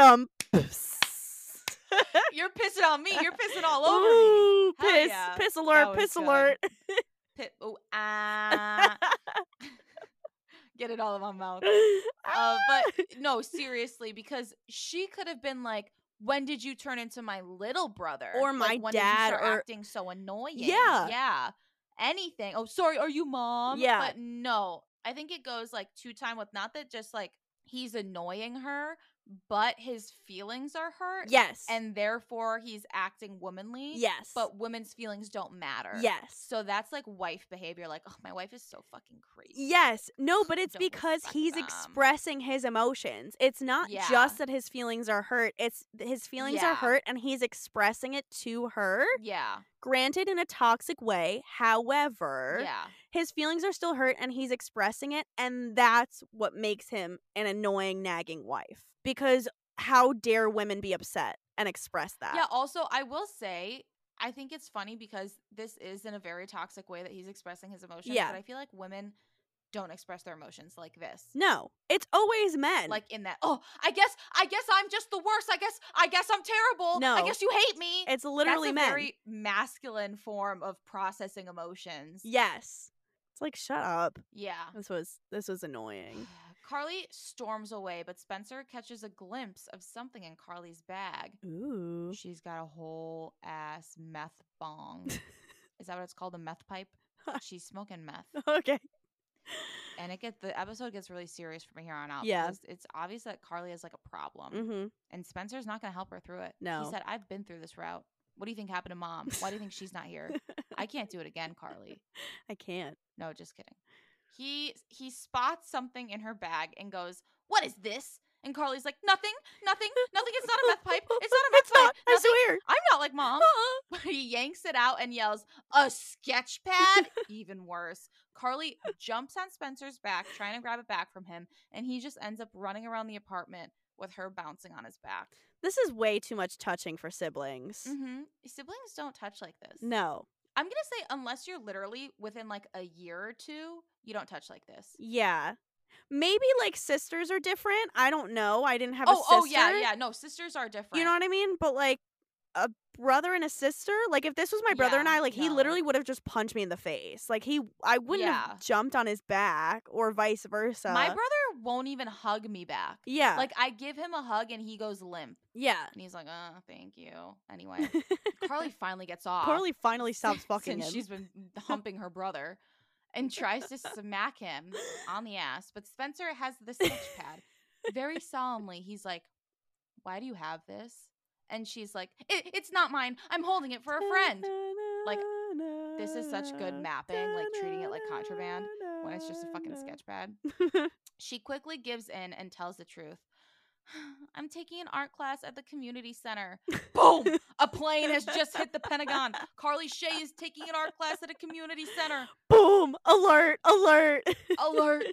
[SPEAKER 2] (laughs)
[SPEAKER 3] um
[SPEAKER 2] (laughs) You're pissing on me. You're pissing all over (laughs) me.
[SPEAKER 3] Ooh,
[SPEAKER 2] Hell
[SPEAKER 3] piss,
[SPEAKER 2] yeah.
[SPEAKER 3] piss
[SPEAKER 2] That
[SPEAKER 3] alert,
[SPEAKER 2] was
[SPEAKER 3] piss
[SPEAKER 2] good.
[SPEAKER 3] alert.
[SPEAKER 2] Pit- ooh, ah. (laughs) Get it all in my mouth.
[SPEAKER 3] (laughs)
[SPEAKER 2] Uh, but
[SPEAKER 3] Ah!
[SPEAKER 2] no, seriously, because she could have been like, "When did you turn into my little brother?"
[SPEAKER 3] Or
[SPEAKER 2] Like,
[SPEAKER 3] my
[SPEAKER 2] when did you
[SPEAKER 3] dad,
[SPEAKER 2] start
[SPEAKER 3] or-
[SPEAKER 2] acting so annoying.
[SPEAKER 3] Yeah.
[SPEAKER 2] yeah. Anything. Oh, sorry. Are you mom?
[SPEAKER 3] Yeah.
[SPEAKER 2] But no, I think it goes like two time with not that just like he's annoying her, but his feelings are hurt,
[SPEAKER 3] yes.
[SPEAKER 2] and therefore he's acting womanly.
[SPEAKER 3] yes.
[SPEAKER 2] But women's feelings don't matter.
[SPEAKER 3] yes.
[SPEAKER 2] So that's like wife behavior. Like, oh, my wife is so fucking crazy.
[SPEAKER 3] Yes. No,
[SPEAKER 2] (sighs)
[SPEAKER 3] but it's
[SPEAKER 2] Don't
[SPEAKER 3] because
[SPEAKER 2] respect
[SPEAKER 3] he's
[SPEAKER 2] them.
[SPEAKER 3] expressing his emotions. It's not
[SPEAKER 2] Yeah.
[SPEAKER 3] just that his feelings are hurt. It's th- his feelings
[SPEAKER 2] Yeah.
[SPEAKER 3] are hurt and he's expressing it to her,
[SPEAKER 2] Yeah.
[SPEAKER 3] granted in a toxic way. However,
[SPEAKER 2] Yeah.
[SPEAKER 3] his feelings are still hurt and he's expressing it and that's what makes him an annoying nagging wife because how dare women be upset and express that
[SPEAKER 2] Yeah, also, I will say, I think it's funny because this is in a very toxic way that he's expressing his emotions.
[SPEAKER 3] Yeah.
[SPEAKER 2] But I feel like women don't express their emotions like this.
[SPEAKER 3] no it's always men
[SPEAKER 2] Like in that, oh, I guess, I guess I'm just the worst. I guess, I guess I'm terrible. I
[SPEAKER 3] No.
[SPEAKER 2] guess you hate me.
[SPEAKER 3] it's literally
[SPEAKER 2] That's a
[SPEAKER 3] men
[SPEAKER 2] very masculine form of processing emotions.
[SPEAKER 3] yes it's like shut up
[SPEAKER 2] Yeah.
[SPEAKER 3] this was this was annoying
[SPEAKER 2] Carly storms away, but Spencer catches a glimpse of something in Carly's bag.
[SPEAKER 3] ooh
[SPEAKER 2] She's got a whole ass meth bong. Is that what it's called? A meth pipe? She's smoking meth.
[SPEAKER 3] (laughs) okay
[SPEAKER 2] And it gets the episode gets really serious from here on out.
[SPEAKER 3] Yeah.
[SPEAKER 2] because It's obvious that Carly has like a problem.
[SPEAKER 3] mm-hmm
[SPEAKER 2] And Spencer's not gonna help her through it.
[SPEAKER 3] No.
[SPEAKER 2] He said, I've been through this route. What do you think happened to mom? Why do you think she's not here? I can't do it again, Carly.
[SPEAKER 3] i can't
[SPEAKER 2] No, just kidding. He he spots something in her bag and goes, What is this? And Carly's like, nothing, nothing, nothing. It's not a meth pipe. It's
[SPEAKER 3] (laughs)
[SPEAKER 2] not a meth
[SPEAKER 3] It's
[SPEAKER 2] pipe.
[SPEAKER 3] not. I
[SPEAKER 2] nothing.
[SPEAKER 3] swear.
[SPEAKER 2] I'm not like mom. (laughs) he yanks it out and yells, a sketch pad? (laughs) Even worse. Carly jumps on Spencer's back, trying to grab it back from him, and he just ends up running around the apartment with her bouncing on his back.
[SPEAKER 3] This is way too much touching for siblings.
[SPEAKER 2] hmm Siblings don't touch like this.
[SPEAKER 3] No.
[SPEAKER 2] I'm going to say, unless you're literally within like a year or two, you don't touch like this.
[SPEAKER 3] Yeah. Maybe like sisters are different. I don't know. I didn't have a
[SPEAKER 2] Oh,
[SPEAKER 3] sister.
[SPEAKER 2] oh, yeah, yeah. No, sisters are different.
[SPEAKER 3] You know what I mean? But like a brother and a sister, like if this was my brother and
[SPEAKER 2] Yeah,
[SPEAKER 3] I, like he
[SPEAKER 2] no.
[SPEAKER 3] literally would have just punched me in the face. Like he I wouldn't
[SPEAKER 2] Yeah.
[SPEAKER 3] have jumped on his back or vice versa.
[SPEAKER 2] My brother won't even hug me back.
[SPEAKER 3] Yeah.
[SPEAKER 2] Like I give him a hug and he goes limp.
[SPEAKER 3] yeah.
[SPEAKER 2] And he's like, "Uh, thank you." Anyway, Carly finally gets off.
[SPEAKER 3] Carly finally stops
[SPEAKER 2] (laughs)
[SPEAKER 3] fucking
[SPEAKER 2] since
[SPEAKER 3] him. (laughs)
[SPEAKER 2] she's been humping her brother and tries to smack him on the ass, but Spencer has the sketch pad. Very solemnly, he's like, "Why do you have this?" And she's like, it, "It's not mine. I'm holding it for a friend." Like,
[SPEAKER 3] Ah,
[SPEAKER 2] this is such
[SPEAKER 3] (laughs)
[SPEAKER 2] good mapping, like, treating it like contraband When it's just a
[SPEAKER 3] Uh,
[SPEAKER 2] fucking sketch pad. She quickly gives in and tells the truth. (sighs) I'm taking an art class at the community center. Boom! A plane has just hit the Pentagon. Carly Shay is taking an art class at a community center.
[SPEAKER 3] Boom! Alert!
[SPEAKER 2] (laughs)
[SPEAKER 3] Alert!
[SPEAKER 2] Alert.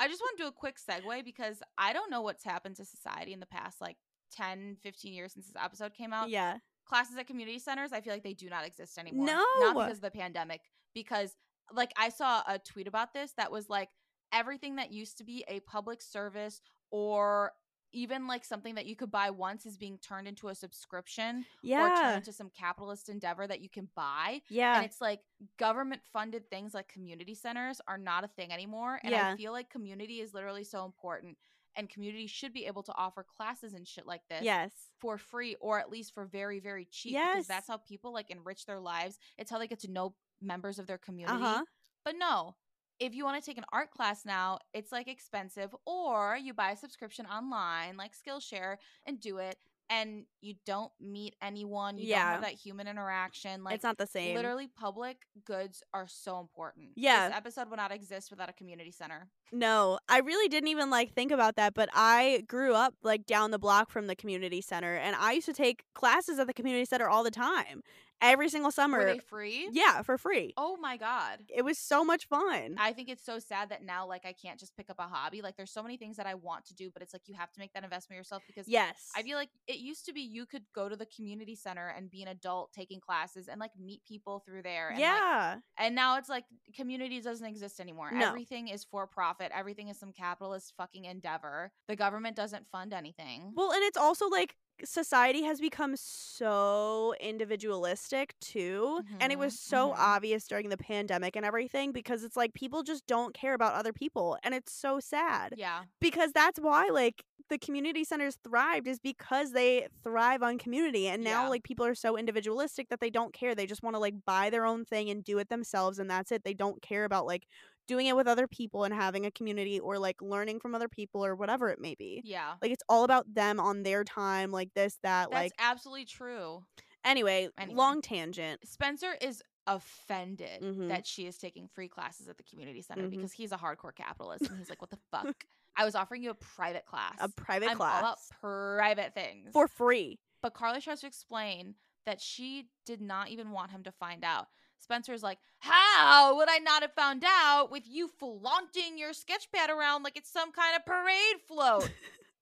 [SPEAKER 2] I just want to do a quick segue because I don't know what's happened to society in the past like 10, 15 years since this episode came out.
[SPEAKER 3] (laughs) yeah.
[SPEAKER 2] Classes at community centers, I feel like they do not exist anymore.
[SPEAKER 3] No.
[SPEAKER 2] Not because of the pandemic, because like I saw a tweet about this that was like everything that used to be a public service or even like something that you could buy once is being turned into a subscription or turned
[SPEAKER 3] Yeah.
[SPEAKER 2] into some capitalist endeavor that you can buy. And
[SPEAKER 3] Yeah.
[SPEAKER 2] it's like government funded things like community centers are not a thing anymore. And I
[SPEAKER 3] Yeah.
[SPEAKER 2] feel like community is literally so important. And community should be able to offer classes and shit like this
[SPEAKER 3] Yes.
[SPEAKER 2] for free or at least for very, very cheap. Because that's
[SPEAKER 3] Yes.
[SPEAKER 2] how people like enrich their lives. It's how they get to know members of their community.
[SPEAKER 3] Uh huh.
[SPEAKER 2] But no, if you want to take an art class now, it's like expensive, or you buy a subscription online like Skillshare and do it, and you don't meet anyone. You don't
[SPEAKER 3] Yeah.
[SPEAKER 2] have that human interaction. Like
[SPEAKER 3] it's not the same.
[SPEAKER 2] Literally, public goods are so important.
[SPEAKER 3] Yeah.
[SPEAKER 2] This episode would not exist without a community center.
[SPEAKER 3] No, I really didn't even like think about that, but I grew up like down the block from the community center and I used to take classes at the community center all the time. Every single
[SPEAKER 2] Were
[SPEAKER 3] summer.
[SPEAKER 2] they free?
[SPEAKER 3] Yeah, for free.
[SPEAKER 2] Oh my God.
[SPEAKER 3] It was so much fun.
[SPEAKER 2] I think it's so sad that now, like, I can't just pick up a hobby. Like, there's so many things that I want to do, but it's like you have to make that investment yourself because
[SPEAKER 3] yes.
[SPEAKER 2] I feel like it used to be you could go to the community center and be an adult taking classes and like meet people through there. And, like-
[SPEAKER 3] yeah.
[SPEAKER 2] and now it's like community doesn't exist anymore.
[SPEAKER 3] No.
[SPEAKER 2] Everything is for profit. Everything is some capitalist fucking endeavor. The government doesn't fund anything.
[SPEAKER 3] well, and it's also like society has become so individualistic too. And it
[SPEAKER 2] Mhm,
[SPEAKER 3] was so
[SPEAKER 2] mhm.
[SPEAKER 3] obvious during the pandemic and everything because it's like people just don't care about other people and it's so sad.
[SPEAKER 2] yeah.
[SPEAKER 3] because that's why like the community centers thrived is because they thrive on community and now
[SPEAKER 2] Yeah.
[SPEAKER 3] like people are so individualistic that they don't care they just want to like buy their own thing and do it themselves and that's it they don't care about like doing it with other people and having a community or like learning from other people or whatever it may be (laughs)
[SPEAKER 2] Yeah.
[SPEAKER 3] like it's all about them on their time like this that
[SPEAKER 2] That's
[SPEAKER 3] like
[SPEAKER 2] absolutely true.
[SPEAKER 3] anyway,
[SPEAKER 2] anyway.
[SPEAKER 3] long tangent
[SPEAKER 2] Spencer is offended
[SPEAKER 3] Mhm.
[SPEAKER 2] that she is taking free classes at the community center
[SPEAKER 3] Mhm.
[SPEAKER 2] because he's a hardcore capitalist and he's like, what
[SPEAKER 3] (laughs)
[SPEAKER 2] the fuck? I was offering you a private class.
[SPEAKER 3] a private
[SPEAKER 2] I'm all
[SPEAKER 3] class
[SPEAKER 2] about private things.
[SPEAKER 3] for free
[SPEAKER 2] But Carly tries to explain that she did not even want him to find out. Spencer's like, How would I not have found out with you flaunting your sketch pad around like it's some kind of parade float?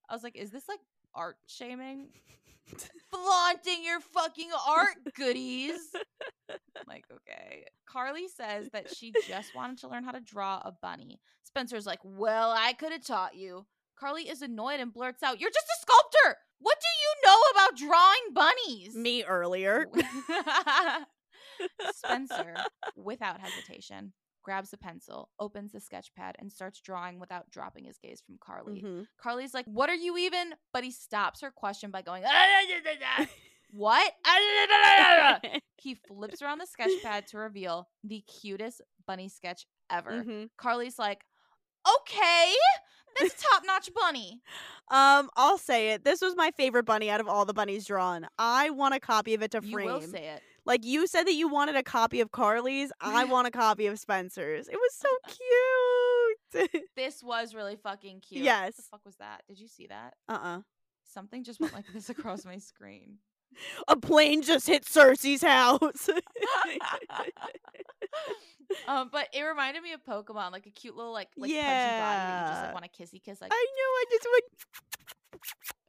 [SPEAKER 2] I was like, Is this like art shaming? flaunting your fucking art goodies. I'm like, okay. Carly says that she just wanted to learn how to draw a bunny. Spencer's like, well, I could have taught you. Carly is annoyed and blurts out, You're just a sculptor. What do you know about drawing bunnies?
[SPEAKER 3] me earlier
[SPEAKER 2] (laughs)
[SPEAKER 3] (laughs)
[SPEAKER 2] Spencer, without hesitation, grabs a pencil, opens the sketch pad, and starts drawing without dropping his gaze from Carly. (laughs)
[SPEAKER 3] (laughs) Mhm.
[SPEAKER 2] Carly's like, What are you even? But he stops her question by
[SPEAKER 3] (laughs)
[SPEAKER 2] going, (laughs) "Ah, da, da, da, da." What? "Ah, da, da, da, da, da." He flips around the sketch pad to reveal the cutest bunny sketch ever.
[SPEAKER 3] Mhm.
[SPEAKER 2] Carly's like, Okay,
[SPEAKER 3] (laughs)
[SPEAKER 2] that's a top notch bunny.
[SPEAKER 3] Um, I'll say it. This was my favorite bunny out of all the bunnies drawn. I want a copy of it to
[SPEAKER 2] You
[SPEAKER 3] frame.
[SPEAKER 2] will say it.
[SPEAKER 3] like
[SPEAKER 2] (laughs)
[SPEAKER 3] you said that you wanted a copy of Carly's. I want a copy of Spencer's. It was so cute. (laughs)
[SPEAKER 2] This was really fucking cute. What the
[SPEAKER 3] Yes.
[SPEAKER 2] fuck was that? Did you see that?
[SPEAKER 3] Uh uh
[SPEAKER 2] Something just went like this across my
[SPEAKER 3] (laughs)
[SPEAKER 2] screen.
[SPEAKER 3] A plane just hit Cersei's (laughs) house.
[SPEAKER 2] um, but it reminded me of Pokemon, like a cute little like like pudgy body that you just
[SPEAKER 3] Yeah.
[SPEAKER 2] like want to kissy kiss. Like
[SPEAKER 3] I know. I just went.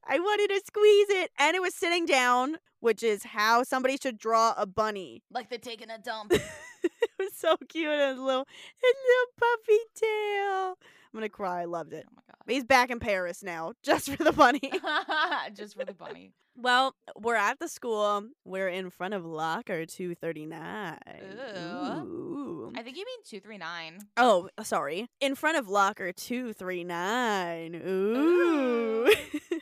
[SPEAKER 3] I wanted to squeeze it, and it was sitting down, which is how somebody should draw a bunny. (laughs)
[SPEAKER 2] like they're taking a dump. Oh
[SPEAKER 3] it was so cute. and A little, a little puppy tail. I'm gonna cry. I loved it.
[SPEAKER 2] oh my god.
[SPEAKER 3] But he's back in Paris now, (laughs) just for the bunny.
[SPEAKER 2] (laughs) just for the bunny.
[SPEAKER 3] Uh, well, we're at the school. We're in front of locker 239.
[SPEAKER 2] Ew.
[SPEAKER 3] Ooh.
[SPEAKER 2] I think you mean two three nine.
[SPEAKER 3] Oh, sorry. In front of locker 239. Ooh.
[SPEAKER 2] Ooh.
[SPEAKER 3] (laughs)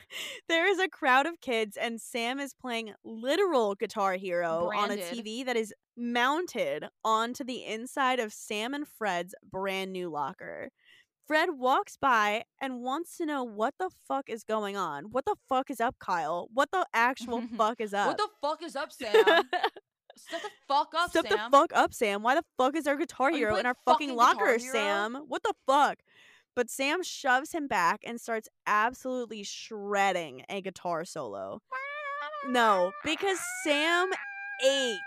[SPEAKER 3] there is a crowd of kids, and Sam is playing literal Guitar Hero on a
[SPEAKER 2] Branded.
[SPEAKER 3] TV that is mounted onto the inside of Sam and Fred's brand new locker. Fred walks by and wants to know what the fuck is going on. What the fuck is up, Kyle? What the
[SPEAKER 2] (laughs)
[SPEAKER 3] actual fuck is up?
[SPEAKER 2] What the fuck is up,
[SPEAKER 3] (laughs)
[SPEAKER 2] Sam? Step the fuck up,
[SPEAKER 3] Step
[SPEAKER 2] Sam.
[SPEAKER 3] the fuck up, Sam. Why the fuck is our guitar
[SPEAKER 2] you
[SPEAKER 3] hero in
[SPEAKER 2] playing
[SPEAKER 3] our fucking
[SPEAKER 2] fucking Guitar
[SPEAKER 3] locker,
[SPEAKER 2] Hero?
[SPEAKER 3] Sam? What the fuck? But Sam shoves him back and starts absolutely shredding a guitar solo. No, because Sam ate.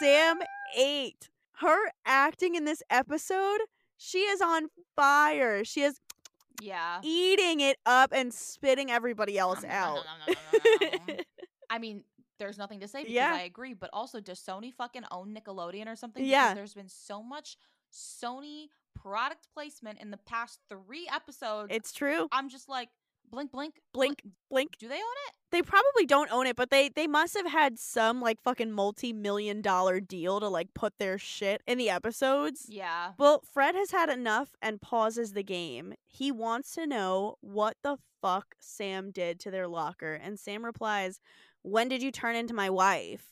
[SPEAKER 3] Sam ate. Her acting in this episode, she is on fire. She is
[SPEAKER 2] yeah.
[SPEAKER 3] eating it up and spitting everybody else
[SPEAKER 2] Nom, nom,
[SPEAKER 3] out.
[SPEAKER 2] nom, nom, nom, nom, nom, nom. I mean, there's nothing to say because
[SPEAKER 3] Yeah.
[SPEAKER 2] I agree, but also does Sony fucking own Nickelodeon or something? Because
[SPEAKER 3] Yeah.
[SPEAKER 2] There's been so much Sony product placement in the past three episodes.
[SPEAKER 3] (laughs) it's true.
[SPEAKER 2] I'm just like, blink, blink,
[SPEAKER 3] Blink, blink.
[SPEAKER 2] Do they own it?
[SPEAKER 3] they probably don't own it, but they they must have had some like fucking multi million dollar deal to like put their shit in the episodes.
[SPEAKER 2] Yeah.
[SPEAKER 3] Well, Fred has had enough and pauses the game. He wants to know what the fuck Sam did to their locker, and Sam replies, "When did you turn into my wife?"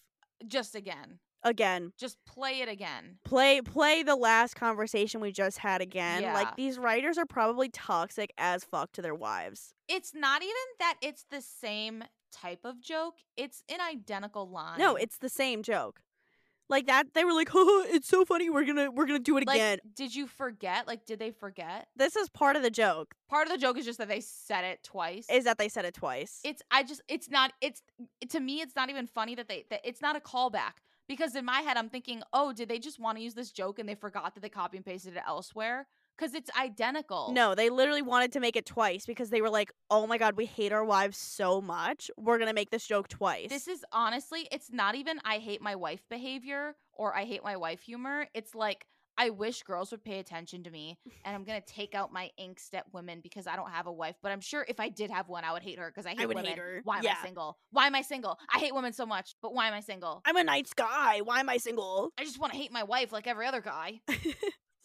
[SPEAKER 2] Just again.
[SPEAKER 3] Again,
[SPEAKER 2] Just play it again.
[SPEAKER 3] play play the last conversation we just had again.
[SPEAKER 2] Yeah.
[SPEAKER 3] Like these writers are probably toxic as fuck to their wives.
[SPEAKER 2] It's not even that it's the same type of joke. It's an identical line.
[SPEAKER 3] No, it's the same joke. Like that they were like, (laughs) "Oh, it's so funny. We're going to we're going to do it
[SPEAKER 2] like,
[SPEAKER 3] again."
[SPEAKER 2] did you forget? Like, did they forget?
[SPEAKER 3] this is part of the joke
[SPEAKER 2] Part of the joke is just that they said it twice.
[SPEAKER 3] is that they said it twice.
[SPEAKER 2] it's I just it's not it's to me it's not even funny that they that it's not a callback because in my head I'm thinking oh did they just want to use this joke and they forgot that they copy and pasted it elsewhere because it's identical
[SPEAKER 3] no, they literally wanted to make it twice because they were like, "Oh my god, we hate our wives so much. We're going to make this joke twice."
[SPEAKER 2] this is honestly it's not even I hate my wife behavior or I hate my wife humor it's like I wish girls would pay attention to me and I'm gonna take out my angst at women because I don't have a wife but I'm sure if I did have one I would hate her because I hate
[SPEAKER 3] would
[SPEAKER 2] women
[SPEAKER 3] hate her.
[SPEAKER 2] why am
[SPEAKER 3] Yeah.
[SPEAKER 2] I single why am I single I hate women so much but why am I single
[SPEAKER 3] I'm a nice guy. Why am I single?
[SPEAKER 2] I just want to hate my wife like every other guy.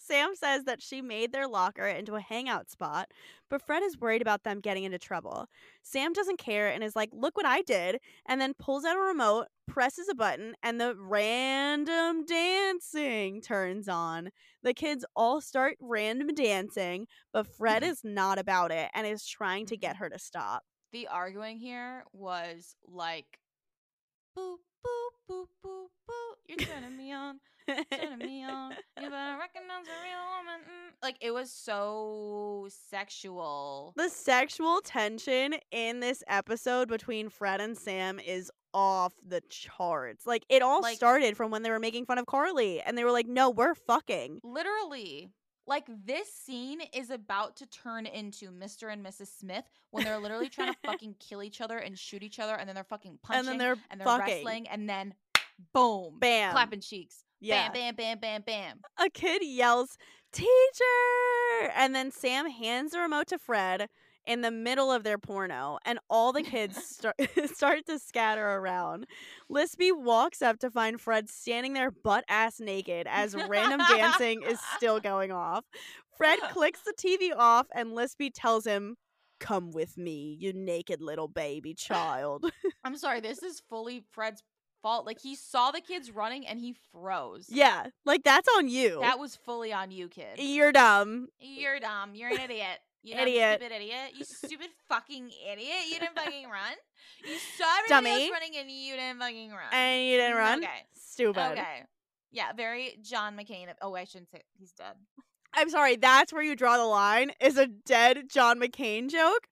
[SPEAKER 3] Sam says that she made their locker into a hangout spot, but Fred is worried about them getting into trouble. Sam doesn't care and is like, Look what I did, and then pulls out a remote, presses a button, and the random dancing turns on. The kids all start random dancing, but Fred is not about it and is trying to get her to stop.
[SPEAKER 2] (laughs) The arguing here was like, boop, boop, boop, boop, boop. You're turning me on, turning me on. You better recognize a real woman. mm." Like, it was so sexual.
[SPEAKER 3] the sexual tension in this episode between Fred and Sam is off the charts. Like it all
[SPEAKER 2] Like-
[SPEAKER 3] started from when they were making fun of Carly and they were like, "No, we're fucking."
[SPEAKER 2] Literally, like, this scene is about to turn into Mr. and Mrs. Smith when they're literally trying to (laughs) fucking kill each other and shoot each other, and then they're fucking punching
[SPEAKER 3] and then they're
[SPEAKER 2] and they're
[SPEAKER 3] fucking.
[SPEAKER 2] wrestling, and then boom,
[SPEAKER 3] bam.
[SPEAKER 2] clapping cheeks.
[SPEAKER 3] Yeah.
[SPEAKER 2] Bam, bam, bam, bam, bam.
[SPEAKER 3] A kid yells, "Teacher!" And then Sam hands the remote to Fred in the middle of their porno and all the kids start (laughs) start to scatter around. Lispy walks up to find Fred standing there butt ass naked as random dancing is still going off. Fred clicks the TV off and Lispy tells him, "Come with me, you naked little baby child."
[SPEAKER 2] I'm sorry, this is fully Fred's fault. Like he saw the kids running and he froze.
[SPEAKER 3] yeah, like that's on you.
[SPEAKER 2] That was fully on you, kid.
[SPEAKER 3] You're dumb.
[SPEAKER 2] You're dumb. You're an idiot. You dumb,
[SPEAKER 3] Idiot.
[SPEAKER 2] stupid idiot. You stupid fucking idiot. You didn't fucking run. You saw everybody
[SPEAKER 3] Dummy.
[SPEAKER 2] else running and you didn't fucking run.
[SPEAKER 3] And you didn't run.
[SPEAKER 2] Okay.
[SPEAKER 3] Stupid.
[SPEAKER 2] Okay. Yeah, very John McCain. Of, oh, I shouldn't say he's dead.
[SPEAKER 3] I'm sorry, that's where you draw the line is a dead John McCain joke. (laughs)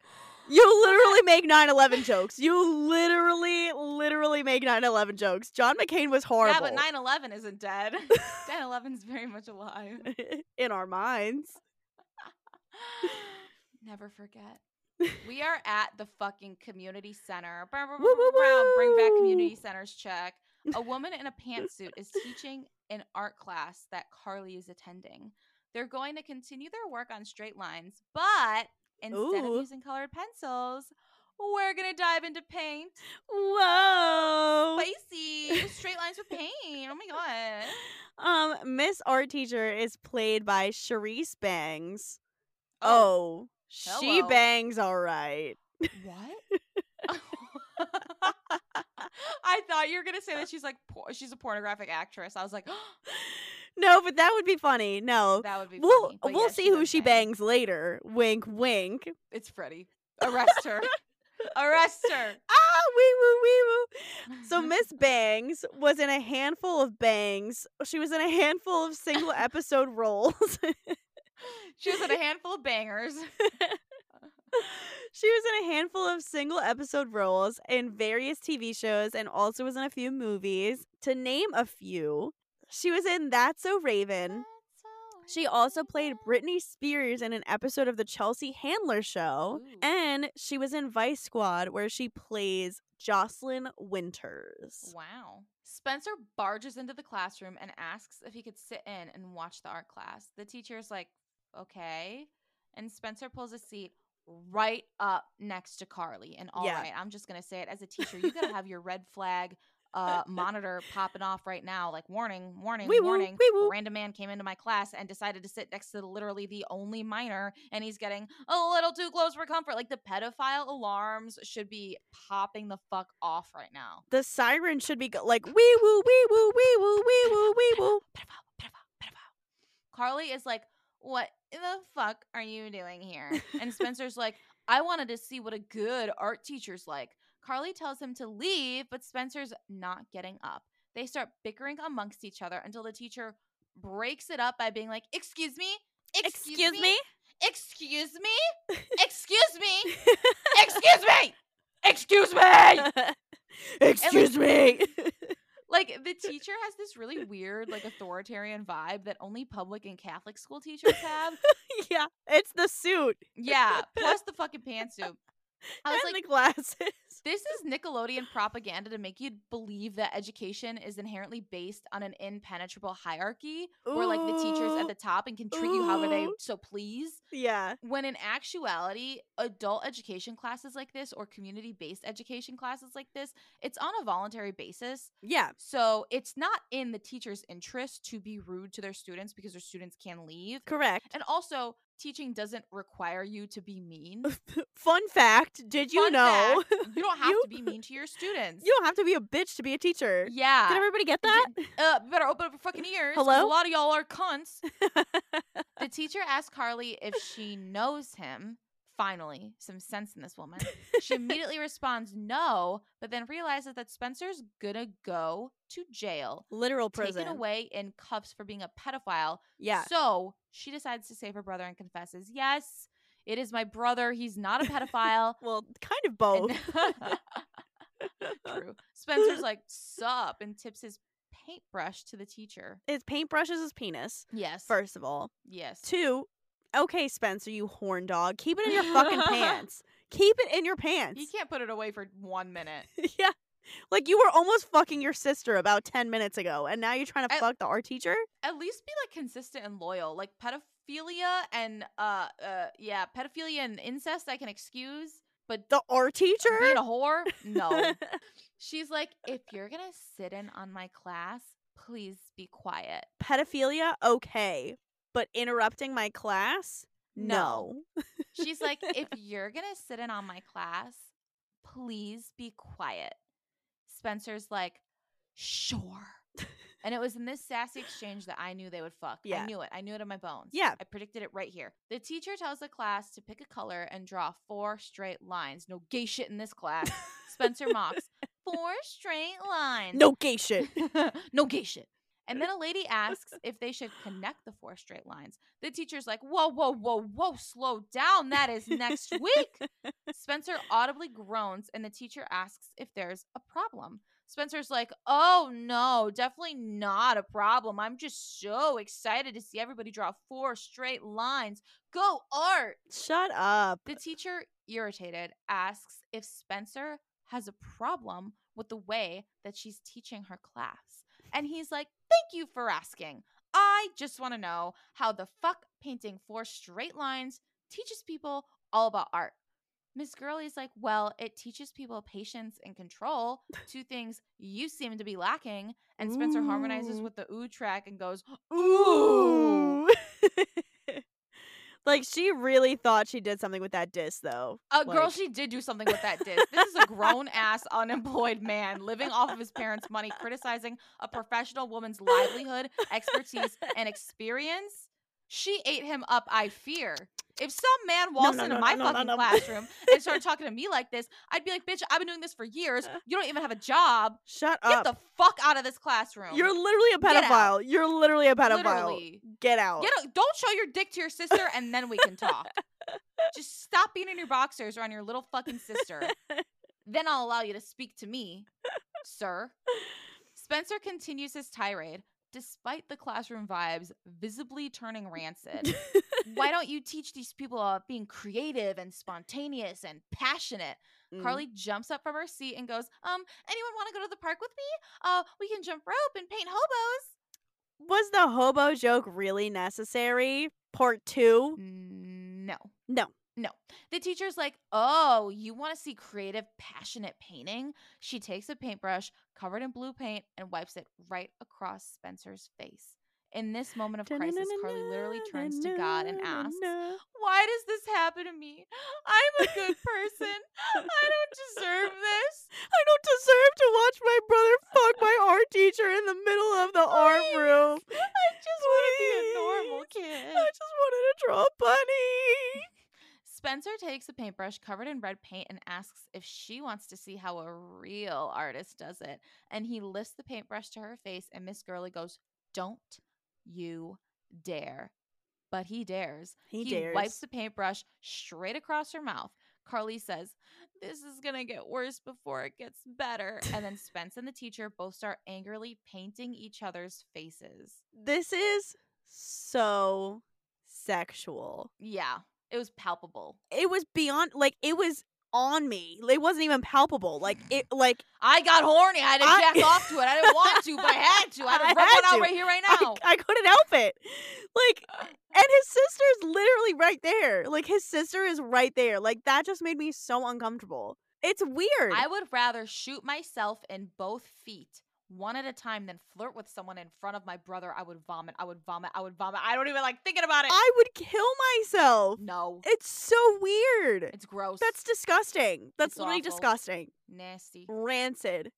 [SPEAKER 3] You literally make 9 11 jokes. You literally, literally make 9 11 jokes. John McCain was horrible.
[SPEAKER 2] Yeah, but 9 11 isn't
[SPEAKER 3] (laughs)
[SPEAKER 2] dead. 10 11 is very much alive.
[SPEAKER 3] in our minds.
[SPEAKER 2] (gasps) Never forget. We are at the fucking community center. Brr, brr,
[SPEAKER 3] Woo,
[SPEAKER 2] brr,
[SPEAKER 3] woo,
[SPEAKER 2] brr, Bring back
[SPEAKER 3] woo.
[SPEAKER 2] community centers check. A woman in a pantsuit is teaching an art class that Carly is attending. They're going to continue their work on straight lines, but instead
[SPEAKER 3] Ooh.
[SPEAKER 2] of using colored pencils, we're going to dive into paint.
[SPEAKER 3] Whoa.
[SPEAKER 2] Spicy. Straight lines with paint. Oh my god.
[SPEAKER 3] Um, Miss Art Teacher is played by Charisse Bangs.
[SPEAKER 2] Oh,
[SPEAKER 3] Oh, she
[SPEAKER 2] hello.
[SPEAKER 3] bangs all right. (laughs)
[SPEAKER 2] what? I thought you were gonna say that she's like por- she's a pornographic actress. I was like, (gasps)
[SPEAKER 3] No, but that would be funny. No.
[SPEAKER 2] that would be.
[SPEAKER 3] We'll
[SPEAKER 2] funny. But
[SPEAKER 3] we'll
[SPEAKER 2] yeah,
[SPEAKER 3] see
[SPEAKER 2] she
[SPEAKER 3] who
[SPEAKER 2] does
[SPEAKER 3] she
[SPEAKER 2] bang.
[SPEAKER 3] bangs later. Wink, wink.
[SPEAKER 2] It's Freddie. Arrest
[SPEAKER 3] (laughs)
[SPEAKER 2] her. Arrest her.
[SPEAKER 3] Ah, wee woo wee woo. So
[SPEAKER 2] Mm-hmm.
[SPEAKER 3] Miss Bangs was in a handful of bangs. She was in a handful of single episode roles.
[SPEAKER 2] (laughs)
[SPEAKER 3] (laughs)
[SPEAKER 2] she was in a handful of bangers.
[SPEAKER 3] she was in a handful of single episode roles in various TV shows and also was in a few movies. To name a few, she was in That's So Raven. (laughs) She also played Britney Spears in an episode of the Chelsea Handler show.
[SPEAKER 2] Ooh.
[SPEAKER 3] And she was in Vice Squad, where she plays Jocelyn Winters.
[SPEAKER 2] Wow. Spencer barges into the classroom and asks if he could sit in and watch the art class. The teacher's like, okay. And Spencer pulls a seat right up next to Carly. And all
[SPEAKER 3] Yeah.
[SPEAKER 2] right, I'm just going to say it as a teacher, you got to
[SPEAKER 3] (laughs)
[SPEAKER 2] have your red flag uh, monitor popping off right now. Like, warning, warning,
[SPEAKER 3] Wee woo,
[SPEAKER 2] warning.
[SPEAKER 3] wee woo.
[SPEAKER 2] A random man came into my class and decided to sit next to literally the only minor, and he's getting a little too close for comfort. Like, the pedophile alarms should be popping the fuck off right now.
[SPEAKER 3] The siren should be go- like wee woo wee woo wee woo wee woo wee woo.
[SPEAKER 2] pedophile, pedophile, pedophile. Carly is like, what the fuck are you doing here? (laughs) And Spencer's like, I wanted to see what a good art teacher's like. Carly tells him to leave, but Spencer's not getting up. They start bickering amongst each other until the teacher breaks it up by being like, Excuse me? Excuse, me? Excuse me? (laughs) Excuse me?
[SPEAKER 3] (laughs)
[SPEAKER 2] Excuse me? (laughs) Excuse me?
[SPEAKER 3] Excuse me.
[SPEAKER 2] (laughs)
[SPEAKER 3] (laughs)
[SPEAKER 2] like the teacher has this really weird like authoritarian vibe that only public and catholic school teachers have
[SPEAKER 3] yeah, it's the suit
[SPEAKER 2] yeah plus the fucking
[SPEAKER 3] (laughs)
[SPEAKER 2] pantsuit i was
[SPEAKER 3] and
[SPEAKER 2] like
[SPEAKER 3] the glasses.
[SPEAKER 2] this is nickelodeon propaganda to make you believe that education is inherently based on an impenetrable hierarchy where like the teachers
[SPEAKER 3] Ooh,
[SPEAKER 2] at the top and can treat you however they
[SPEAKER 3] ooh.
[SPEAKER 2] so please
[SPEAKER 3] (laughs) (laughs) yeah.
[SPEAKER 2] when in actuality adult education classes like this or community-based education classes like this it's on a voluntary basis
[SPEAKER 3] Yeah.
[SPEAKER 2] so it's not in the teacher's interest to be rude to their students because their students can leave.
[SPEAKER 3] Correct.
[SPEAKER 2] And also, teaching doesn't require you to be mean.
[SPEAKER 3] Fun fact, did you
[SPEAKER 2] Fun
[SPEAKER 3] know
[SPEAKER 2] fact, you don't have
[SPEAKER 3] you-
[SPEAKER 2] to be mean to your students.
[SPEAKER 3] (laughs) you don't have to be a bitch to be a teacher?
[SPEAKER 2] (laughs)
[SPEAKER 3] Did
[SPEAKER 2] yeah.
[SPEAKER 3] everybody get that?
[SPEAKER 2] Uh, better open up your fucking ears. 'cause A
[SPEAKER 3] Hello?
[SPEAKER 2] lot of y'all are
[SPEAKER 3] (laughs)
[SPEAKER 2] cunts. the teacher asked Carly if she knows him. Finally, some sense in this woman.
[SPEAKER 3] (laughs)
[SPEAKER 2] She immediately responds no, but then realizes that Spencer's gonna go to jail,
[SPEAKER 3] Literal prison.
[SPEAKER 2] taken away in cuffs for being a pedophile,
[SPEAKER 3] Yeah.
[SPEAKER 2] So she decides to save her brother and confesses, yes, it is my brother. He's not a pedophile.
[SPEAKER 3] Well, kind of
[SPEAKER 2] And-
[SPEAKER 3] both. (laughs)
[SPEAKER 2] (laughs) True. Spencer's like, sup, and tips his paintbrush to the teacher.
[SPEAKER 3] His paintbrush is his penis,
[SPEAKER 2] Yes.
[SPEAKER 3] first of all.
[SPEAKER 2] Yes.
[SPEAKER 3] Two, okay, Spencer, you horn dog. Keep it in your (laughs) fucking pants. Keep it in your pants.
[SPEAKER 2] You can't put it away for one minute.
[SPEAKER 3] (laughs) yeah. Like you were almost fucking your sister about 10 minutes ago, and now you're trying to
[SPEAKER 2] I-
[SPEAKER 3] fuck the art teacher?
[SPEAKER 2] At least be like consistent and loyal. Like pedophilia and, uh, uh yeah, pedophilia and incest I can excuse, but
[SPEAKER 3] The art teacher?
[SPEAKER 2] being a whore? (laughs) No. She's like, if you're going to sit in on my class, please be quiet.
[SPEAKER 3] Pedophilia? Okay. But interrupting my class? No.
[SPEAKER 2] She's like, if
[SPEAKER 3] (laughs)
[SPEAKER 2] you're going to sit in on my class, please be quiet. Spencer's like, sure. And it was in this sassy exchange that I knew they would fuck.
[SPEAKER 3] Yeah.
[SPEAKER 2] I knew it. I knew it in my bones.
[SPEAKER 3] Yeah.
[SPEAKER 2] I predicted it right here. The teacher tells the class to pick a color and draw four straight lines. No gay shit in this class.
[SPEAKER 3] (laughs)
[SPEAKER 2] Spencer mocks. Four straight lines.
[SPEAKER 3] No gay shit.
[SPEAKER 2] (laughs) no gay shit. And then a lady asks if they should connect the four straight lines. The teacher's like, whoa, whoa, whoa, whoa, slow down. That is next
[SPEAKER 3] (laughs)
[SPEAKER 2] week. Spencer audibly groans, and the teacher asks if there's a problem. Spencer's like, oh no, definitely not a problem. I'm just so excited to see everybody draw four straight lines. Go art.
[SPEAKER 3] Shut up.
[SPEAKER 2] The teacher, irritated, asks if Spencer has a problem with the way that she's teaching her class. And he's like, Thank you for asking. I just want to know how the fuck painting four straight lines teaches people all about art. Miss Gurley's like, Well, it teaches people patience and
[SPEAKER 3] (laughs)
[SPEAKER 2] control, two things you seem to be lacking. And Spencer harmonizes
[SPEAKER 3] Ooh.
[SPEAKER 2] with the ooh track and goes,
[SPEAKER 3] (laughs) Ooh. (laughs) like she really thought she did something with that disc though.
[SPEAKER 2] Uh, girl,
[SPEAKER 3] Like-
[SPEAKER 2] she did do something with that disc. This is a grown
[SPEAKER 3] (laughs)
[SPEAKER 2] ass unemployed man living off of his parents' money, criticizing a professional woman's livelihood, expertise, and experience. She ate him up, I fear. If some man walks
[SPEAKER 3] no,
[SPEAKER 2] into
[SPEAKER 3] no,
[SPEAKER 2] my
[SPEAKER 3] no, no,
[SPEAKER 2] fucking
[SPEAKER 3] no.
[SPEAKER 2] classroom and
[SPEAKER 3] (laughs)
[SPEAKER 2] started talking to me like this, I'd be like, bitch, I've been doing this for years. You don't even have a job.
[SPEAKER 3] Shut
[SPEAKER 2] Get
[SPEAKER 3] Uh. up.
[SPEAKER 2] the fuck out of this classroom.
[SPEAKER 3] You're literally a
[SPEAKER 2] Get out.
[SPEAKER 3] pedophile. You're literally a pedophile.
[SPEAKER 2] Literally.
[SPEAKER 3] Get
[SPEAKER 1] Oh.
[SPEAKER 3] out.
[SPEAKER 2] Get a, don't show your dick to your sister and then we can talk. Just stop being in your boxers or on your little fucking sister. then I'll allow you to speak to me, sir. Spencer continues his tirade despite the classroom vibes visibly turning rancid. Why don't you teach these people about being creative and spontaneous and passionate?
[SPEAKER 3] Mm.
[SPEAKER 2] Carly jumps up from her seat and goes, "Um, anyone want to go to the park with me? Uh, we can jump rope and paint hobos."
[SPEAKER 3] Was the hobo joke really necessary? Part two?
[SPEAKER 2] No.
[SPEAKER 3] No.
[SPEAKER 2] No. The teacher's like, oh, you want to see creative, passionate painting? She takes a paintbrush covered in blue paint and wipes it right across Spencer's face. In this moment of crisis, Carly literally turns to God and asks, Why does this happen to me? I'm a good person. I don't deserve this.
[SPEAKER 3] I don't deserve to watch my brother fuck (laughs) my art teacher in the middle of the art room.
[SPEAKER 2] I just want to be a normal kid.
[SPEAKER 3] I just wanted to draw a bunny.
[SPEAKER 2] Spencer takes a paintbrush covered in red paint and asks if she wants to see how a real artist does it. And he lifts the paintbrush to her face, and Miss Gurley goes, Don't you dare. But he dares.
[SPEAKER 3] He,
[SPEAKER 2] wipes the paintbrush straight across her mouth. Carly says, This is going to get worse before it gets better. And then Spence and the teacher both start angrily painting each other's faces.
[SPEAKER 3] This is so sexual.
[SPEAKER 2] Yeah, it was palpable.
[SPEAKER 3] It was beyond like it was on me. It wasn't even palpable. Like it like
[SPEAKER 2] I got horny. I had to
[SPEAKER 3] I-
[SPEAKER 2] jack off to it. I didn't want to, but I had to. I had to
[SPEAKER 3] (laughs) I
[SPEAKER 2] rub
[SPEAKER 3] had
[SPEAKER 2] one out Uh
[SPEAKER 3] to.
[SPEAKER 2] right here, right
[SPEAKER 3] I,
[SPEAKER 2] now.
[SPEAKER 3] I couldn't help it. Like and his sister's literally right there. Like his sister is right there. Like that just made me so uncomfortable. It's weird.
[SPEAKER 2] I would rather shoot myself in both feet one at a time than flirt with someone in front of my brother. I would vomit. I would vomit. I would vomit. I don't even like thinking about it.
[SPEAKER 3] I would kill myself.
[SPEAKER 2] no,
[SPEAKER 3] It's so weird.
[SPEAKER 2] it's gross.
[SPEAKER 3] That's disgusting. That's
[SPEAKER 2] It's
[SPEAKER 3] literally
[SPEAKER 2] awful.
[SPEAKER 3] disgusting.
[SPEAKER 2] nasty.
[SPEAKER 3] Rancid.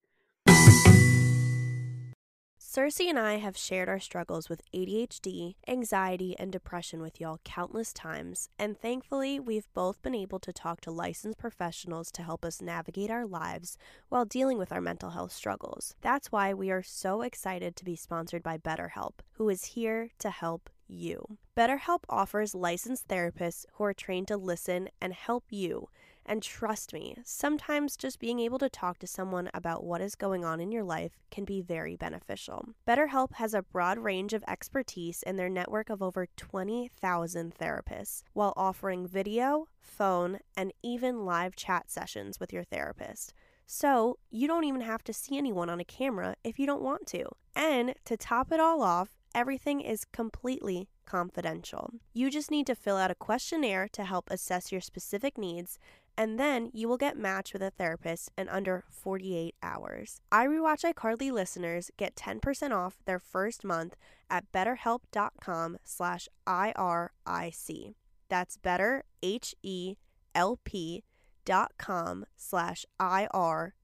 [SPEAKER 1] Cersei and I have shared our struggles with ADHD, anxiety, and depression with y'all countless times, and thankfully, we've both been able to talk to licensed professionals to help us navigate our lives while dealing with our mental health struggles. That's why we are so excited to be sponsored by BetterHelp, who is here to help you. BetterHelp offers licensed therapists who are trained to listen and help you. And trust me, sometimes just being able to talk to someone about what is going on in your life can be very beneficial. BetterHelp has a broad range of expertise in their network of over 20,000 therapists, while offering video, phone, and even live chat sessions with your therapist. So, you don't even have to see anyone on a camera if you don't want to. And to top it all off, everything is completely confidential. You just need to fill out a questionnaire to help assess your specific needs, and then you will get matched with a therapist in under 48 hours. I Rewatch iCarly listeners get 10% off their first month at betterhelp.com slash IRIC. That's better,
[SPEAKER 3] E
[SPEAKER 1] H-E-L-P dot com slash IRIC.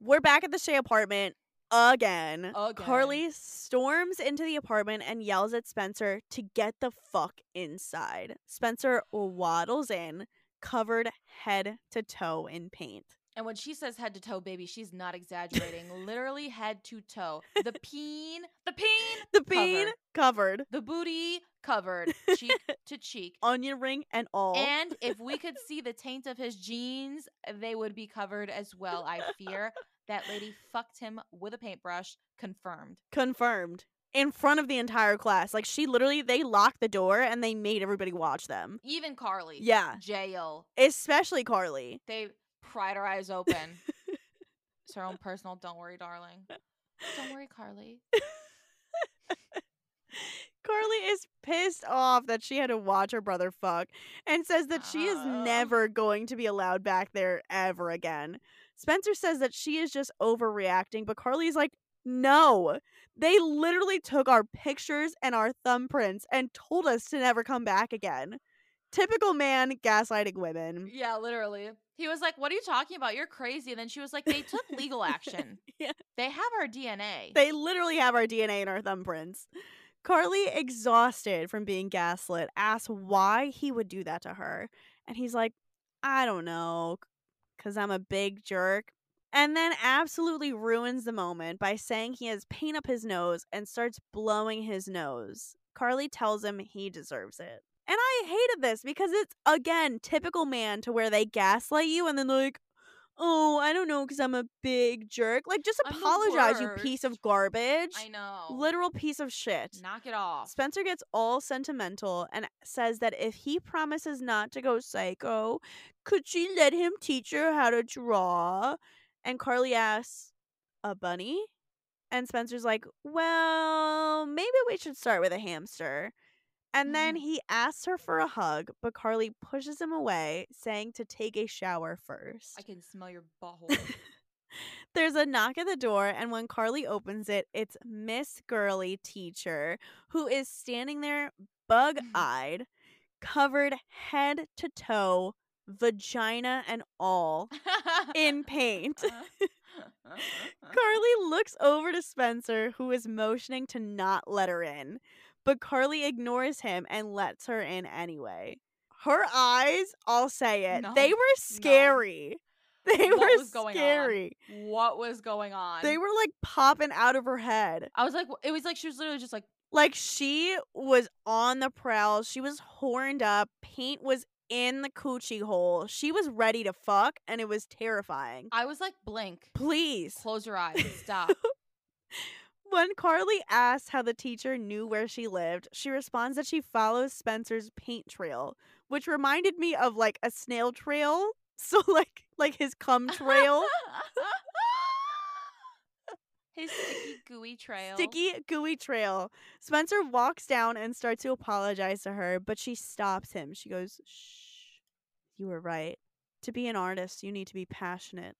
[SPEAKER 3] We're back at the Shea apartment again.
[SPEAKER 2] Again.
[SPEAKER 3] Carly storms into the apartment and yells at Spencer to get the fuck inside. Spencer waddles in, covered head to toe in paint.
[SPEAKER 2] And when she says head to toe, baby, she's not exaggerating. Literally head to toe.
[SPEAKER 3] (laughs)
[SPEAKER 2] The peen, the peen,
[SPEAKER 3] The bean covered,
[SPEAKER 2] the booty covered, cheek
[SPEAKER 3] (laughs)
[SPEAKER 2] to cheek.
[SPEAKER 3] onion ring and all.
[SPEAKER 2] And if we could see the taint of his jeans, they would be covered as well, I fear. That lady fucked him with a paintbrush, confirmed.
[SPEAKER 3] confirmed in front of the entire class. Like she literally, they locked the door and they made everybody watch them.
[SPEAKER 2] Even Carly.
[SPEAKER 3] Yeah,
[SPEAKER 2] Jail.
[SPEAKER 3] especially Carly.
[SPEAKER 2] They pried her eyes open.
[SPEAKER 3] (laughs)
[SPEAKER 2] it's her own personal don't worry, darling. Don't worry,
[SPEAKER 3] (laughs)
[SPEAKER 2] Carly.
[SPEAKER 3] Carly is pissed off that she had to watch her brother fuck and says that she is
[SPEAKER 2] Oh.
[SPEAKER 3] never going to be allowed back there ever again. Spencer says that she is just overreacting, but Carly's like, no, they literally took our pictures and our thumbprints and told us to never come back again. Typical man gaslighting women.
[SPEAKER 2] Yeah, literally. He was like, What are you talking about? You're crazy. And then she was like, They took legal action.
[SPEAKER 3] (laughs) Yeah.
[SPEAKER 2] They have our DNA.
[SPEAKER 3] They literally have our DNA and our thumbprints. Carly, exhausted from being gaslit, asks why he would do that to her. And he's like, I don't know, because I'm a big jerk. And then absolutely ruins the moment by saying he has paint up his nose and starts blowing his nose. Carly tells him he deserves it. And I hated this because it's, again, typical man to where they gaslight you and then they're like, oh, I don't know, because I'm a big jerk. Like, just
[SPEAKER 2] I'm the
[SPEAKER 3] apologize, you piece
[SPEAKER 2] worst.
[SPEAKER 3] of garbage.
[SPEAKER 2] I know.
[SPEAKER 3] Literal piece of shit.
[SPEAKER 2] Knock it off.
[SPEAKER 3] Spencer gets all sentimental and says that if he promises not to go psycho, could she let him teach her how to draw? And Carly asks, A bunny? And Spencer's like, Well, maybe we should start with a hamster. And then he asks her for a hug, but Carly pushes him away, saying to take a shower first.
[SPEAKER 2] I can smell
[SPEAKER 3] (laughs)
[SPEAKER 2] your butthole. (laughs)
[SPEAKER 3] There's a knock at the door, and when Carly opens it, it's Miss Girly Teacher, who is standing there
[SPEAKER 2] Mm.
[SPEAKER 3] bug eyed, covered head to toe, vagina and all, in paint. (laughs)
[SPEAKER 2] (laughs)
[SPEAKER 3] Uh-huh. Carly looks over to Spencer, who is motioning to not let her in, but Carly ignores him and lets her in anyway. Her eyes, I'll say it, they
[SPEAKER 2] No,
[SPEAKER 3] were scary. (laughs) They
[SPEAKER 2] What
[SPEAKER 3] were
[SPEAKER 2] was going on?
[SPEAKER 3] scary.
[SPEAKER 2] what was going on?
[SPEAKER 3] They were like popping out of her head.
[SPEAKER 2] I was like, it was like she was literally just like,
[SPEAKER 3] Like she was on the prowl. She was horned up. Paint was in the coochie hole. She was ready to fuck, and it was terrifying.
[SPEAKER 2] I was like, blink,
[SPEAKER 3] Please.
[SPEAKER 2] close your
[SPEAKER 3] (laughs)
[SPEAKER 2] eyes, stop.
[SPEAKER 3] When Carly asked how the teacher knew where she lived, she responds that she follows Spencer's paint trail, which reminded me of like a snail trail. (laughs) So like like
[SPEAKER 2] (laughs)
[SPEAKER 3] his cum trail,
[SPEAKER 2] His sticky gooey trail.
[SPEAKER 3] sticky gooey trail. Spencer walks down and starts to apologize to her, but she stops him. She goes, "Shh, you were right. To be an artist, you need to be passionate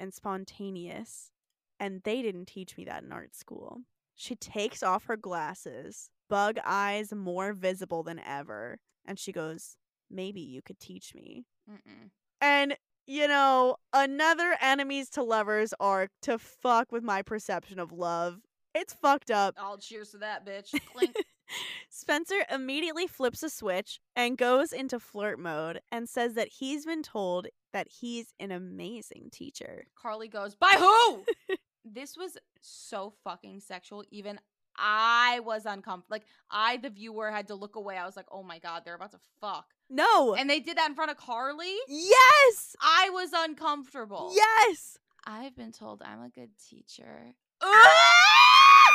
[SPEAKER 3] and spontaneous, and they didn't teach me that in art school." She takes off her glasses, bug eyes more visible than ever, and she goes, "Maybe you could teach me."
[SPEAKER 2] Mm-mm.
[SPEAKER 3] And you know, another enemies to lovers arc to fuck with my perception of love. It's fucked up.
[SPEAKER 2] All cheers to that bitch. Clink.
[SPEAKER 3] (laughs) Spencer immediately flips a switch and goes into flirt mode and says that he's been told that he's an amazing teacher.
[SPEAKER 2] Carly goes, by who?
[SPEAKER 3] (laughs)
[SPEAKER 2] this was so fucking sexual. Even I was uncomfortable. Like I, the viewer, had to look away. I was like, oh my god, they're about to fuck.
[SPEAKER 3] No.
[SPEAKER 2] And they did that in front of Carly.
[SPEAKER 3] yes.
[SPEAKER 2] I was uncomfortable.
[SPEAKER 3] Yes.
[SPEAKER 2] I've been told I'm a good teacher.
[SPEAKER 3] In
[SPEAKER 2] Ah!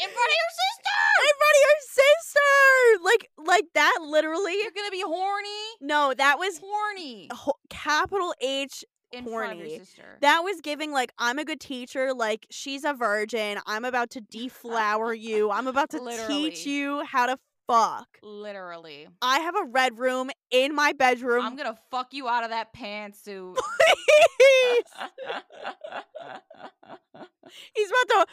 [SPEAKER 2] In front of your sister.
[SPEAKER 3] sister. Like like that literally.
[SPEAKER 2] You're gonna be horny.
[SPEAKER 3] No, that was
[SPEAKER 2] Horny.
[SPEAKER 3] ho- capital H
[SPEAKER 2] In front of
[SPEAKER 3] horny.
[SPEAKER 2] your sister.
[SPEAKER 3] That was giving like I'm a good teacher, like she's a virgin. I'm about to deflower you. I'm
[SPEAKER 2] (laughs)
[SPEAKER 3] about to
[SPEAKER 2] Literally.
[SPEAKER 3] teach you how to fuck.
[SPEAKER 2] Literally.
[SPEAKER 3] I have a red room in my bedroom.
[SPEAKER 2] I'm gonna fuck you out of that pantsuit.
[SPEAKER 3] (laughs) he's about to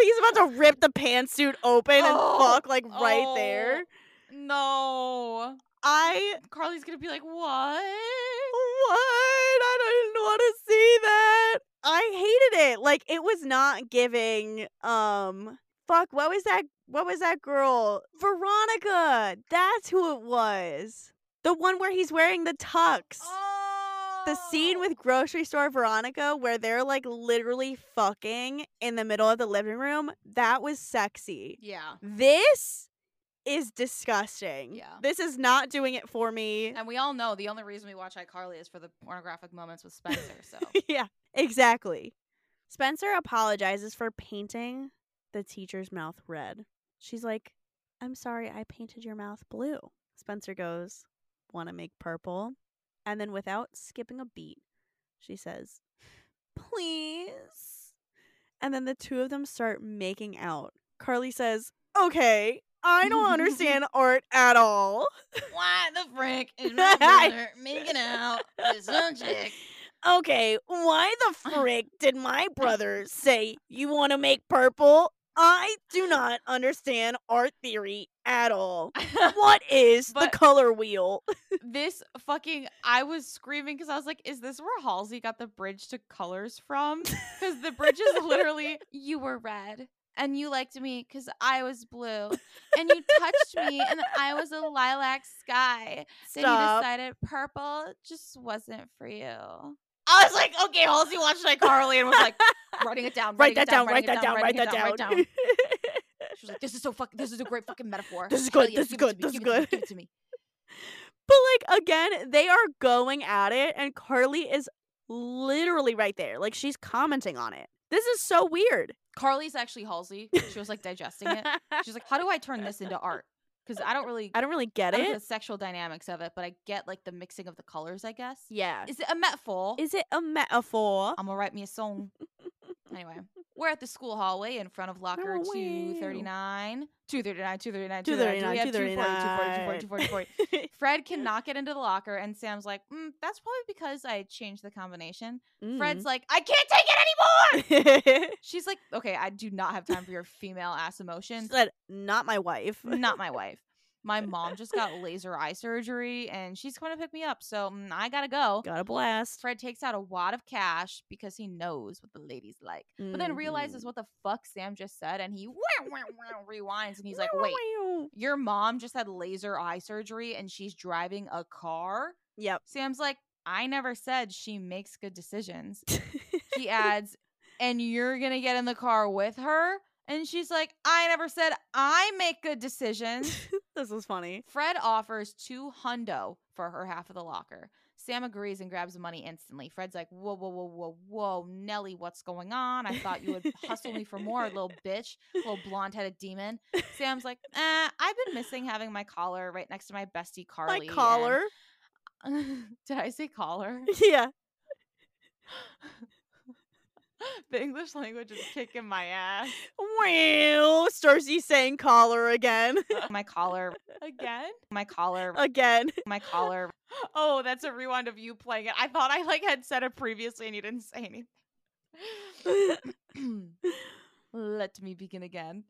[SPEAKER 3] he's about to rip the pantsuit open and
[SPEAKER 2] Oh,
[SPEAKER 3] fuck like right
[SPEAKER 2] oh.
[SPEAKER 3] there.
[SPEAKER 2] (laughs) no.
[SPEAKER 3] I
[SPEAKER 2] Carly's gonna be like, what?
[SPEAKER 3] what? I didn't want to see that. I hated it. Like it was not giving um fuck, what was that what was that girl? Veronica. That's who it was. The one where he's wearing the tux.
[SPEAKER 2] Oh,
[SPEAKER 3] the scene with grocery store Veronica where they're like literally fucking in the middle of the living room, that was sexy.
[SPEAKER 2] Yeah.
[SPEAKER 3] This is disgusting.
[SPEAKER 2] Yeah.
[SPEAKER 3] This is not doing it for me.
[SPEAKER 2] And we all know the only reason we watch iCarly is for the pornographic moments with Spencer. (laughs) So
[SPEAKER 3] (laughs) yeah, exactly. Spencer apologizes for painting the teacher's mouth red. She's like, I'm sorry, I painted your mouth blue. Spencer goes, Want to make purple? And then, without skipping a beat, she says, (laughs) Please. And then the two of them start making out. Carly says, Okay, I don't understand art at all.
[SPEAKER 2] why the frick (laughs) is my brother making out with some chick?
[SPEAKER 3] Okay, why
[SPEAKER 2] (laughs)
[SPEAKER 3] the frick did my brother say you want to make purple? I
[SPEAKER 2] (laughs)
[SPEAKER 3] do not understand art theory at all. What is
[SPEAKER 2] But-
[SPEAKER 3] the color wheel?
[SPEAKER 2] this fucking I was screaming because I was like, is this where Halsey got the bridge to colors from? Because the bridge is literally (laughs)
[SPEAKER 4] You were red. And you liked me because I was blue. And you touched me and I was a lilac sky.
[SPEAKER 3] Stop.
[SPEAKER 4] Then you decided purple just wasn't for you.
[SPEAKER 2] (laughs) I was like, okay, Halsey watched iCarly and was like writing it down.
[SPEAKER 3] write
[SPEAKER 2] writing
[SPEAKER 3] that
[SPEAKER 2] it
[SPEAKER 3] down, write
[SPEAKER 2] writing it
[SPEAKER 3] that down, write
[SPEAKER 2] writing
[SPEAKER 3] that
[SPEAKER 2] it (laughs)
[SPEAKER 3] down.
[SPEAKER 2] write it She was like, this is so fuck this is a great fucking metaphor.
[SPEAKER 3] This is
[SPEAKER 2] Hell
[SPEAKER 3] good,
[SPEAKER 2] yeah,
[SPEAKER 3] this is
[SPEAKER 2] give it to
[SPEAKER 3] good,
[SPEAKER 2] me,
[SPEAKER 3] this
[SPEAKER 2] give
[SPEAKER 3] is
[SPEAKER 2] it to me,
[SPEAKER 3] good."
[SPEAKER 2] give it to me.
[SPEAKER 3] (laughs) but, like, again, they are going at it, and Carly is literally right there. Like, she's commenting on it. This is so weird.
[SPEAKER 2] Carly's actually Halsey. She was like digesting it. She's like, how do I turn this into art? Because I don't really
[SPEAKER 3] (laughs) I don't really
[SPEAKER 2] I
[SPEAKER 3] get
[SPEAKER 2] don't get
[SPEAKER 3] it.
[SPEAKER 2] the sexual dynamics of it, but I get like the mixing of the colors, I guess.
[SPEAKER 3] Yeah.
[SPEAKER 2] Is it a metaphor?
[SPEAKER 3] Is it a metaphor?
[SPEAKER 2] I'm gonna write me a song. anyway, we're at the school hallway in front of locker
[SPEAKER 3] Oh, wow.
[SPEAKER 2] 239. 239, 239, 239,
[SPEAKER 3] 239,
[SPEAKER 2] 240, 240, 240, 240.
[SPEAKER 3] 239.
[SPEAKER 2] Fred cannot get into the locker, and Sam's like, mm, that's probably because I changed the combination.
[SPEAKER 3] (laughs)
[SPEAKER 2] Fred's like, I can't take it anymore.
[SPEAKER 3] Mm.
[SPEAKER 2] She's like, okay, I do not have time for your female ass emotions.
[SPEAKER 3] said, not my wife.
[SPEAKER 2] Not my wife. My mom just got laser eye surgery, and she's coming to pick me up, so mm, I gotta go.
[SPEAKER 3] (laughs) Got a blast.
[SPEAKER 2] Fred takes out a wad of cash because he knows what the ladies like, but then realizes what the fuck Sam just said, and he wah, wah, wah, rewinds and he's like, "Wait, your mom just had laser eye surgery and she's driving a car."
[SPEAKER 3] Yep. (laughs)
[SPEAKER 2] Sam's like, "I never said she makes good decisions." He adds, "And you're gonna get in the car with her?" And she's like, "I never said I make good decisions."
[SPEAKER 3] this was funny.
[SPEAKER 2] Fred offers two hundo for her half of the locker. Sam agrees and grabs the money instantly. Fred's like, whoa, whoa, whoa, whoa, whoa, Nelly, what's going on? I thought you would hustle me for more, little bitch, little blonde headed demon. Sam's like, eh, I've been missing having my collar right next to (laughs) my bestie Carly.
[SPEAKER 3] my
[SPEAKER 2] and-"
[SPEAKER 3] collar. (laughs)
[SPEAKER 2] (laughs) Did I say collar? (laughs)
[SPEAKER 3] Yeah.
[SPEAKER 2] the English language is kicking my (laughs) ass.
[SPEAKER 3] Wow. Stacy saying collar again. (laughs)
[SPEAKER 2] My collar. Again? My collar.
[SPEAKER 3] again.
[SPEAKER 2] my collar. Oh, that's a rewind of you playing it. I thought I like had said it previously and you didn't say anything. (coughs) Let me begin (laughs) again.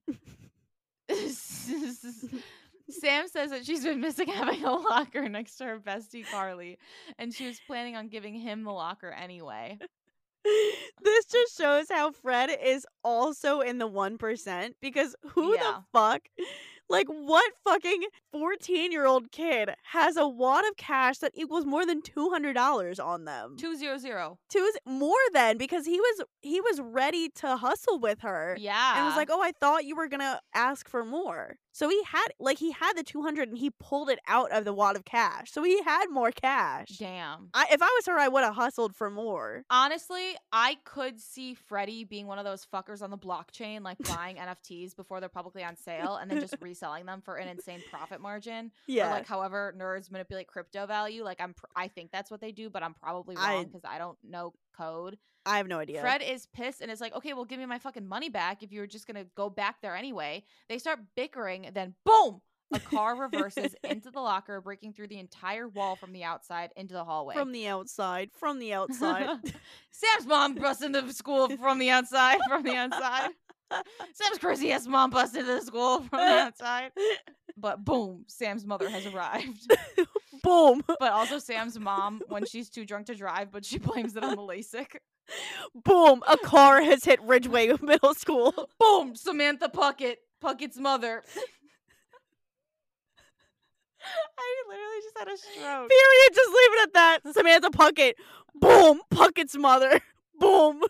[SPEAKER 2] Sam says that she's been missing having a locker next to her bestie Carly, and she was planning on giving him the locker anyway.
[SPEAKER 3] this just shows how Fred is also in the 1% because who
[SPEAKER 2] Yeah.
[SPEAKER 3] the fuck? Like, what fucking 14 year old kid has a wad of cash that equals more than $200 on them?
[SPEAKER 2] Two zero zero.
[SPEAKER 3] to his more than because he was he was ready to hustle with her
[SPEAKER 2] Yeah,
[SPEAKER 3] and was like oh i thought you were gonna ask for more so he had like he had the 200 and he pulled it out of the wad of cash so he had more cash
[SPEAKER 2] damn.
[SPEAKER 3] I, if i was her i would have hustled for more
[SPEAKER 2] Honestly, I could see Freddie being one of those fuckers on the blockchain, like buying
[SPEAKER 3] (laughs)
[SPEAKER 2] NFTs before they're publicly on sale and then just reselling them for an insane profit margin. Or
[SPEAKER 3] yeah
[SPEAKER 2] like, however, nerds manipulate crypto value. Like, I'm, pr- I think that's what they do, but I'm probably
[SPEAKER 3] I-
[SPEAKER 2] wrong because I, don't know code.
[SPEAKER 3] i have no idea
[SPEAKER 2] Fred is pissed and is like, okay, well, give me my fucking money back if you were just gonna go back there anyway. They start bickering, then boom, a
[SPEAKER 3] (laughs)
[SPEAKER 2] car reverses into the locker, breaking through the entire wall from the outside into the hallway.
[SPEAKER 3] from the outside from
[SPEAKER 2] (laughs)
[SPEAKER 3] the outside (laughs)
[SPEAKER 2] Sam's mom busts into the school from the outside. From the outside. Sam's crazy ass mom busts into the school from the
[SPEAKER 3] (laughs)
[SPEAKER 2] outside. But boom, Sam's mother has
[SPEAKER 3] (laughs)
[SPEAKER 2] arrived.
[SPEAKER 3] boom (laughs)
[SPEAKER 2] But also Sam's mom, when she's too drunk to drive, but she blames it on the
[SPEAKER 3] (laughs)
[SPEAKER 2] LASIK.
[SPEAKER 3] boom a car has hit ridgeway (laughs) middle school (laughs)
[SPEAKER 2] Boom, Samantha Puckett, Puckett's mother. I literally just had a
[SPEAKER 3] (laughs)
[SPEAKER 2] stroke.
[SPEAKER 3] Period. Just leave it at that. Samantha Puckett. Boom. Puckett's mother. (laughs) Boom.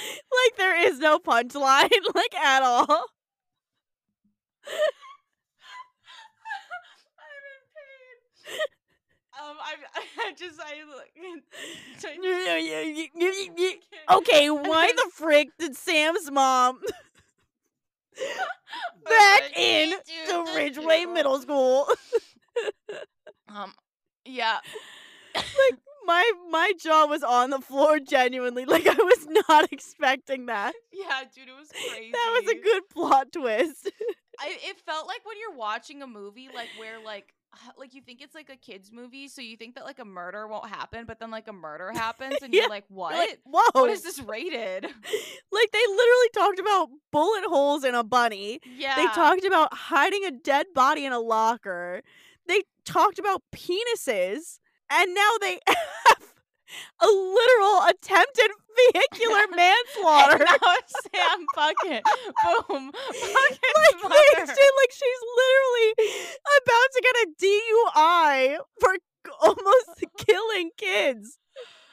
[SPEAKER 3] like there is no punchline, (laughs) like at all.
[SPEAKER 2] Um, I, I just I like, (laughs)
[SPEAKER 3] okay, why the frick did Sam's mom (laughs)
[SPEAKER 2] But
[SPEAKER 3] back
[SPEAKER 2] I
[SPEAKER 3] in
[SPEAKER 2] can't do
[SPEAKER 3] to
[SPEAKER 2] this
[SPEAKER 3] Ridgeway
[SPEAKER 2] anymore. (laughs)
[SPEAKER 3] Middle School? (laughs)
[SPEAKER 2] Um, yeah, (laughs)
[SPEAKER 3] My my jaw was on the floor genuinely. (laughs) Like I was not (laughs) expecting that.
[SPEAKER 2] yeah, dude, it was crazy.
[SPEAKER 3] (laughs) That was a good plot twist. (laughs)
[SPEAKER 2] I, it felt like when you're watching a movie, like where like like you think it's like a kids movie, so you think that like a murder won't happen, but then like a murder happens,
[SPEAKER 3] (laughs)
[SPEAKER 2] and
[SPEAKER 3] Yeah,
[SPEAKER 2] you're like, what?
[SPEAKER 3] Like, "Oh, whoa.
[SPEAKER 2] what is this rated? (laughs)
[SPEAKER 3] like they literally talked about bullet holes in a bunny.
[SPEAKER 2] Yeah,
[SPEAKER 3] They talked about hiding a dead body in a locker. They talked about penises. And now they (laughs) have a literal attempted (laughs) vehicular manslaughter.
[SPEAKER 2] (laughs) (laughs) And now it's Sam Bucket.
[SPEAKER 3] (laughs)
[SPEAKER 2] Boom. (laughs)
[SPEAKER 3] like,
[SPEAKER 2] Bucket's
[SPEAKER 3] (laughs) they
[SPEAKER 2] mother.
[SPEAKER 3] extend- like she's literally about to get a DUI for g- (laughs) almost killing kids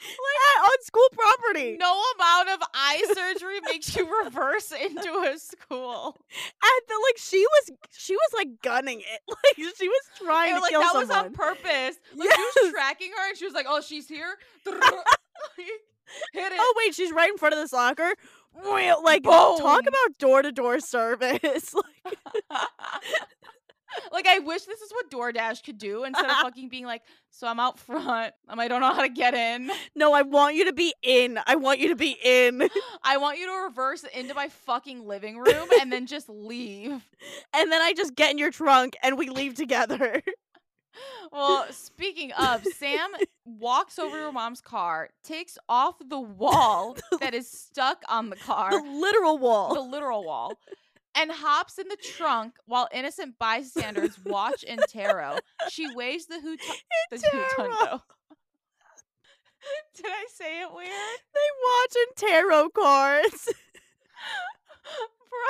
[SPEAKER 3] at- on school property
[SPEAKER 2] no amount of eye surgery makes you (laughs) reverse into a school.
[SPEAKER 3] at the like she was she was like gunning it (laughs) like she was trying
[SPEAKER 2] And
[SPEAKER 3] to
[SPEAKER 2] like
[SPEAKER 3] kill
[SPEAKER 2] that
[SPEAKER 3] someone.
[SPEAKER 2] was on purpose. Like she
[SPEAKER 3] Yes.
[SPEAKER 2] was tracking her and she was like, "Oh, she's here." (laughs) Hit it.
[SPEAKER 3] (laughs) oh wait, she's right in front of this locker. Well, Like talk
[SPEAKER 2] Boom.
[SPEAKER 3] about door to door (laughs) service. like,
[SPEAKER 2] (laughs) like I wish this is what DoorDash could do instead of fucking being like, "So I'm out front. Um, I don't know how to get in.
[SPEAKER 3] no, I want you to be in. I want you to be in.
[SPEAKER 2] I want you to reverse into my fucking living room and then just leave."
[SPEAKER 3] And then I just get in your trunk and we leave together. (laughs)
[SPEAKER 2] Well, speaking of, Sam walks over to her mom's car, takes off the wall that is stuck on the car,
[SPEAKER 3] the literal
[SPEAKER 2] the
[SPEAKER 3] wall.
[SPEAKER 2] literal wall, and hops in the trunk while innocent bystanders watch in tarot. She waves the hoot the
[SPEAKER 3] Tarot.
[SPEAKER 2] hootanto. Did I say it weird?
[SPEAKER 3] They watching tarot cards. (laughs)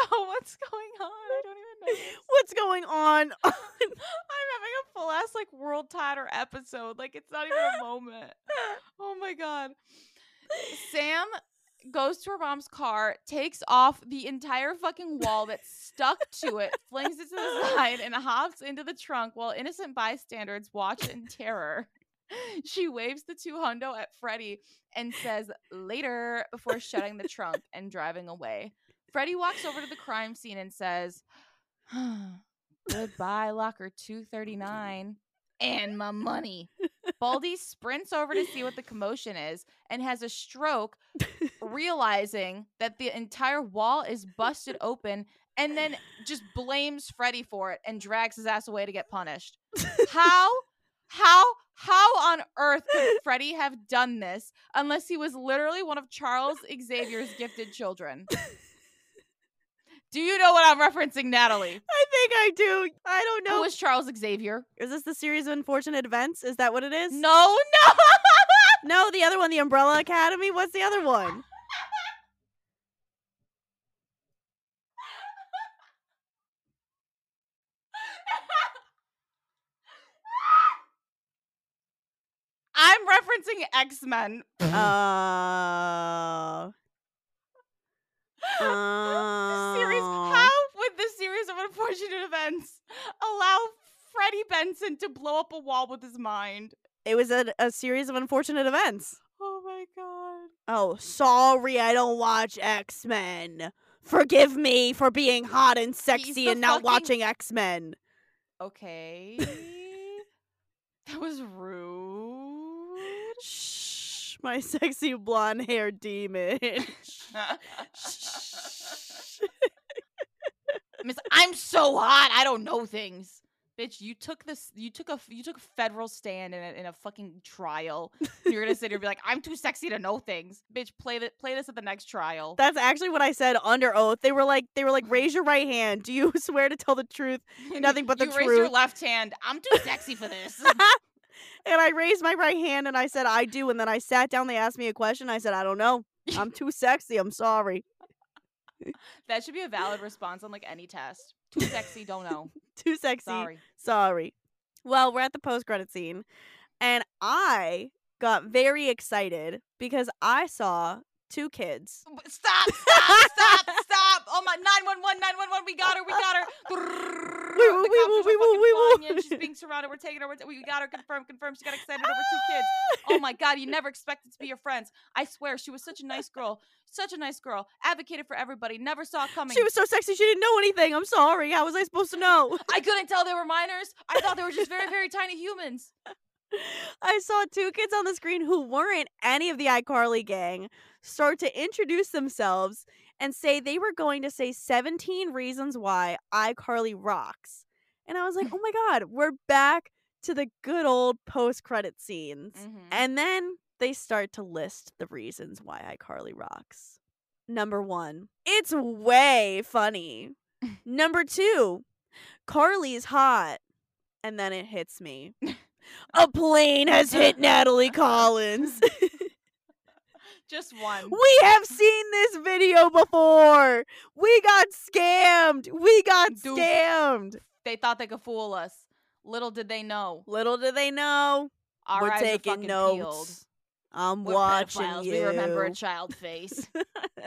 [SPEAKER 2] Bro, what's going on? I don't even know.
[SPEAKER 3] What's going on? (laughs)
[SPEAKER 2] I'm having a full ass like world totter episode. Like it's not even a moment. Oh my god. Sam goes to her mom's car, takes off the entire fucking wall that's stuck to it, flings it to the side, and hops into the trunk while innocent bystanders watch in terror. She waves the two hundo at Freddy and says later before shutting the trunk and driving away. Freddy walks over to the crime scene and says, (sighs) Goodbye, locker 239 and my money. Baldy sprints over to see what the commotion is and has a stroke, realizing that the entire wall is busted open and then just blames Freddy for it and drags his ass away to get punished. How? How? How on earth could Freddy have done this unless he was literally one of Charles Xavier's gifted children? Do you know what I'm referencing, Natalie?
[SPEAKER 3] I think I do. I don't know.
[SPEAKER 2] Who is Charles Xavier?
[SPEAKER 3] is this the series of unfortunate events? Is that what it is?
[SPEAKER 2] No, no.
[SPEAKER 3] No, the other one, the Umbrella Academy. What's the other one?
[SPEAKER 2] I'm referencing X (laughs) Men.
[SPEAKER 3] (laughs) Oh.
[SPEAKER 2] the series.
[SPEAKER 3] Oh.
[SPEAKER 2] How would the series of unfortunate events allow Freddie Benson to blow up a wall with his mind?
[SPEAKER 3] It was a, a series of unfortunate events.
[SPEAKER 2] Oh my god.
[SPEAKER 3] Oh, sorry, I don't watch X Men. Forgive me for being hot and sexy
[SPEAKER 2] the
[SPEAKER 3] and
[SPEAKER 2] fucking-
[SPEAKER 3] not watching X (laughs) Men.
[SPEAKER 2] Okay. (laughs) that was
[SPEAKER 3] (laughs)
[SPEAKER 2] rude.
[SPEAKER 3] Shh, my sexy blonde hair (laughs) demon. Shh.
[SPEAKER 2] Miss, I'm so hot. I don't know things. Bitch, you took this. You took a. You took a federal stand in a, in a fucking trial. and You're gonna sit here and be like, "I'm too sexy to know things." Bitch, play that. Play this at the next trial.
[SPEAKER 3] That's actually what I said under oath. They were like, they were like, raise your right hand. Do you (laughs) swear to tell the truth? nothing but the
[SPEAKER 2] you Raise your
[SPEAKER 3] truth.
[SPEAKER 2] left hand. I'm too sexy for
[SPEAKER 3] (laughs)
[SPEAKER 2] this.
[SPEAKER 3] And I raised my right hand and I said, I do. And then I sat down. They asked me a question. I said, I don't know.
[SPEAKER 2] (laughs)
[SPEAKER 3] I'm too sexy. I'm sorry. (laughs)
[SPEAKER 2] that should be a valid response on like any test. Too sexy. Don't know.
[SPEAKER 3] Too sexy.
[SPEAKER 2] Sorry.
[SPEAKER 3] Sorry. Well, we're at the post credit scene, and I got very excited because I saw two kids.
[SPEAKER 2] (laughs) Stop, stop, stop, stop. Oh my 911, 911, we got her, we got her. Brrrr,
[SPEAKER 3] Wee woo,
[SPEAKER 2] the
[SPEAKER 3] wee
[SPEAKER 2] cops
[SPEAKER 3] woo,
[SPEAKER 2] are
[SPEAKER 3] wee woo,
[SPEAKER 2] fucking
[SPEAKER 3] wee woo.
[SPEAKER 2] flying in,
[SPEAKER 3] (laughs)
[SPEAKER 2] She's being surrounded. We're taking her. We're ta- we got her. Confirm, confirm. She got excited over two kids.
[SPEAKER 3] Ah!
[SPEAKER 2] Oh my god, you never expected to be your friends. I swear, she was such a nice girl. Such a nice girl. Advocated for everybody. Never saw it coming.
[SPEAKER 3] She was so sexy, she didn't know anything. I'm sorry. How was I supposed to know?
[SPEAKER 2] I couldn't tell they were minors. I thought they were just very, very tiny humans.
[SPEAKER 3] I saw two kids on the screen who weren't any of the iCarly gang start to introduce themselves and say they were going to say 17 reasons why iCarly rocks. And I was like, oh my God, we're back to the good old post credit scenes.
[SPEAKER 2] Mhm.
[SPEAKER 3] Mm-hmm. And then they start to list the reasons why iCarly rocks. Number one, it's way
[SPEAKER 2] (laughs)
[SPEAKER 3] funny. Number two, Carly's hot. And then it hits me. A plane has hit Natalie
[SPEAKER 2] (laughs)
[SPEAKER 3] Collins.
[SPEAKER 2] Just one.
[SPEAKER 3] we have seen this video before. We got scammed. We got
[SPEAKER 2] Dupe.
[SPEAKER 3] scammed.
[SPEAKER 2] They thought they could fool us. Little did they know.
[SPEAKER 3] Little do they know.
[SPEAKER 2] Our
[SPEAKER 3] we're
[SPEAKER 2] eyes are
[SPEAKER 3] taking
[SPEAKER 2] fucking
[SPEAKER 3] notes.
[SPEAKER 2] peeled.
[SPEAKER 3] I'm
[SPEAKER 2] We're
[SPEAKER 3] watching
[SPEAKER 2] pedophiles.
[SPEAKER 3] you.
[SPEAKER 2] We remember a child face. (laughs)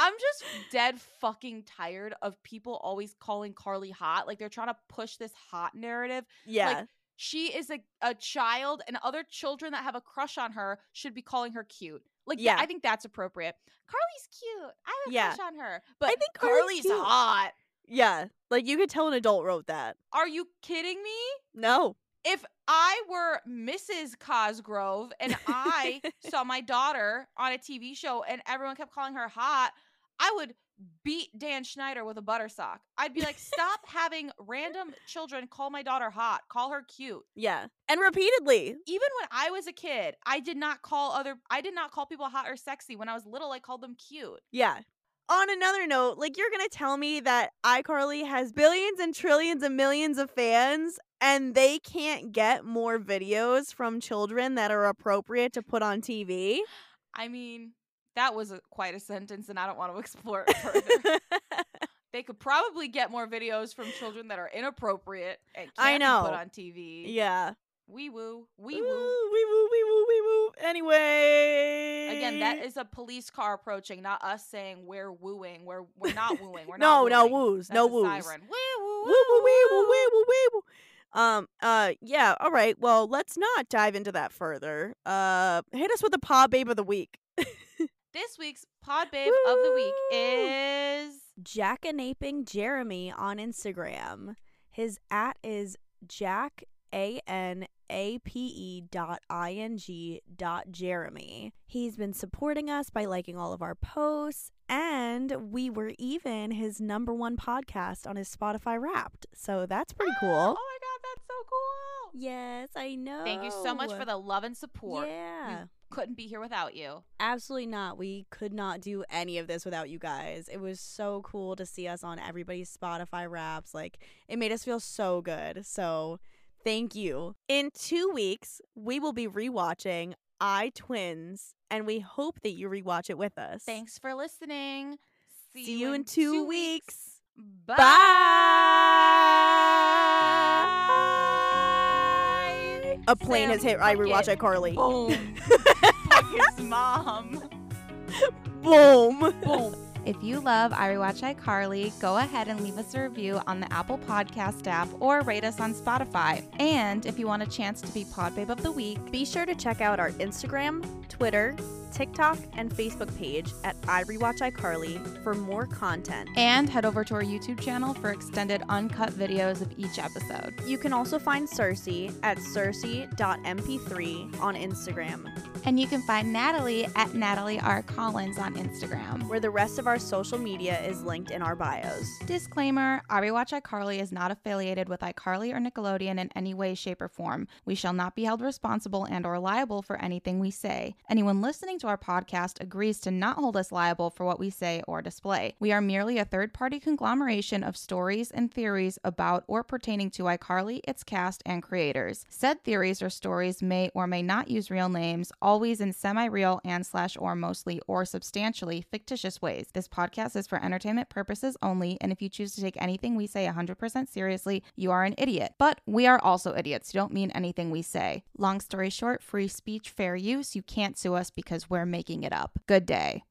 [SPEAKER 2] I'm just dead fucking tired of people always calling Carly hot. Like they're trying to push this hot narrative.
[SPEAKER 3] yeah.
[SPEAKER 2] She is a, a child, and other children that have a crush on her should be calling her cute. Like, th-
[SPEAKER 3] Yeah.
[SPEAKER 2] I think that's appropriate. Carly's cute. I have a
[SPEAKER 3] Yeah.
[SPEAKER 2] crush on her. But
[SPEAKER 3] think Carly's
[SPEAKER 2] Carly's
[SPEAKER 3] cute.
[SPEAKER 2] hot.
[SPEAKER 3] Yeah, like you could tell an adult wrote that.
[SPEAKER 2] Are you kidding me?
[SPEAKER 3] No.
[SPEAKER 2] if I were Mrs. Cosgrove and I saw my daughter on a TV show and everyone kept calling her hot, I would beat Dan Schneider with a butter sock. I'd be like, stop having random children call my daughter hot, call her cute.
[SPEAKER 3] Yeah. And repeatedly.
[SPEAKER 2] Even when I was a kid, I did not call other I did not call people hot or sexy. When I was little, I called them cute.
[SPEAKER 3] Yeah. On another note, like you're going to tell me that iCarly has billions and trillions and millions of fans and they can't get more videos from children that are appropriate to put on TV?
[SPEAKER 2] I mean, that was a, quite a sentence and I don't want to (laughs) explore it further.
[SPEAKER 3] (laughs)
[SPEAKER 2] they could probably get more videos from children that are inappropriate and
[SPEAKER 3] I
[SPEAKER 2] can't be
[SPEAKER 3] know.
[SPEAKER 2] put on TV.
[SPEAKER 3] yeah.
[SPEAKER 2] Wee woo, wee
[SPEAKER 3] Ooh,
[SPEAKER 2] woo.
[SPEAKER 3] wee woo, wee woo, wee woo. Anyway.
[SPEAKER 2] Again, that is a police car approaching, not us saying we're wooing. We're we're not wooing. We're not
[SPEAKER 3] No, no
[SPEAKER 2] wooing.
[SPEAKER 3] woos.
[SPEAKER 2] That's
[SPEAKER 3] no
[SPEAKER 2] a
[SPEAKER 3] woos.
[SPEAKER 2] Siren. Woo woo
[SPEAKER 3] Woo, woo, wee, woo, wee, woo, wee, woo. Um, uh, yeah, all right. Well, let's not dive into that further. Uh, hit us with the paw babe of the week.
[SPEAKER 2] This week's pod babe of the week
[SPEAKER 3] Woo.
[SPEAKER 2] is
[SPEAKER 1] jackanaping Jeremy on Instagram. His at is jack a n a p e dot i n g dot Jeremy. He's been supporting us by liking all of our posts, and we were even his number one podcast on his Spotify Wrapped. So that's pretty
[SPEAKER 3] Ah!
[SPEAKER 2] Oh my
[SPEAKER 1] cool.
[SPEAKER 2] god, that's so cool.
[SPEAKER 1] Yes, I know.
[SPEAKER 2] Thank you so much for the love and support.
[SPEAKER 1] Yeah.
[SPEAKER 2] Couldn't be here without you.
[SPEAKER 1] Absolutely not. We could not do any of this without you guys. It was so cool to see us on everybody's Spotify raps. Like, it made us feel so good. So, thank you.
[SPEAKER 3] In two weeks, we will be rewatching I Twins, and we hope that you rewatch it with us.
[SPEAKER 2] Thanks for listening.
[SPEAKER 3] See, you in two, weeks.
[SPEAKER 2] Bye.
[SPEAKER 3] A plane has
[SPEAKER 2] Sam,
[SPEAKER 3] hit. I
[SPEAKER 2] fuck
[SPEAKER 3] rewatch
[SPEAKER 2] it.
[SPEAKER 3] iCarly.
[SPEAKER 1] Oh,
[SPEAKER 2] (laughs) Boom. His mom.
[SPEAKER 3] Boom.
[SPEAKER 2] If you love I Rewatch iCarly, go ahead and leave us a review on the Apple Podcast app or rate us on Spotify. And if you want a chance to be Pod Babe of the Week,
[SPEAKER 1] Be sure to check out our Instagram, Twitter, TikTok, and Facebook page at I Rewatch iCarly for more content.
[SPEAKER 2] and head over to our YouTube channel for extended uncut videos of each episode.
[SPEAKER 1] You can also find Cersei at cersei.mp3 on Instagram,
[SPEAKER 2] And you can find Natalie at Natalie R. Collins on Instagram.
[SPEAKER 1] where the rest of our social media is linked in our bios.
[SPEAKER 2] Disclaimer I Rewatch iCarly is not affiliated with iCarly or Nickelodeon in any way, shape, or form. We shall not be held responsible and or liable for anything we say. Anyone listening listening to our podcast agrees to not hold us liable for what we say or display. We are merely a third party conglomeration of stories and theories about or pertaining to iCarly, its cast, and creators. Said theories or stories may or may not use real names, always in semi real and slash or mostly or substantially fictitious ways. This podcast is for entertainment purposes only, and if you choose to take anything we say 100% seriously, you are an idiot. But we are also idiots who don't mean anything we say. Long story short, free speech, fair use. You can't sue us because we're making it up. Good day.